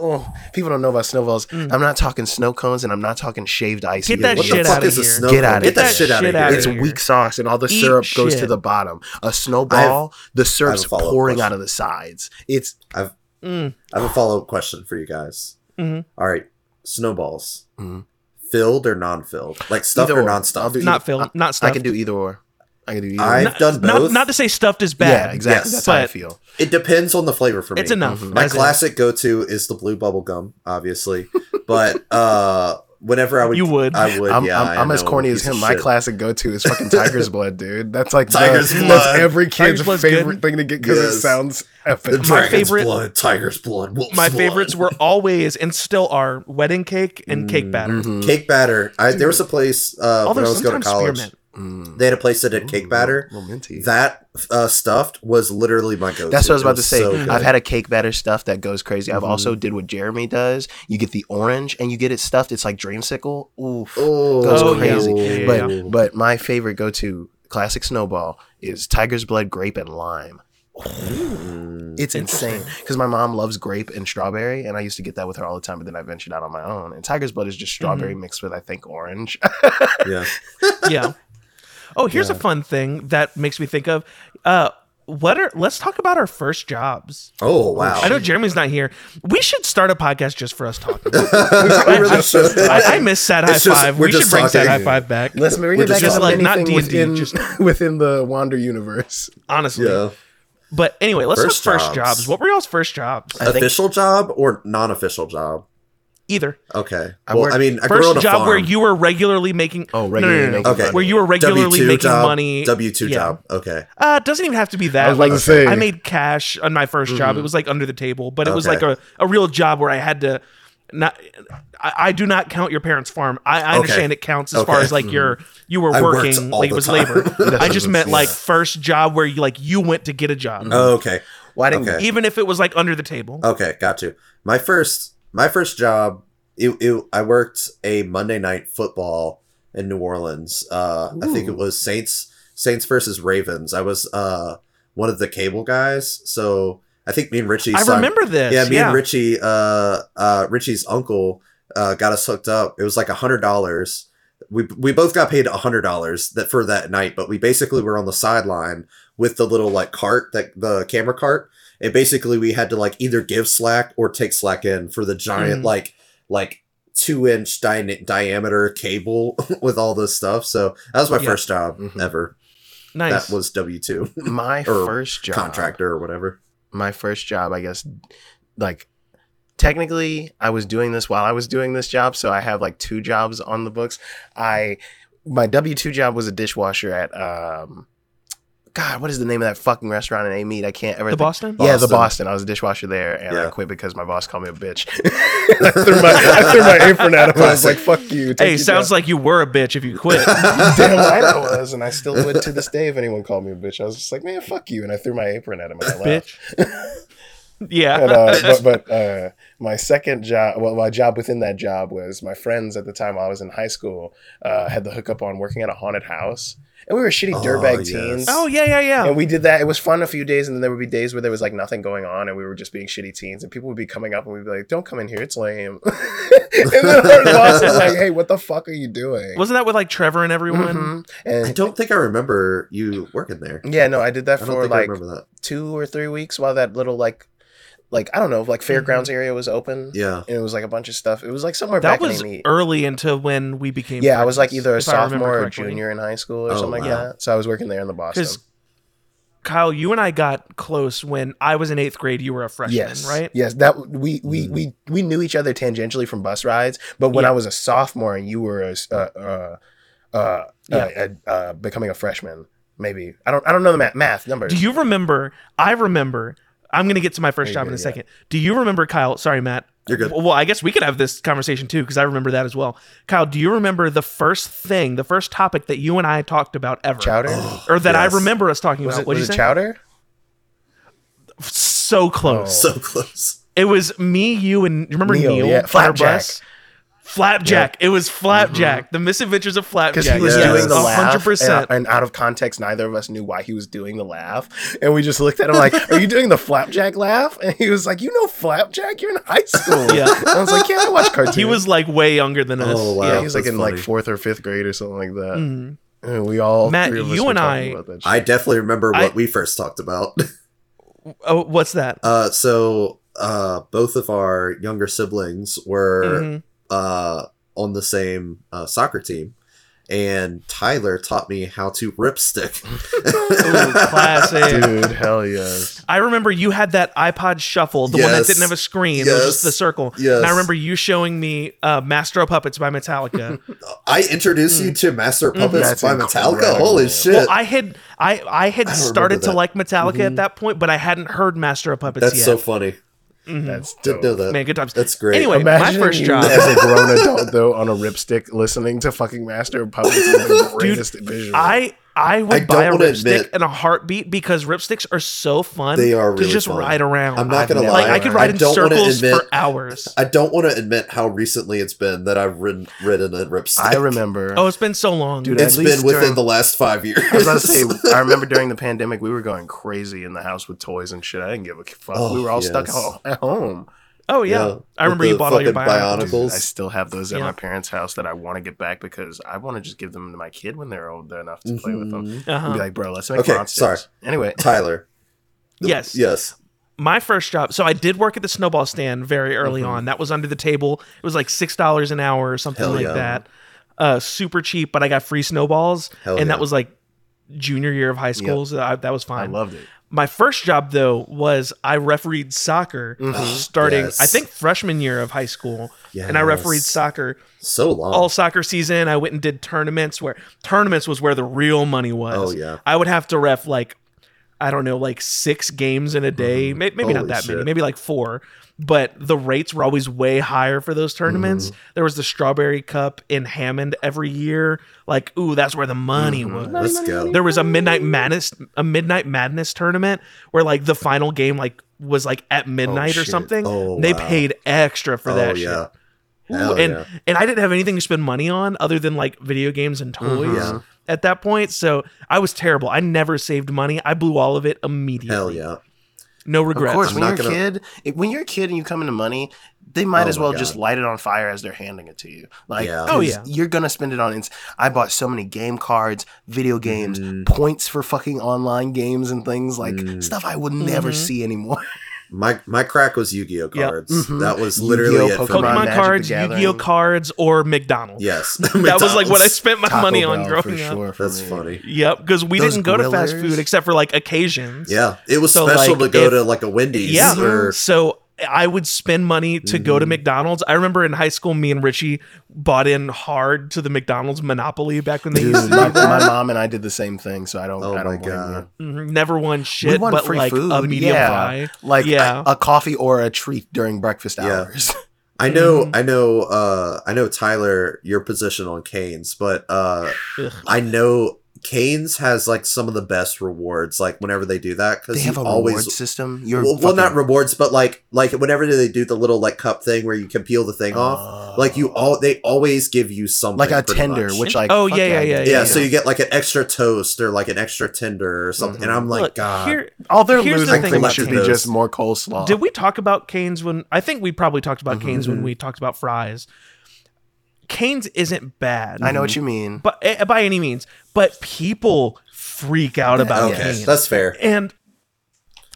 Speaker 2: Oh, people don't know about snowballs. I'm not talking snow cones, and I'm not talking shaved ice.
Speaker 1: Get
Speaker 2: either.
Speaker 1: that
Speaker 3: What
Speaker 1: shit
Speaker 3: the
Speaker 1: out
Speaker 3: fuck
Speaker 1: of
Speaker 3: is a
Speaker 1: here.
Speaker 3: snow? cone?
Speaker 2: Get outta
Speaker 3: Get
Speaker 2: here.
Speaker 3: that shit out of
Speaker 1: Get that
Speaker 3: here.
Speaker 1: shit
Speaker 2: It's
Speaker 1: outta here.
Speaker 2: weak sauce, and all the
Speaker 1: Eat
Speaker 2: syrup goes to
Speaker 1: shit.
Speaker 2: the bottom. A
Speaker 3: I
Speaker 2: snowball, the syrup's
Speaker 3: follow-up
Speaker 2: pouring
Speaker 3: question.
Speaker 2: out of the sides. It's
Speaker 1: Mm.
Speaker 3: I have a follow up question for you guys.
Speaker 1: Mhm.
Speaker 3: All right, snowballs,
Speaker 2: Mhm.
Speaker 3: filled or non filled, like stuffed
Speaker 2: Either
Speaker 3: or
Speaker 2: or.
Speaker 3: non
Speaker 2: I'll
Speaker 3: stuffed.
Speaker 2: do-
Speaker 1: Not filled, not
Speaker 2: I
Speaker 1: stuffed.
Speaker 2: can do either or. I can do either.
Speaker 3: I've
Speaker 2: or.
Speaker 3: done
Speaker 1: Not-
Speaker 3: both.
Speaker 1: Not, to say stuffed is bad.
Speaker 2: yeah, exactly.
Speaker 3: Yes.
Speaker 2: That's how I
Speaker 1: But-
Speaker 2: feel.
Speaker 3: It depends on the flavor for me.
Speaker 1: It's enough.
Speaker 3: My
Speaker 1: That's it.
Speaker 3: classic go to is the blue bubble gum, obviously, but uh, whenever I would,
Speaker 1: You would.
Speaker 3: I would.
Speaker 2: I'm,
Speaker 3: yeah,
Speaker 2: I'm,
Speaker 3: I
Speaker 2: I'm as
Speaker 3: know,
Speaker 2: corny as
Speaker 3: piece of
Speaker 2: him. My
Speaker 3: shit.
Speaker 2: classic go-to is fucking Tiger's Blood, dude. That's like the-
Speaker 3: Tiger's Blood.
Speaker 2: That's every
Speaker 1: Tiger's
Speaker 2: kid's
Speaker 1: Blood's
Speaker 2: favorite
Speaker 1: good.
Speaker 2: thing to get because it
Speaker 3: Yes.
Speaker 2: sounds
Speaker 3: The
Speaker 2: epic.
Speaker 3: dragon's
Speaker 1: favorite-
Speaker 3: blood, tiger's blood, wolf's
Speaker 1: My
Speaker 3: blood.
Speaker 1: favorites were always and still are wedding cake and cake batter.
Speaker 2: Mm-hmm.
Speaker 3: cake batter. I, there was a place uh, when I
Speaker 1: Although
Speaker 3: was going
Speaker 1: sometimes
Speaker 3: to college.
Speaker 1: spearmint.
Speaker 3: They had a place that did cake batter.
Speaker 2: mm-hmm. Little minty.
Speaker 3: That uh, stuffed was literally my go.
Speaker 2: That's what I was about to say. I've had a cake batter stuff that goes crazy. I've also did what Jeremy does. You get the orange and you get it stuffed. It's like dreamsicle. Oof.
Speaker 3: oh,
Speaker 2: goes
Speaker 1: Oh, yeah.
Speaker 2: crazy.
Speaker 1: Yeah,
Speaker 2: but but my favorite go to classic snowball is Tiger's Blood grape and lime. It's insane because my mom loves grape and strawberry, and I used to get that with her all the time. But then I ventured out on my own, and Tiger's Blood is just strawberry mixed with I think orange.
Speaker 3: yeah.
Speaker 1: yeah. Oh, here's a fun thing that makes me think of. Uh, what are? Let's talk about our first jobs.
Speaker 3: Oh wow.
Speaker 1: I know Jeremy's not here. We should start a podcast just for us talking.
Speaker 3: we really should.
Speaker 1: I, I miss Sad High
Speaker 3: It's just-
Speaker 1: Five.
Speaker 3: we're
Speaker 1: We should
Speaker 3: just
Speaker 1: bring Sad High
Speaker 3: talking.
Speaker 1: Five back.
Speaker 2: Let's bring
Speaker 3: We're
Speaker 2: it back
Speaker 3: just
Speaker 2: as
Speaker 1: like
Speaker 2: like
Speaker 1: not
Speaker 2: anything
Speaker 1: D&D,
Speaker 2: within,
Speaker 1: just-
Speaker 2: within the Wander universe.
Speaker 1: honestly.
Speaker 3: yeah.
Speaker 1: But anyway, let's
Speaker 3: First
Speaker 1: have first
Speaker 3: jobs.
Speaker 1: jobs. What were y'all's first jobs?
Speaker 2: I think-
Speaker 3: Official job or non-official job?
Speaker 1: Either
Speaker 3: Okay.
Speaker 2: I
Speaker 3: well,
Speaker 2: worked-
Speaker 3: I mean, I grew
Speaker 1: first
Speaker 3: on a
Speaker 1: job
Speaker 3: farm.
Speaker 1: where you were regularly making.
Speaker 2: Oh, regularly making
Speaker 3: Okay. money.
Speaker 1: Where you were regularly
Speaker 3: W2
Speaker 1: making
Speaker 3: job,
Speaker 1: money.
Speaker 3: W two
Speaker 1: Yeah.
Speaker 3: job. Okay.
Speaker 1: Uh, it doesn't even have to be that.
Speaker 2: I was about
Speaker 1: Like,
Speaker 2: to say.
Speaker 1: I made cash on my 1st job. It was like under the table, but it was
Speaker 3: Mm-hmm. Okay.
Speaker 1: like a, a real job where I had to not I, I do not count your parents' farm. I, I
Speaker 3: Okay.
Speaker 1: understand it counts as far
Speaker 3: Okay. Mm-hmm.
Speaker 1: as like your you were
Speaker 3: I worked
Speaker 1: working,
Speaker 3: all
Speaker 1: like it
Speaker 3: the
Speaker 1: was
Speaker 3: time.
Speaker 1: labor. I just meant like
Speaker 3: Yeah.
Speaker 1: first job where you like you went to get a job.
Speaker 3: Oh, okay.
Speaker 2: Why didn't
Speaker 3: Okay.
Speaker 1: Even if it was like under the table.
Speaker 2: Oh,
Speaker 3: Okay, got you. My first my first job, it, it, I worked a Monday night football in New Orleans. Uh, I think it was Saints Saints versus Ravens. I was uh, one of the cable guys, so I think me and Richie.
Speaker 1: I
Speaker 3: signed-
Speaker 1: remember this.
Speaker 3: Yeah,
Speaker 1: Yeah,
Speaker 3: me and Richie, uh, uh, Richie's uncle uh, got us hooked up. It was like a hundred dollars. We we both got paid a hundred dollars that for that night, but we basically were on the sideline with the little like cart that the camera cart, and basically we had to like either give slack or take slack in for the giant
Speaker 1: Mhm.
Speaker 3: like like two inch di- diameter cable with all this stuff. So that was my
Speaker 1: Yeah.
Speaker 3: first job
Speaker 2: Mhm.
Speaker 3: ever.
Speaker 1: nice.
Speaker 3: That was W two
Speaker 2: my
Speaker 3: Or
Speaker 2: first job
Speaker 3: contractor or whatever.
Speaker 2: my first job, I guess, like technically I was doing this while I was doing this job, so I have like two jobs on the books. I my W two job was a dishwasher at um God, what is the name of that fucking restaurant in A Meat? I can't
Speaker 1: the
Speaker 2: ever think-
Speaker 1: Boston?
Speaker 2: Yeah, the
Speaker 3: Boston.
Speaker 2: Boston. I was a dishwasher there, and I
Speaker 3: Yeah.
Speaker 2: quit because my boss called me a bitch. I, threw my, I threw my apron at him. I was like, "Fuck you!"
Speaker 1: Hey, sounds like you were a bitch if you quit.
Speaker 2: damn right I was, and I still would to this day if anyone called me a bitch. I was just like, "Man, fuck you!" And I threw my apron at him. And I laughed.
Speaker 1: bitch. Yeah.
Speaker 2: but, uh, but, but uh, my second job, well, my job within that job was my friends at the time while I was in high school uh, had the hookup on working at a haunted house. And we were shitty
Speaker 3: Oh,
Speaker 2: dirtbag
Speaker 3: yes.
Speaker 2: teens.
Speaker 1: oh yeah, yeah, yeah.
Speaker 2: And we did that. It was fun a few days, and then there would be days where there was like nothing going on, and we were just being shitty teens. And people would be coming up, and we'd be like, "Don't come in here, it's lame." and then our boss is like, "Hey, what the fuck are you doing?"
Speaker 1: Wasn't that with like Trevor and everyone?
Speaker 2: Mhm.
Speaker 3: I
Speaker 2: And
Speaker 3: don't think I remember you working there.
Speaker 2: yeah, no, I did that
Speaker 3: I don't
Speaker 2: for
Speaker 3: think I
Speaker 2: like
Speaker 3: remember that.
Speaker 2: two or three weeks while that little like, like I don't know,
Speaker 3: Mm-hmm.
Speaker 2: like fairgrounds area was open.
Speaker 3: Yeah.
Speaker 2: and it was like a bunch of stuff. It was like somewhere
Speaker 1: That
Speaker 2: back
Speaker 1: was
Speaker 2: in the
Speaker 1: early into when we became.
Speaker 2: yeah. I was like
Speaker 1: friends,
Speaker 2: either a
Speaker 1: if I remember
Speaker 2: sophomore or
Speaker 1: correctly.
Speaker 2: junior in high school or
Speaker 3: Oh,
Speaker 2: something like
Speaker 3: wow.
Speaker 2: that. So I was working there in the Boston.
Speaker 1: Because Kyle, you and I got close when I was in eighth grade. You were a freshman,
Speaker 2: yes,
Speaker 1: right? Mm-hmm.
Speaker 2: Yes, that we we we we knew each other tangentially from bus rides, but when
Speaker 1: Yeah.
Speaker 2: I was a sophomore and you were a s- uh uh, uh,
Speaker 1: Yeah.
Speaker 2: uh, uh, becoming a freshman, maybe I don't I don't know the math, math numbers.
Speaker 1: Do you remember? I remember. I'm gonna get to my first
Speaker 2: Yeah,
Speaker 1: job in
Speaker 2: yeah,
Speaker 1: a
Speaker 2: yeah.
Speaker 1: second. Do you remember, Kyle? Sorry, Matt.
Speaker 3: You're good.
Speaker 1: Well, I guess we could have this conversation too because I remember that as well. Kyle, do you remember the first thing, the first topic that you and I talked about ever,
Speaker 2: chowder?
Speaker 1: or that
Speaker 3: Oh, Yes.
Speaker 1: I remember us talking
Speaker 2: was
Speaker 1: about?
Speaker 2: it,
Speaker 1: What'd
Speaker 2: was
Speaker 1: you
Speaker 2: it
Speaker 1: say?
Speaker 2: chowder?
Speaker 1: so close.
Speaker 3: So close.
Speaker 1: It was me, you, and remember
Speaker 2: Oh. Neil,
Speaker 1: Neil,
Speaker 2: yeah.
Speaker 1: on our
Speaker 2: Flapjack.
Speaker 1: bus? Flapjack. It was Flapjack. The Misadventures of Flapjack.
Speaker 2: because he was
Speaker 3: yeah,
Speaker 2: doing the
Speaker 1: A
Speaker 2: laugh,
Speaker 1: hundred percent.
Speaker 2: And, and out of context, neither of us knew why he was doing the laugh, and we just looked at him like, "Are you doing the flapjack laugh?" And he was like, "You know flapjack? You're in high school."
Speaker 1: Yeah.
Speaker 2: And I was like, "Yeah, I watch cartoons."
Speaker 1: He was like way younger than us.
Speaker 3: Oh, wow.
Speaker 2: yeah, he was like
Speaker 3: That's
Speaker 2: in like
Speaker 3: funny.
Speaker 2: fourth or fifth grade or something like that.
Speaker 1: Mhm.
Speaker 2: And we all
Speaker 1: Matt,
Speaker 2: three of us
Speaker 1: you
Speaker 2: were
Speaker 1: and
Speaker 2: talking
Speaker 1: I-
Speaker 2: about that shit.
Speaker 3: I definitely remember what
Speaker 1: I-
Speaker 3: we first talked about.
Speaker 1: Oh, what's that?
Speaker 3: Uh, so uh, both of our younger siblings were
Speaker 2: Er.
Speaker 1: Mhm.
Speaker 3: uh, on the same uh, soccer team, and Tyler taught me how to ripstick.
Speaker 1: Mm-hmm. Ooh, classic.
Speaker 2: dude, hell yes.
Speaker 1: I remember you had that iPod Shuffle, the one that
Speaker 3: Yes.
Speaker 1: didn't have a screen. It was
Speaker 3: Yes.
Speaker 1: just the circle.
Speaker 3: Yes.
Speaker 1: And I remember you showing me uh, Master of Puppets by Metallica.
Speaker 3: I introduced you to Master Puppets
Speaker 2: Mm-hmm. That's
Speaker 3: by Metallica.
Speaker 2: incredible.
Speaker 3: Holy
Speaker 2: Well,
Speaker 3: shit!
Speaker 1: well, I had I I had
Speaker 3: remember
Speaker 1: started to
Speaker 3: that. Mm-hmm.
Speaker 1: like Metallica at that point, but I hadn't heard Master of Puppets
Speaker 3: That's
Speaker 1: yet.
Speaker 3: so funny.
Speaker 2: That's
Speaker 3: Didn't
Speaker 2: dope.
Speaker 3: know that.
Speaker 1: Man, good times.
Speaker 3: That's great.
Speaker 1: Anyway,
Speaker 2: Imagine
Speaker 1: Mm-hmm. my first
Speaker 2: you
Speaker 1: job.
Speaker 2: as a grown adult though on a ripstick listening to fucking Master of Puppets is the greatest visual.
Speaker 1: I I would
Speaker 3: I don't
Speaker 1: buy a
Speaker 3: wanna
Speaker 1: ripstick
Speaker 3: admit-
Speaker 1: in a heartbeat because ripsticks are so fun.
Speaker 3: They are
Speaker 1: to
Speaker 3: really
Speaker 1: just
Speaker 3: fun.
Speaker 1: ride around.
Speaker 3: I'm not
Speaker 2: I've
Speaker 3: gonna
Speaker 2: never-
Speaker 3: lie.
Speaker 1: like I could ride in
Speaker 3: don't wanna
Speaker 1: circles
Speaker 3: admit-
Speaker 1: for hours.
Speaker 3: I don't want to admit how recently it's been that I've ridden, ridden a ripstick.
Speaker 2: I remember
Speaker 1: Oh, it's been so long.
Speaker 2: Dude,
Speaker 3: It's
Speaker 2: At least
Speaker 3: been within
Speaker 2: during-
Speaker 3: the last five years.
Speaker 2: I was about to say, I remember during the pandemic, we were going crazy in the house with toys and shit. I didn't give a fuck. we
Speaker 3: Oh,
Speaker 2: were all stuck
Speaker 3: yes.
Speaker 2: ho- at home.
Speaker 1: Oh yeah, I
Speaker 3: with
Speaker 1: remember you
Speaker 3: the
Speaker 1: bought all your
Speaker 3: fucking
Speaker 1: bionic.
Speaker 2: Dude, I
Speaker 3: Bionicles.
Speaker 2: still have those at
Speaker 1: Yeah.
Speaker 2: my parents' house that I want to get back because I want to just give them to my kid when they're old enough to play with them.
Speaker 3: Mhm.
Speaker 1: Uh-huh.
Speaker 2: And be like, bro, let's make
Speaker 3: Okay,
Speaker 2: monsters.
Speaker 3: sorry.
Speaker 2: Anyway,
Speaker 3: Tyler.
Speaker 1: yes,
Speaker 3: Yes.
Speaker 1: my first job. So I did work at the snowball stand very early
Speaker 3: Mm-hmm.
Speaker 1: on. That was under the table. It was like six dollars an hour or something
Speaker 3: Hell
Speaker 1: like
Speaker 3: yeah.
Speaker 1: that. Uh, super cheap, but I got free snowballs,
Speaker 3: Hell
Speaker 1: and
Speaker 3: yeah.
Speaker 1: that was like junior year of high school. So I, that was
Speaker 2: I
Speaker 1: fine.
Speaker 2: loved it.
Speaker 1: My first job though was I refereed soccer starting
Speaker 3: Mm-hmm. Yes.
Speaker 1: I think freshman year of high school. And I refereed
Speaker 3: Yes.
Speaker 1: soccer
Speaker 3: So long.
Speaker 1: all soccer season. I went and did tournaments where tournaments was where the real money was.
Speaker 3: Oh, yeah.
Speaker 1: I would have to ref like I don't know, like six games in a day. May- Maybe not
Speaker 3: Mm-hmm. Holy
Speaker 1: that many,
Speaker 3: shit.
Speaker 1: maybe like four. But the rates were always way higher for those tournaments.
Speaker 3: Mm-hmm.
Speaker 1: There was the Strawberry Cup in Hammond every year. Like, ooh, that's where the money was.
Speaker 3: Let's go.
Speaker 1: There was a midnight madness, a midnight madness tournament where like the final game like was like at midnight or
Speaker 2: shit.
Speaker 1: something.
Speaker 3: Oh,
Speaker 1: they
Speaker 3: wow.
Speaker 1: paid extra for
Speaker 3: Oh
Speaker 1: that
Speaker 3: yeah.
Speaker 1: shit. Ooh,
Speaker 3: Hell
Speaker 1: and
Speaker 3: yeah.
Speaker 1: and I didn't have anything to spend money on other than like video games and toys
Speaker 3: Yeah.
Speaker 1: at that point. So I was terrible. I never saved money. I blew all of it immediately.
Speaker 3: Hell yeah.
Speaker 1: No
Speaker 2: Of
Speaker 1: regrets.
Speaker 2: course,
Speaker 3: I'm
Speaker 2: when
Speaker 3: not
Speaker 2: you're a
Speaker 3: gonna-
Speaker 2: kid, it- when you're a kid and you come into money, they might
Speaker 3: Oh
Speaker 2: as
Speaker 3: my
Speaker 2: well
Speaker 3: God.
Speaker 2: just light it on fire as they're handing it to you. Like,
Speaker 3: Yeah.
Speaker 1: Oh,
Speaker 2: 'cause
Speaker 1: yeah.
Speaker 2: you're gonna spend it on. Ins- I bought so many game cards, video games,
Speaker 3: Mhm.
Speaker 2: points for fucking online games and things like
Speaker 3: Mm.
Speaker 2: stuff I would never
Speaker 1: Mhm.
Speaker 2: see anymore.
Speaker 3: My my crack was Yu-Gi-Oh
Speaker 1: Yeah.
Speaker 3: cards.
Speaker 2: Mhm.
Speaker 3: That was literally
Speaker 2: Yu-Gi-Oh,
Speaker 3: it for
Speaker 1: Pokemon
Speaker 3: me.
Speaker 2: Magic the
Speaker 1: cards, Yu-Gi-Oh
Speaker 2: Gathering.
Speaker 1: cards, or McDonald's.
Speaker 3: Yes.
Speaker 1: That was like what I
Speaker 3: McDonald's.
Speaker 1: spent my
Speaker 2: Taco
Speaker 1: money on
Speaker 2: Bell for
Speaker 1: growing up.
Speaker 2: sure for
Speaker 3: That's
Speaker 2: me.
Speaker 3: funny.
Speaker 1: Yep, because we
Speaker 2: Those
Speaker 1: didn't go to fast
Speaker 2: grillers.
Speaker 1: food except for like occasions.
Speaker 3: Yeah. It was
Speaker 1: So,
Speaker 3: special
Speaker 1: like,
Speaker 3: to go
Speaker 1: if-
Speaker 3: to like a Wendy's
Speaker 1: Yeah. Mm-hmm.
Speaker 3: or
Speaker 1: So I would spend money to go to
Speaker 2: Mm-hmm.
Speaker 3: Mhm.
Speaker 1: McDonald's. I remember in high school, me and Richie bought in hard to the McDonald's Monopoly back when they used
Speaker 2: Dude,
Speaker 1: to
Speaker 2: my,
Speaker 1: do
Speaker 2: my
Speaker 1: that.
Speaker 2: mom and I did the same thing, so I don't.
Speaker 3: Oh my
Speaker 2: I don't blame
Speaker 3: God.
Speaker 2: you.
Speaker 1: Mhm, Never won shit,
Speaker 2: won
Speaker 1: but
Speaker 2: free
Speaker 1: like a
Speaker 2: food,
Speaker 1: medium
Speaker 2: yeah.
Speaker 1: fry.
Speaker 2: Like
Speaker 1: Yeah.
Speaker 2: a, a coffee or a treat during breakfast
Speaker 3: Yeah.
Speaker 2: hours.
Speaker 3: I know,
Speaker 2: Mm-hmm.
Speaker 1: Mhm.
Speaker 3: I know, uh, I know Tyler, your position on Canes, but uh,
Speaker 1: Ugh.
Speaker 3: I know Canes has like some of the best rewards. Like whenever they do that,
Speaker 2: They
Speaker 3: because you
Speaker 2: have a reward
Speaker 3: always
Speaker 2: system. You're
Speaker 3: well, well, not
Speaker 2: fucking-
Speaker 3: rewards, but like like whenever they do the little like cup thing where you can peel the thing off, like you all they always give you something
Speaker 2: Uh, Oh. like a
Speaker 3: pretty
Speaker 2: tender,
Speaker 3: much.
Speaker 2: which like
Speaker 1: Oh,
Speaker 2: fuck
Speaker 1: yeah, yeah,
Speaker 2: I
Speaker 1: yeah,
Speaker 2: did.
Speaker 3: yeah,
Speaker 1: yeah.
Speaker 3: so you get like an extra toast or like an extra tender or something,
Speaker 2: Mhm.
Speaker 3: and I'm like,
Speaker 1: Look,
Speaker 3: God,
Speaker 1: here-
Speaker 2: All their
Speaker 1: Here's the
Speaker 2: losing
Speaker 1: thing
Speaker 2: things
Speaker 1: about
Speaker 2: should be
Speaker 3: potatoes.
Speaker 2: just more coleslaw.
Speaker 1: Did we talk about Canes when I think we probably talked
Speaker 2: Mm-hmm,
Speaker 1: about Canes when
Speaker 3: Mhm.
Speaker 1: we talked about fries? Canes isn't bad.
Speaker 2: I know what you mean.
Speaker 1: but eh, by any means, but people freak out about
Speaker 3: okay,
Speaker 1: Canes.
Speaker 3: that's fair.
Speaker 1: and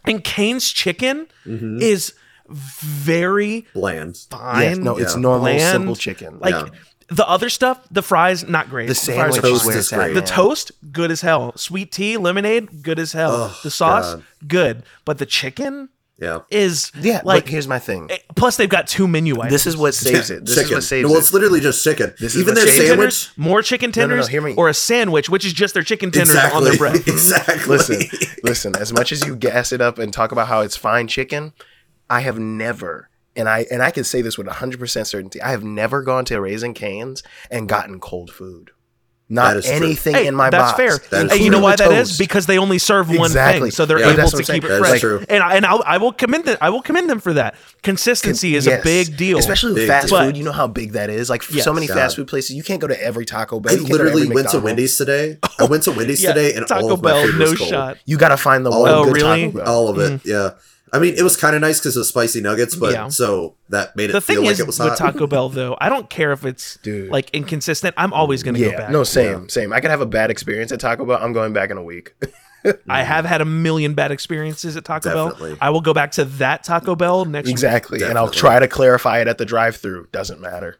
Speaker 1: and Cane's chicken
Speaker 2: Mm-hmm.
Speaker 3: Mhm.
Speaker 1: is very
Speaker 3: Bland,
Speaker 1: fine.
Speaker 2: yes, no, it's
Speaker 3: Yeah.
Speaker 2: normal,
Speaker 1: Bland,
Speaker 2: simple chicken.
Speaker 1: like
Speaker 3: Yeah.
Speaker 1: the other stuff, the fries not great.
Speaker 2: the
Speaker 1: fries
Speaker 2: sandwich
Speaker 1: are
Speaker 2: is
Speaker 3: toast
Speaker 1: fine.
Speaker 2: where
Speaker 3: is
Speaker 2: it's at.
Speaker 3: great.
Speaker 1: The
Speaker 2: man.
Speaker 1: toast, good as hell. Sweet tea, lemonade, good as hell.
Speaker 3: Oh,
Speaker 1: the sauce,
Speaker 3: God.
Speaker 1: good. But the chicken
Speaker 3: yeah.
Speaker 1: is
Speaker 2: Yeah, like
Speaker 1: like.
Speaker 2: here's my thing.
Speaker 1: eh, Plus, they've got two menu items.
Speaker 2: This is what saves it. This
Speaker 3: chicken.
Speaker 2: is what saves
Speaker 3: well,
Speaker 2: it.
Speaker 3: it's literally just chicken.
Speaker 2: This is
Speaker 3: Even
Speaker 2: what
Speaker 3: their
Speaker 2: saves it.
Speaker 3: sandwich,
Speaker 1: more chicken
Speaker 2: No, no, no,
Speaker 1: tenders,
Speaker 2: hear me.
Speaker 1: or a sandwich, which is just their chicken tenders on their bread.
Speaker 3: Mm-hmm. exactly.
Speaker 2: listen, listen. As much as you gas it up and talk about how it's fine chicken, I have never, and I and I can say this with hundred percent certainty, I have never gone to Raisin Cane's and gotten cold food.
Speaker 3: That
Speaker 2: Not
Speaker 3: is true.
Speaker 2: anything
Speaker 1: Hey,
Speaker 2: in my
Speaker 1: that's
Speaker 2: box.
Speaker 1: fair.
Speaker 3: That is
Speaker 1: and you know
Speaker 3: true.
Speaker 1: why that
Speaker 2: Including the
Speaker 1: is?
Speaker 2: toast.
Speaker 1: Because they only serve one
Speaker 2: Exactly.
Speaker 1: thing, so they're
Speaker 2: Yeah,
Speaker 1: able
Speaker 2: that's
Speaker 1: to
Speaker 2: what I'm
Speaker 1: keep
Speaker 2: saying.
Speaker 1: it
Speaker 3: That is
Speaker 1: fresh.
Speaker 3: true.
Speaker 1: And I, and I'll, I will commend that. I will commend them for that. Consistency is a
Speaker 2: Yes.
Speaker 1: big deal.
Speaker 2: Especially with
Speaker 3: Big
Speaker 2: fast
Speaker 1: deal.
Speaker 2: food. You know how big that is. Like f-
Speaker 1: Yes.
Speaker 2: so many fast
Speaker 3: God.
Speaker 2: food places, you can't go to every Taco Bell.
Speaker 3: I
Speaker 2: you can't go to every
Speaker 3: literally went to
Speaker 2: McDonald's.
Speaker 3: Wendy's today. I went to Wendy's
Speaker 1: Yeah,
Speaker 3: today, and all
Speaker 1: Taco
Speaker 3: of my
Speaker 1: Bell,
Speaker 3: food
Speaker 1: no
Speaker 3: was cold.
Speaker 1: shot.
Speaker 2: You gotta find the
Speaker 3: Oh,
Speaker 2: one good
Speaker 1: really?
Speaker 2: Taco Bell.
Speaker 3: All of it. Yeah. I mean, it was kind of nice because of spicy nuggets, but
Speaker 1: Yeah.
Speaker 3: so that made it
Speaker 1: The
Speaker 3: feel
Speaker 1: thing
Speaker 3: like
Speaker 1: is
Speaker 3: it was
Speaker 1: with
Speaker 3: hot.
Speaker 1: Taco Bell, though, I don't care if it's
Speaker 2: Dude.
Speaker 1: like inconsistent. I'm always going to go
Speaker 2: Yeah,
Speaker 1: back.
Speaker 2: no, same, same. I could have a bad experience at Taco Bell. I'm going back in a week.
Speaker 1: I have had a million bad experiences at Taco
Speaker 3: Definitely.
Speaker 1: Bell. I will go back to that Taco Bell next.
Speaker 2: exactly, and I'll
Speaker 3: Definitely. Oh,
Speaker 2: try to clarify it at the drive-through. Doesn't matter.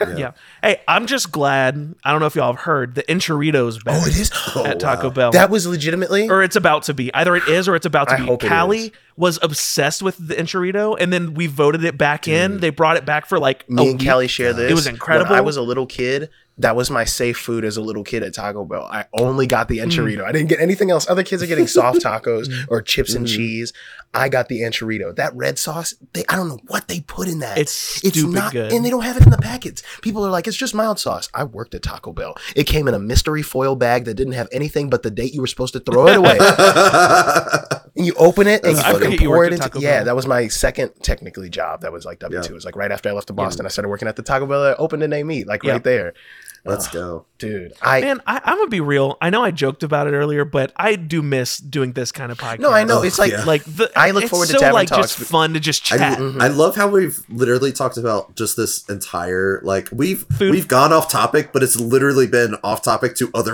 Speaker 1: Yeah. Hey, I'm just glad. I don't know if y'all have heard the Enchiritos better
Speaker 2: Oh, is.
Speaker 1: at
Speaker 3: wow.
Speaker 1: Taco Bell.
Speaker 2: That was legitimately.
Speaker 1: or it's about to be. Either it is or it's about to
Speaker 2: I
Speaker 1: be.
Speaker 2: hope it
Speaker 1: Callie
Speaker 2: is.
Speaker 1: was obsessed with the enchilito, and then we voted it back in. They brought it back for like a
Speaker 2: me and
Speaker 1: week.
Speaker 2: Callie share this.
Speaker 1: was incredible.
Speaker 2: When I was a little kid. That was my safe food as a little kid at Taco Bell. I only got
Speaker 1: Mm.
Speaker 2: the enchilito. I didn't get anything else. Other kids are getting soft tacos or chips and
Speaker 1: Mm-hmm.
Speaker 2: cheese. I got the enchilito. That red sauce, they I don't know what they put in that.
Speaker 1: It's stupid good.
Speaker 2: and they don't have it in the packets. People are like, it's just mild sauce. I worked at Taco Bell. It came in a mystery foil bag that didn't have anything but the date you were supposed to throw it away. And you open it and
Speaker 3: That's funny. I
Speaker 2: you fucking
Speaker 1: forget you
Speaker 2: pour
Speaker 1: worked
Speaker 2: it
Speaker 1: at
Speaker 2: into.
Speaker 1: Taco
Speaker 2: yeah,
Speaker 1: Bell.
Speaker 2: that was my second technically job. That was like W two.
Speaker 3: Yeah.
Speaker 2: It was like right after I left to Boston, I started working at the Taco Bell that opened and they meet like
Speaker 1: Yeah.
Speaker 2: right there,
Speaker 3: Let's go.
Speaker 2: dude. I
Speaker 1: Man, I, I'm gonna be real. I know I joked about it earlier, but I do miss doing this kind of podcast.
Speaker 2: no, I know it's like
Speaker 3: Oh, yeah.
Speaker 1: Like the,
Speaker 2: I look
Speaker 1: it's
Speaker 2: forward to
Speaker 1: so
Speaker 2: Tavern
Speaker 1: like
Speaker 2: Talks.
Speaker 1: just fun to just
Speaker 3: I,
Speaker 1: chat.
Speaker 3: I
Speaker 2: Mm-hmm.
Speaker 3: love how we've literally talked about just this entire like we've
Speaker 1: Food.
Speaker 3: we've gone off topic, but it's literally been off topic to other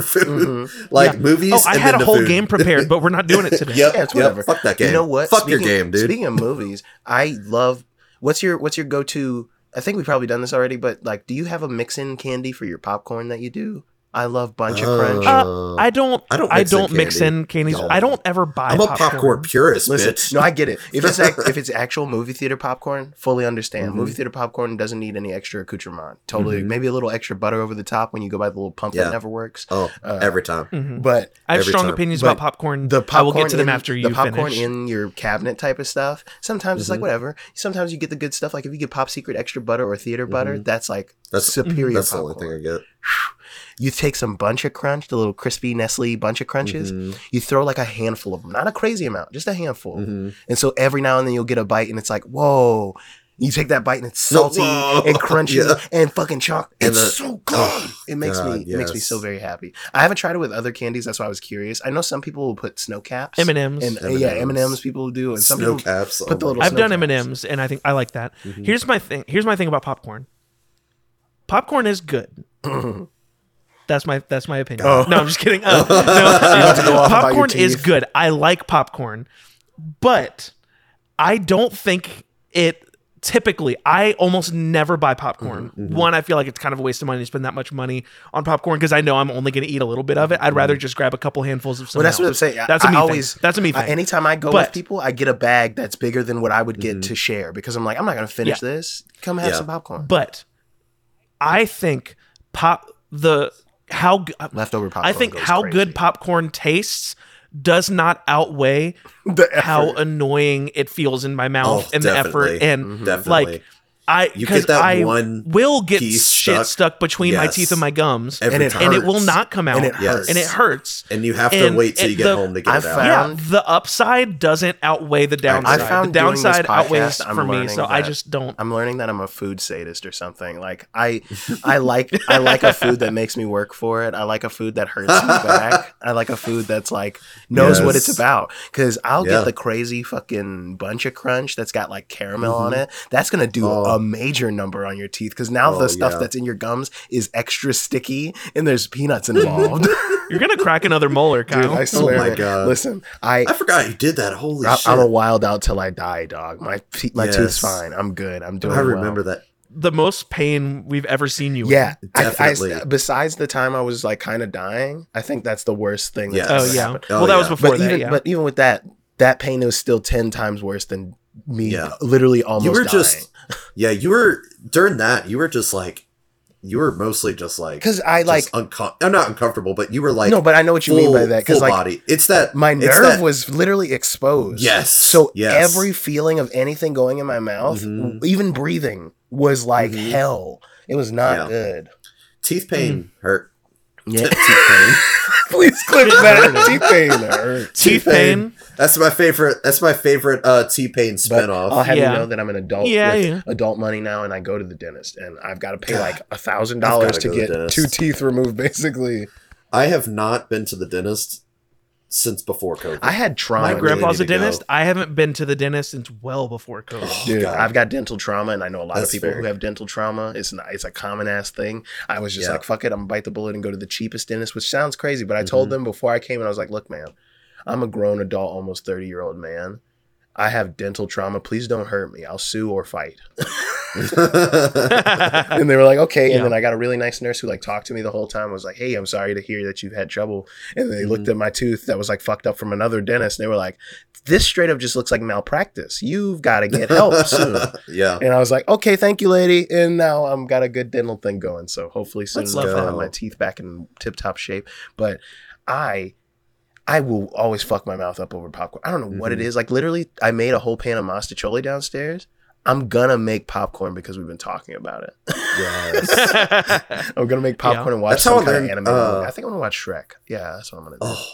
Speaker 2: Mm-hmm.
Speaker 3: food, like
Speaker 1: Yeah.
Speaker 3: movies.
Speaker 1: oh, I
Speaker 3: and
Speaker 1: had
Speaker 3: then
Speaker 1: a
Speaker 3: to
Speaker 1: whole
Speaker 3: food.
Speaker 1: game prepared, but we're not doing it today.
Speaker 3: Yep,
Speaker 2: yeah, it's whatever.
Speaker 3: Yep. Fuck that game.
Speaker 2: You know what?
Speaker 3: Fuck
Speaker 2: speaking,
Speaker 3: your game, dude.
Speaker 2: Speaking of movies, I love. What's your What's your go to? I think we've probably done this already, but like, do you have a mix in candy for your popcorn that you do? I love bunch
Speaker 3: Uh,
Speaker 2: of crunch.
Speaker 1: Uh, I don't.
Speaker 3: I
Speaker 1: I don't. I
Speaker 3: don't mix in
Speaker 1: don't mix
Speaker 3: candy.
Speaker 1: in candies.
Speaker 3: Y'all-
Speaker 1: I don't ever buy.
Speaker 3: I'm a popcorn purist,
Speaker 2: Listen,
Speaker 3: bitch.
Speaker 2: no, I get it. If it's ac- if it's actual movie theater popcorn, fully understand.
Speaker 1: Mm-hmm.
Speaker 2: Movie theater popcorn doesn't need any extra accoutrement. Totally,
Speaker 3: Mhm.
Speaker 2: maybe a little extra butter over the top when you go by the little pump
Speaker 3: Yeah.
Speaker 2: that never works.
Speaker 3: oh,
Speaker 2: Uh,
Speaker 3: every time.
Speaker 1: Mhm.
Speaker 2: But
Speaker 1: I have
Speaker 3: every
Speaker 1: strong
Speaker 3: time.
Speaker 1: opinions
Speaker 2: But
Speaker 1: about popcorn.
Speaker 2: the popcorn
Speaker 1: I will get to them
Speaker 2: in-
Speaker 1: after
Speaker 2: the
Speaker 1: you
Speaker 2: popcorn
Speaker 1: finish. Mm-hmm.
Speaker 2: in your cabinet type of stuff. Sometimes it's like
Speaker 3: Mhm.
Speaker 2: whatever. Sometimes you get the good stuff. Like if you get Pop Secret extra butter or theater butter,
Speaker 1: Mm-hmm.
Speaker 3: Mhm.
Speaker 2: that's like
Speaker 3: That's
Speaker 2: superior.
Speaker 3: that's
Speaker 2: popcorn.
Speaker 3: the only thing I get.
Speaker 2: You take some bunch of crunch, the little crispy Nestle bunch of crunches.
Speaker 1: Mm-hmm.
Speaker 3: Mhm,
Speaker 2: You throw like a handful of them, not a crazy amount, just a handful.
Speaker 3: mhm.
Speaker 2: And so every now and then you'll get a bite and it's like, whoa. You take that bite and it's
Speaker 3: No,
Speaker 2: salty
Speaker 3: whoa.
Speaker 2: and crunchy
Speaker 3: Yeah.
Speaker 2: and fucking chunk.
Speaker 3: And
Speaker 2: It's
Speaker 3: the-
Speaker 2: so good.
Speaker 3: oh,
Speaker 2: it makes
Speaker 3: God,
Speaker 2: me it makes me
Speaker 3: yes.
Speaker 2: so very happy. I haven't tried it with other candies, that's why I was curious. I know some people will put snow caps.
Speaker 1: M and M's.
Speaker 2: And uh, yeah,
Speaker 3: M&Ms.
Speaker 2: M and M's people do, and some
Speaker 3: Snow
Speaker 2: people
Speaker 3: caps. Oh
Speaker 2: put the
Speaker 3: my
Speaker 2: little Mm-hmm.
Speaker 3: God.
Speaker 1: I've done M
Speaker 2: Snowcaps.
Speaker 1: and M's, and I think I like that.
Speaker 3: Mhm.
Speaker 1: Here's my thing. Here's my thing about popcorn. Popcorn is good. That's my that's my opinion.
Speaker 2: Oh.
Speaker 1: No, I'm just kidding. Uh, no,
Speaker 2: have to go
Speaker 1: uh,
Speaker 2: off about your
Speaker 1: popcorn is
Speaker 2: teeth.
Speaker 1: good. I like popcorn, but I don't think it. Typically, I almost never buy popcorn.
Speaker 2: Mm-hmm,
Speaker 1: One, I feel like it's kind of a waste of money to spend that much money on popcorn because I know I'm only going to eat a little bit of it. I'd rather just grab a couple handfuls of
Speaker 2: Mm-hmm.
Speaker 1: something.
Speaker 2: Well, that's what I'm
Speaker 1: else.
Speaker 2: saying. I-
Speaker 1: That's a
Speaker 2: I
Speaker 1: me
Speaker 2: always-
Speaker 1: thing. That's a me
Speaker 2: I,
Speaker 1: thing.
Speaker 2: anytime I go with
Speaker 1: But-
Speaker 2: people, I get a bag that's bigger than what I would get to share because I'm like, I'm not gonna finish this. Come have
Speaker 3: Mm-hmm. Yeah.
Speaker 2: some popcorn.
Speaker 1: but I think pop the how g-
Speaker 2: Leftover popcorn.
Speaker 1: I think
Speaker 2: goes
Speaker 1: how
Speaker 2: crazy.
Speaker 1: good popcorn tastes does not outweigh
Speaker 2: the
Speaker 1: how
Speaker 2: effort.
Speaker 1: annoying it feels in my mouth
Speaker 3: Oh,
Speaker 1: and
Speaker 3: definitely. Mm-hmm.
Speaker 1: the effort and
Speaker 3: Definitely.
Speaker 1: like I
Speaker 3: You
Speaker 1: because
Speaker 3: get that
Speaker 1: I
Speaker 3: one
Speaker 1: will get
Speaker 3: piece
Speaker 1: shit
Speaker 3: stuck.
Speaker 1: stuck, between my
Speaker 3: Yes.
Speaker 1: teeth and my gums
Speaker 3: every
Speaker 2: and it
Speaker 3: time.
Speaker 1: and it will not come out
Speaker 2: And it
Speaker 3: Yes.
Speaker 1: and it hurts.
Speaker 3: And you have to
Speaker 1: and
Speaker 3: wait till you
Speaker 1: it-
Speaker 3: get
Speaker 1: the-
Speaker 3: home to get
Speaker 2: I
Speaker 3: it out.
Speaker 2: found-
Speaker 1: Yeah, the upside doesn't outweigh the downside.
Speaker 2: found
Speaker 1: the
Speaker 2: doing this
Speaker 1: downside
Speaker 2: podcast,
Speaker 1: outweighs
Speaker 2: I'm
Speaker 1: for me,
Speaker 2: learning
Speaker 1: so I
Speaker 2: that-
Speaker 1: just don't.
Speaker 2: I'm learning that I'm a food sadist or something. Like I, I like I like a food that makes me work for it. I like a food that hurts me back. I like a food that's like knows what
Speaker 3: Yes.
Speaker 2: it's about. Because I'll
Speaker 3: Yeah.
Speaker 2: get the crazy fucking bunch of crunch that's got like caramel on it. That's gonna do
Speaker 3: Mm-hmm. Oh.
Speaker 2: a major number on your teeth. Because now
Speaker 3: Oh,
Speaker 2: the stuff
Speaker 3: yeah.
Speaker 2: that's in your gums is extra sticky and there's peanuts involved.
Speaker 1: You're gonna crack another molar,
Speaker 2: Dude,
Speaker 1: Kyle.
Speaker 2: I swear.
Speaker 3: my God.
Speaker 2: Listen, I
Speaker 3: I forgot you did that. Holy
Speaker 2: I,
Speaker 3: shit.
Speaker 2: I'm a wild out till I die, dog. My te- my
Speaker 3: Yes.
Speaker 2: tooth's fine. I'm good. I'm doing.
Speaker 3: I remember that.
Speaker 1: the most pain we've ever seen you.
Speaker 2: Well.
Speaker 1: in.
Speaker 2: Yeah, I- I-
Speaker 3: Definitely.
Speaker 2: besides the time I was like kind of dying, I think that's the worst thing.
Speaker 3: Yes.
Speaker 2: That's
Speaker 1: Oh
Speaker 2: ever
Speaker 1: yeah.
Speaker 2: happened.
Speaker 3: Oh,
Speaker 1: well, that was
Speaker 3: yeah.
Speaker 1: before
Speaker 2: but
Speaker 1: that.
Speaker 2: even
Speaker 1: yeah.
Speaker 2: but even with that, that pain was still ten times worse than me.
Speaker 3: Yeah.
Speaker 2: literally almost.
Speaker 3: You were
Speaker 2: just
Speaker 3: just yeah, you were during that, you were just like you were mostly just like
Speaker 2: because I
Speaker 3: just
Speaker 2: like
Speaker 3: uncom- I'm not uncomfortable, but you were like
Speaker 2: no, but I know what you mean by that because
Speaker 3: full
Speaker 2: like
Speaker 3: body. It's that
Speaker 2: my
Speaker 3: it's
Speaker 2: nerve
Speaker 3: that-
Speaker 2: was literally exposed.
Speaker 3: Yes,
Speaker 2: So
Speaker 3: yes.
Speaker 2: every feeling of anything going in my mouth,
Speaker 3: Mhm.
Speaker 2: even breathing, was like
Speaker 3: Mhm.
Speaker 2: hell. It was not
Speaker 3: Yeah.
Speaker 2: good.
Speaker 3: teeth pain
Speaker 2: Mm-hmm.
Speaker 3: hurt.
Speaker 2: Yeah.
Speaker 3: teeth pain.
Speaker 2: Please clip that. Teeth pain hurt.
Speaker 1: teeth pain.
Speaker 3: That's my favorite. That's my favorite uh, T Pain
Speaker 2: But
Speaker 3: spinoff.
Speaker 2: I'll have
Speaker 1: Yeah.
Speaker 2: you know that I'm an adult
Speaker 1: Yeah,
Speaker 2: with
Speaker 1: yeah.
Speaker 2: adult money now, and I go to the dentist, and I've got to pay
Speaker 3: God.
Speaker 2: like a thousand
Speaker 3: I've
Speaker 2: dollars
Speaker 3: gotta
Speaker 2: to
Speaker 3: go to
Speaker 2: get
Speaker 3: the dentist.
Speaker 2: two teeth removed. Basically,
Speaker 3: I have not been to the dentist since before COVID.
Speaker 2: I had trauma.
Speaker 1: My
Speaker 3: really
Speaker 1: grandpa's
Speaker 3: need
Speaker 1: a
Speaker 3: to go.
Speaker 1: dentist. I haven't been to the dentist since well before COVID.
Speaker 2: Dude,
Speaker 3: Oh, God.
Speaker 2: I've got dental trauma, and I know a lot
Speaker 3: That's
Speaker 2: of people
Speaker 3: fair.
Speaker 2: who have dental trauma. It's not, it's a common ass thing. I was just
Speaker 3: Yeah.
Speaker 2: like, fuck it, I'm gonna bite the bullet and go to the cheapest dentist, which sounds crazy, but I told
Speaker 3: Mhm.
Speaker 2: them before I came, and I was like, look, man, I'm a grown adult, almost thirty year old man. I have dental trauma. Please don't hurt me. I'll sue or fight. and they were like, okay.
Speaker 1: Yeah.
Speaker 2: And then I got a really nice nurse who like talked to me the whole time. Was like, hey, I'm sorry to hear that you've had trouble. And they looked at my tooth that was like fucked up from another dentist. And they were like, this straight up just looks like malpractice. You've got to get help soon.
Speaker 3: yeah,
Speaker 2: And I was like, okay, thank you, lady. And now I'm got a good dental thing going. So hopefully soon
Speaker 1: Let's
Speaker 2: enough,
Speaker 3: go.
Speaker 2: I have my teeth back in tip top shape. But I, I will always fuck my mouth up over popcorn. I don't know what it
Speaker 3: Mhm.
Speaker 2: is. Like literally, I made a whole pan of mostaccioli downstairs. I'm gonna make popcorn because we've been talking about it.
Speaker 3: yes.
Speaker 2: I'm gonna make popcorn and watch
Speaker 3: That's how
Speaker 2: some
Speaker 3: I
Speaker 2: kind
Speaker 3: learned,
Speaker 2: of animated
Speaker 3: uh,
Speaker 2: movie. I think I'm gonna watch Shrek. Yeah, that's what I'm gonna do.
Speaker 3: Oh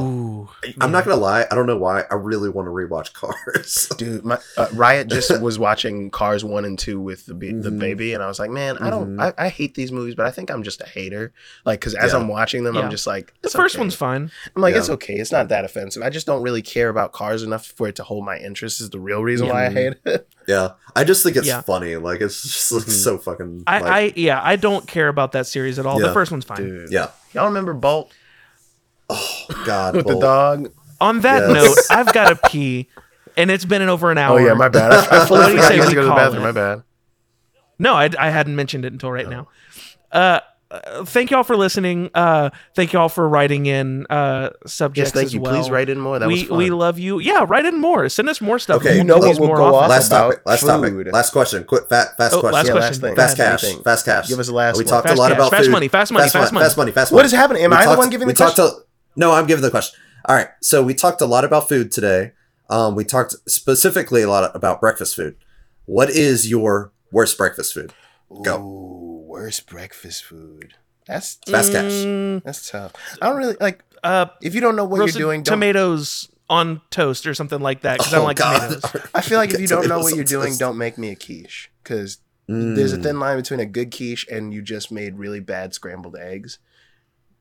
Speaker 1: Ooh.
Speaker 3: I'm not gonna lie. I don't know why. I really want to rewatch Cars.
Speaker 2: Dude, my, uh, Riot just was watching Cars One and Two with the ba- the
Speaker 3: Mhm.
Speaker 2: baby, and I was like, man, I don't,
Speaker 3: Mhm.
Speaker 2: I, I hate these movies, but I think I'm just a hater. Like, because as
Speaker 3: Yeah.
Speaker 2: I'm watching them,
Speaker 1: Yeah.
Speaker 2: I'm just like,
Speaker 1: The
Speaker 2: it's
Speaker 1: first
Speaker 2: okay.
Speaker 1: one's fine.
Speaker 2: I'm like,
Speaker 3: Yeah.
Speaker 2: it's okay, it's not that offensive. I just don't really care about Cars enough for it to hold my interest. Is the real reason why I
Speaker 3: Mhm.
Speaker 2: hate it.
Speaker 3: yeah, I just think it's
Speaker 1: Yeah.
Speaker 3: funny. Like it's just like,
Speaker 2: Mhm.
Speaker 3: so fucking.
Speaker 1: I,
Speaker 3: like,
Speaker 1: I yeah, I don't care about that series at all.
Speaker 3: Yeah.
Speaker 1: The first one's fine.
Speaker 2: Dude,
Speaker 3: yeah.
Speaker 2: y'all remember Bolt
Speaker 3: Oh God.
Speaker 2: with the
Speaker 3: Bolt.
Speaker 2: dog?
Speaker 1: On that
Speaker 3: Yes.
Speaker 1: note, I've got to pee, and it's been in over an hour.
Speaker 2: Oh yeah, my bad. I, I
Speaker 1: What do
Speaker 2: fully
Speaker 1: you
Speaker 2: forgot
Speaker 1: say
Speaker 2: you had
Speaker 1: we
Speaker 2: to go to the
Speaker 1: call
Speaker 2: bathroom.
Speaker 1: it?
Speaker 2: My bad. Oh.
Speaker 1: no, I, I hadn't mentioned it until right now. Uh, uh, thank y'all for listening. Uh, thank y'all for writing in uh, subjects.
Speaker 2: Yes, thank
Speaker 1: as
Speaker 2: you.
Speaker 1: well.
Speaker 2: Please write in more. That
Speaker 1: we
Speaker 2: was fun.
Speaker 1: we love you. Yeah, write in more. Send us more stuff.
Speaker 3: Okay,
Speaker 1: We
Speaker 3: you
Speaker 1: need
Speaker 3: know what
Speaker 1: these
Speaker 2: will
Speaker 1: more
Speaker 2: go
Speaker 1: often.
Speaker 2: off?
Speaker 3: Last topic.
Speaker 2: about
Speaker 3: Last
Speaker 2: food.
Speaker 3: topic. Last question. Quick. Fa- fast
Speaker 1: Oh, last
Speaker 3: question.
Speaker 2: yeah, last
Speaker 1: question.
Speaker 2: thing.
Speaker 3: Fast
Speaker 2: Last
Speaker 3: cash.
Speaker 2: thing.
Speaker 3: Fast cash.
Speaker 2: Give us the last
Speaker 3: We
Speaker 2: one.
Speaker 3: talked
Speaker 1: Fast
Speaker 3: a lot
Speaker 1: cash.
Speaker 3: about
Speaker 1: Fast
Speaker 3: food.
Speaker 1: money, fast money, fast money.
Speaker 3: Fast money. Fast money.
Speaker 2: What is happening? Am
Speaker 3: We
Speaker 2: I the
Speaker 3: talked-
Speaker 2: one giving
Speaker 3: we
Speaker 2: the question?
Speaker 3: Talked a, no, I'm giving the question. All right. So we talked a lot about food today. Um, we talked specifically a lot about breakfast food. What is your worst breakfast food? Go.
Speaker 2: Ooh, worst breakfast food. That's
Speaker 3: Fast cash.
Speaker 1: Mm,
Speaker 2: that's tough. I don't really like
Speaker 1: uh,
Speaker 2: if you don't know what you're
Speaker 1: roasted
Speaker 2: doing. Don't,
Speaker 1: tomatoes on toast or something like that
Speaker 3: Oh,
Speaker 1: because I don't like tomatoes.
Speaker 2: I feel like if you don't know what
Speaker 3: Tomatoes
Speaker 2: you're
Speaker 3: on
Speaker 2: doing,
Speaker 3: toast.
Speaker 2: don't make me a quiche because
Speaker 3: Mm.
Speaker 2: there's a thin line between a good quiche and you just made really bad scrambled eggs.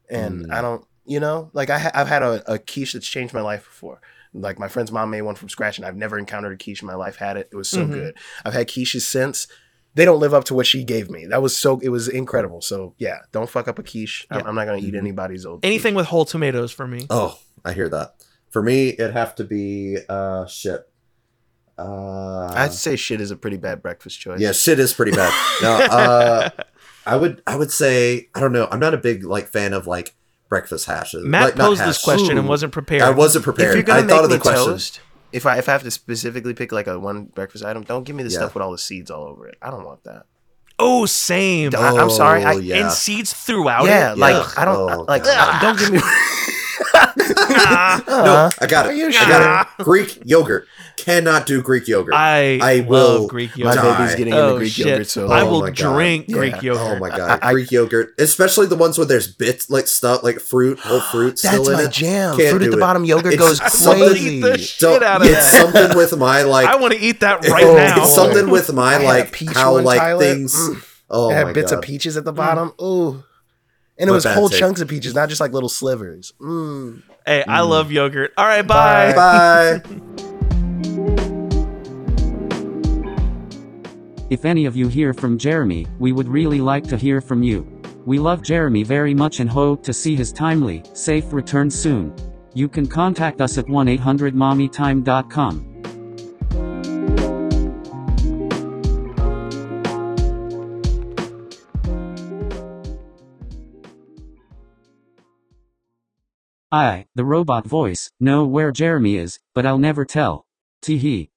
Speaker 2: And
Speaker 3: Mm.
Speaker 2: I don't, you know, like I ha- I've had a, a quiche that's changed my life before. Like my friend's mom made one from scratch, and I've never encountered a quiche in my life. Had it, it was so
Speaker 3: Mm-hmm.
Speaker 1: Mhm.
Speaker 2: good. I've had quiches since. They don't live up to what she gave me. That was so, it was incredible. So yeah, don't fuck up a quiche. I'm,
Speaker 1: Yeah.
Speaker 2: I'm not gonna eat
Speaker 3: Mhm.
Speaker 2: anybody's old.
Speaker 1: Anything with whole tomatoes for me.
Speaker 3: Oh, I hear that. For me, it'd have to be uh shit. Uh,
Speaker 2: quiche. I'd say shit is a pretty bad breakfast choice.
Speaker 3: yeah, shit is pretty bad. No, uh, I would I would say I don't know. I'm not a big like fan of like breakfast hashes.
Speaker 1: Matt
Speaker 3: like, not
Speaker 1: posed this
Speaker 3: hash.
Speaker 1: question and
Speaker 2: Ooh.
Speaker 1: wasn't prepared.
Speaker 3: I wasn't
Speaker 2: if
Speaker 3: prepared.
Speaker 2: you're gonna
Speaker 3: I
Speaker 2: make
Speaker 3: thought of
Speaker 2: me
Speaker 3: the question.
Speaker 2: toast, if I if I have to specifically pick like a one breakfast item, don't give me the
Speaker 3: Yeah.
Speaker 2: stuff with all the seeds all over it. I don't want that.
Speaker 1: oh, same.
Speaker 2: Don't- I- I'm sorry, I-
Speaker 3: Oh, yeah.
Speaker 1: And seeds throughout
Speaker 2: yeah,
Speaker 1: it.
Speaker 2: like
Speaker 3: Yeah.
Speaker 2: I don't
Speaker 3: Oh,
Speaker 2: like.
Speaker 1: God.
Speaker 2: Don't give me.
Speaker 1: Nah.
Speaker 3: no, I got
Speaker 2: Are
Speaker 3: it.
Speaker 2: you
Speaker 3: I
Speaker 1: sure?
Speaker 3: got it. Greek yogurt cannot do Greek yogurt.
Speaker 1: I
Speaker 3: I
Speaker 1: love
Speaker 3: will
Speaker 1: Greek
Speaker 2: my
Speaker 1: yogurt.
Speaker 3: die.
Speaker 2: baby's getting
Speaker 1: oh
Speaker 2: into Greek
Speaker 1: shit!
Speaker 2: yogurt, so
Speaker 1: I
Speaker 3: Oh
Speaker 1: will
Speaker 3: my God.
Speaker 1: drink
Speaker 2: Yeah.
Speaker 1: Greek yogurt.
Speaker 3: Oh my god,
Speaker 2: I- I-
Speaker 3: Greek yogurt, especially the ones where there's bits like stuff like fruit, whole fruit still
Speaker 2: that's
Speaker 3: in
Speaker 2: my
Speaker 3: it.
Speaker 2: jam.
Speaker 3: Can't
Speaker 2: Fruit at
Speaker 3: do
Speaker 2: the
Speaker 3: it.
Speaker 2: bottom yogurt
Speaker 3: It's
Speaker 2: goes
Speaker 3: something-
Speaker 1: I will eat
Speaker 2: crazy.
Speaker 1: the
Speaker 3: Don't-
Speaker 1: shit out of
Speaker 3: it's
Speaker 1: that.
Speaker 3: something with my like.
Speaker 1: I want to eat that
Speaker 3: it-
Speaker 1: right
Speaker 2: Oh,
Speaker 1: now.
Speaker 3: It's something with
Speaker 2: I
Speaker 3: my
Speaker 2: had a
Speaker 3: like
Speaker 2: peach
Speaker 3: how
Speaker 2: one,
Speaker 3: like
Speaker 2: Tyler.
Speaker 3: things.
Speaker 2: Mm.
Speaker 3: Oh
Speaker 2: it
Speaker 3: my
Speaker 2: had bits
Speaker 3: god.
Speaker 2: of peaches at the bottom. Ooh. And it
Speaker 3: What
Speaker 2: was
Speaker 3: bad
Speaker 2: whole
Speaker 3: take.
Speaker 2: chunks of peaches, not just like little slivers. Mm.
Speaker 1: hey, I
Speaker 3: Mm.
Speaker 1: love yogurt. All right,
Speaker 2: Bye.
Speaker 1: bye.
Speaker 3: Bye.
Speaker 5: If any of you hear from Jeremy, we would really like to hear from you. We love Jeremy very much and hope to see his timely, safe return soon. You can contact us at 1 800 mommytime.com. I, the robot voice, know where Jeremy is, but I'll never tell. Teehee.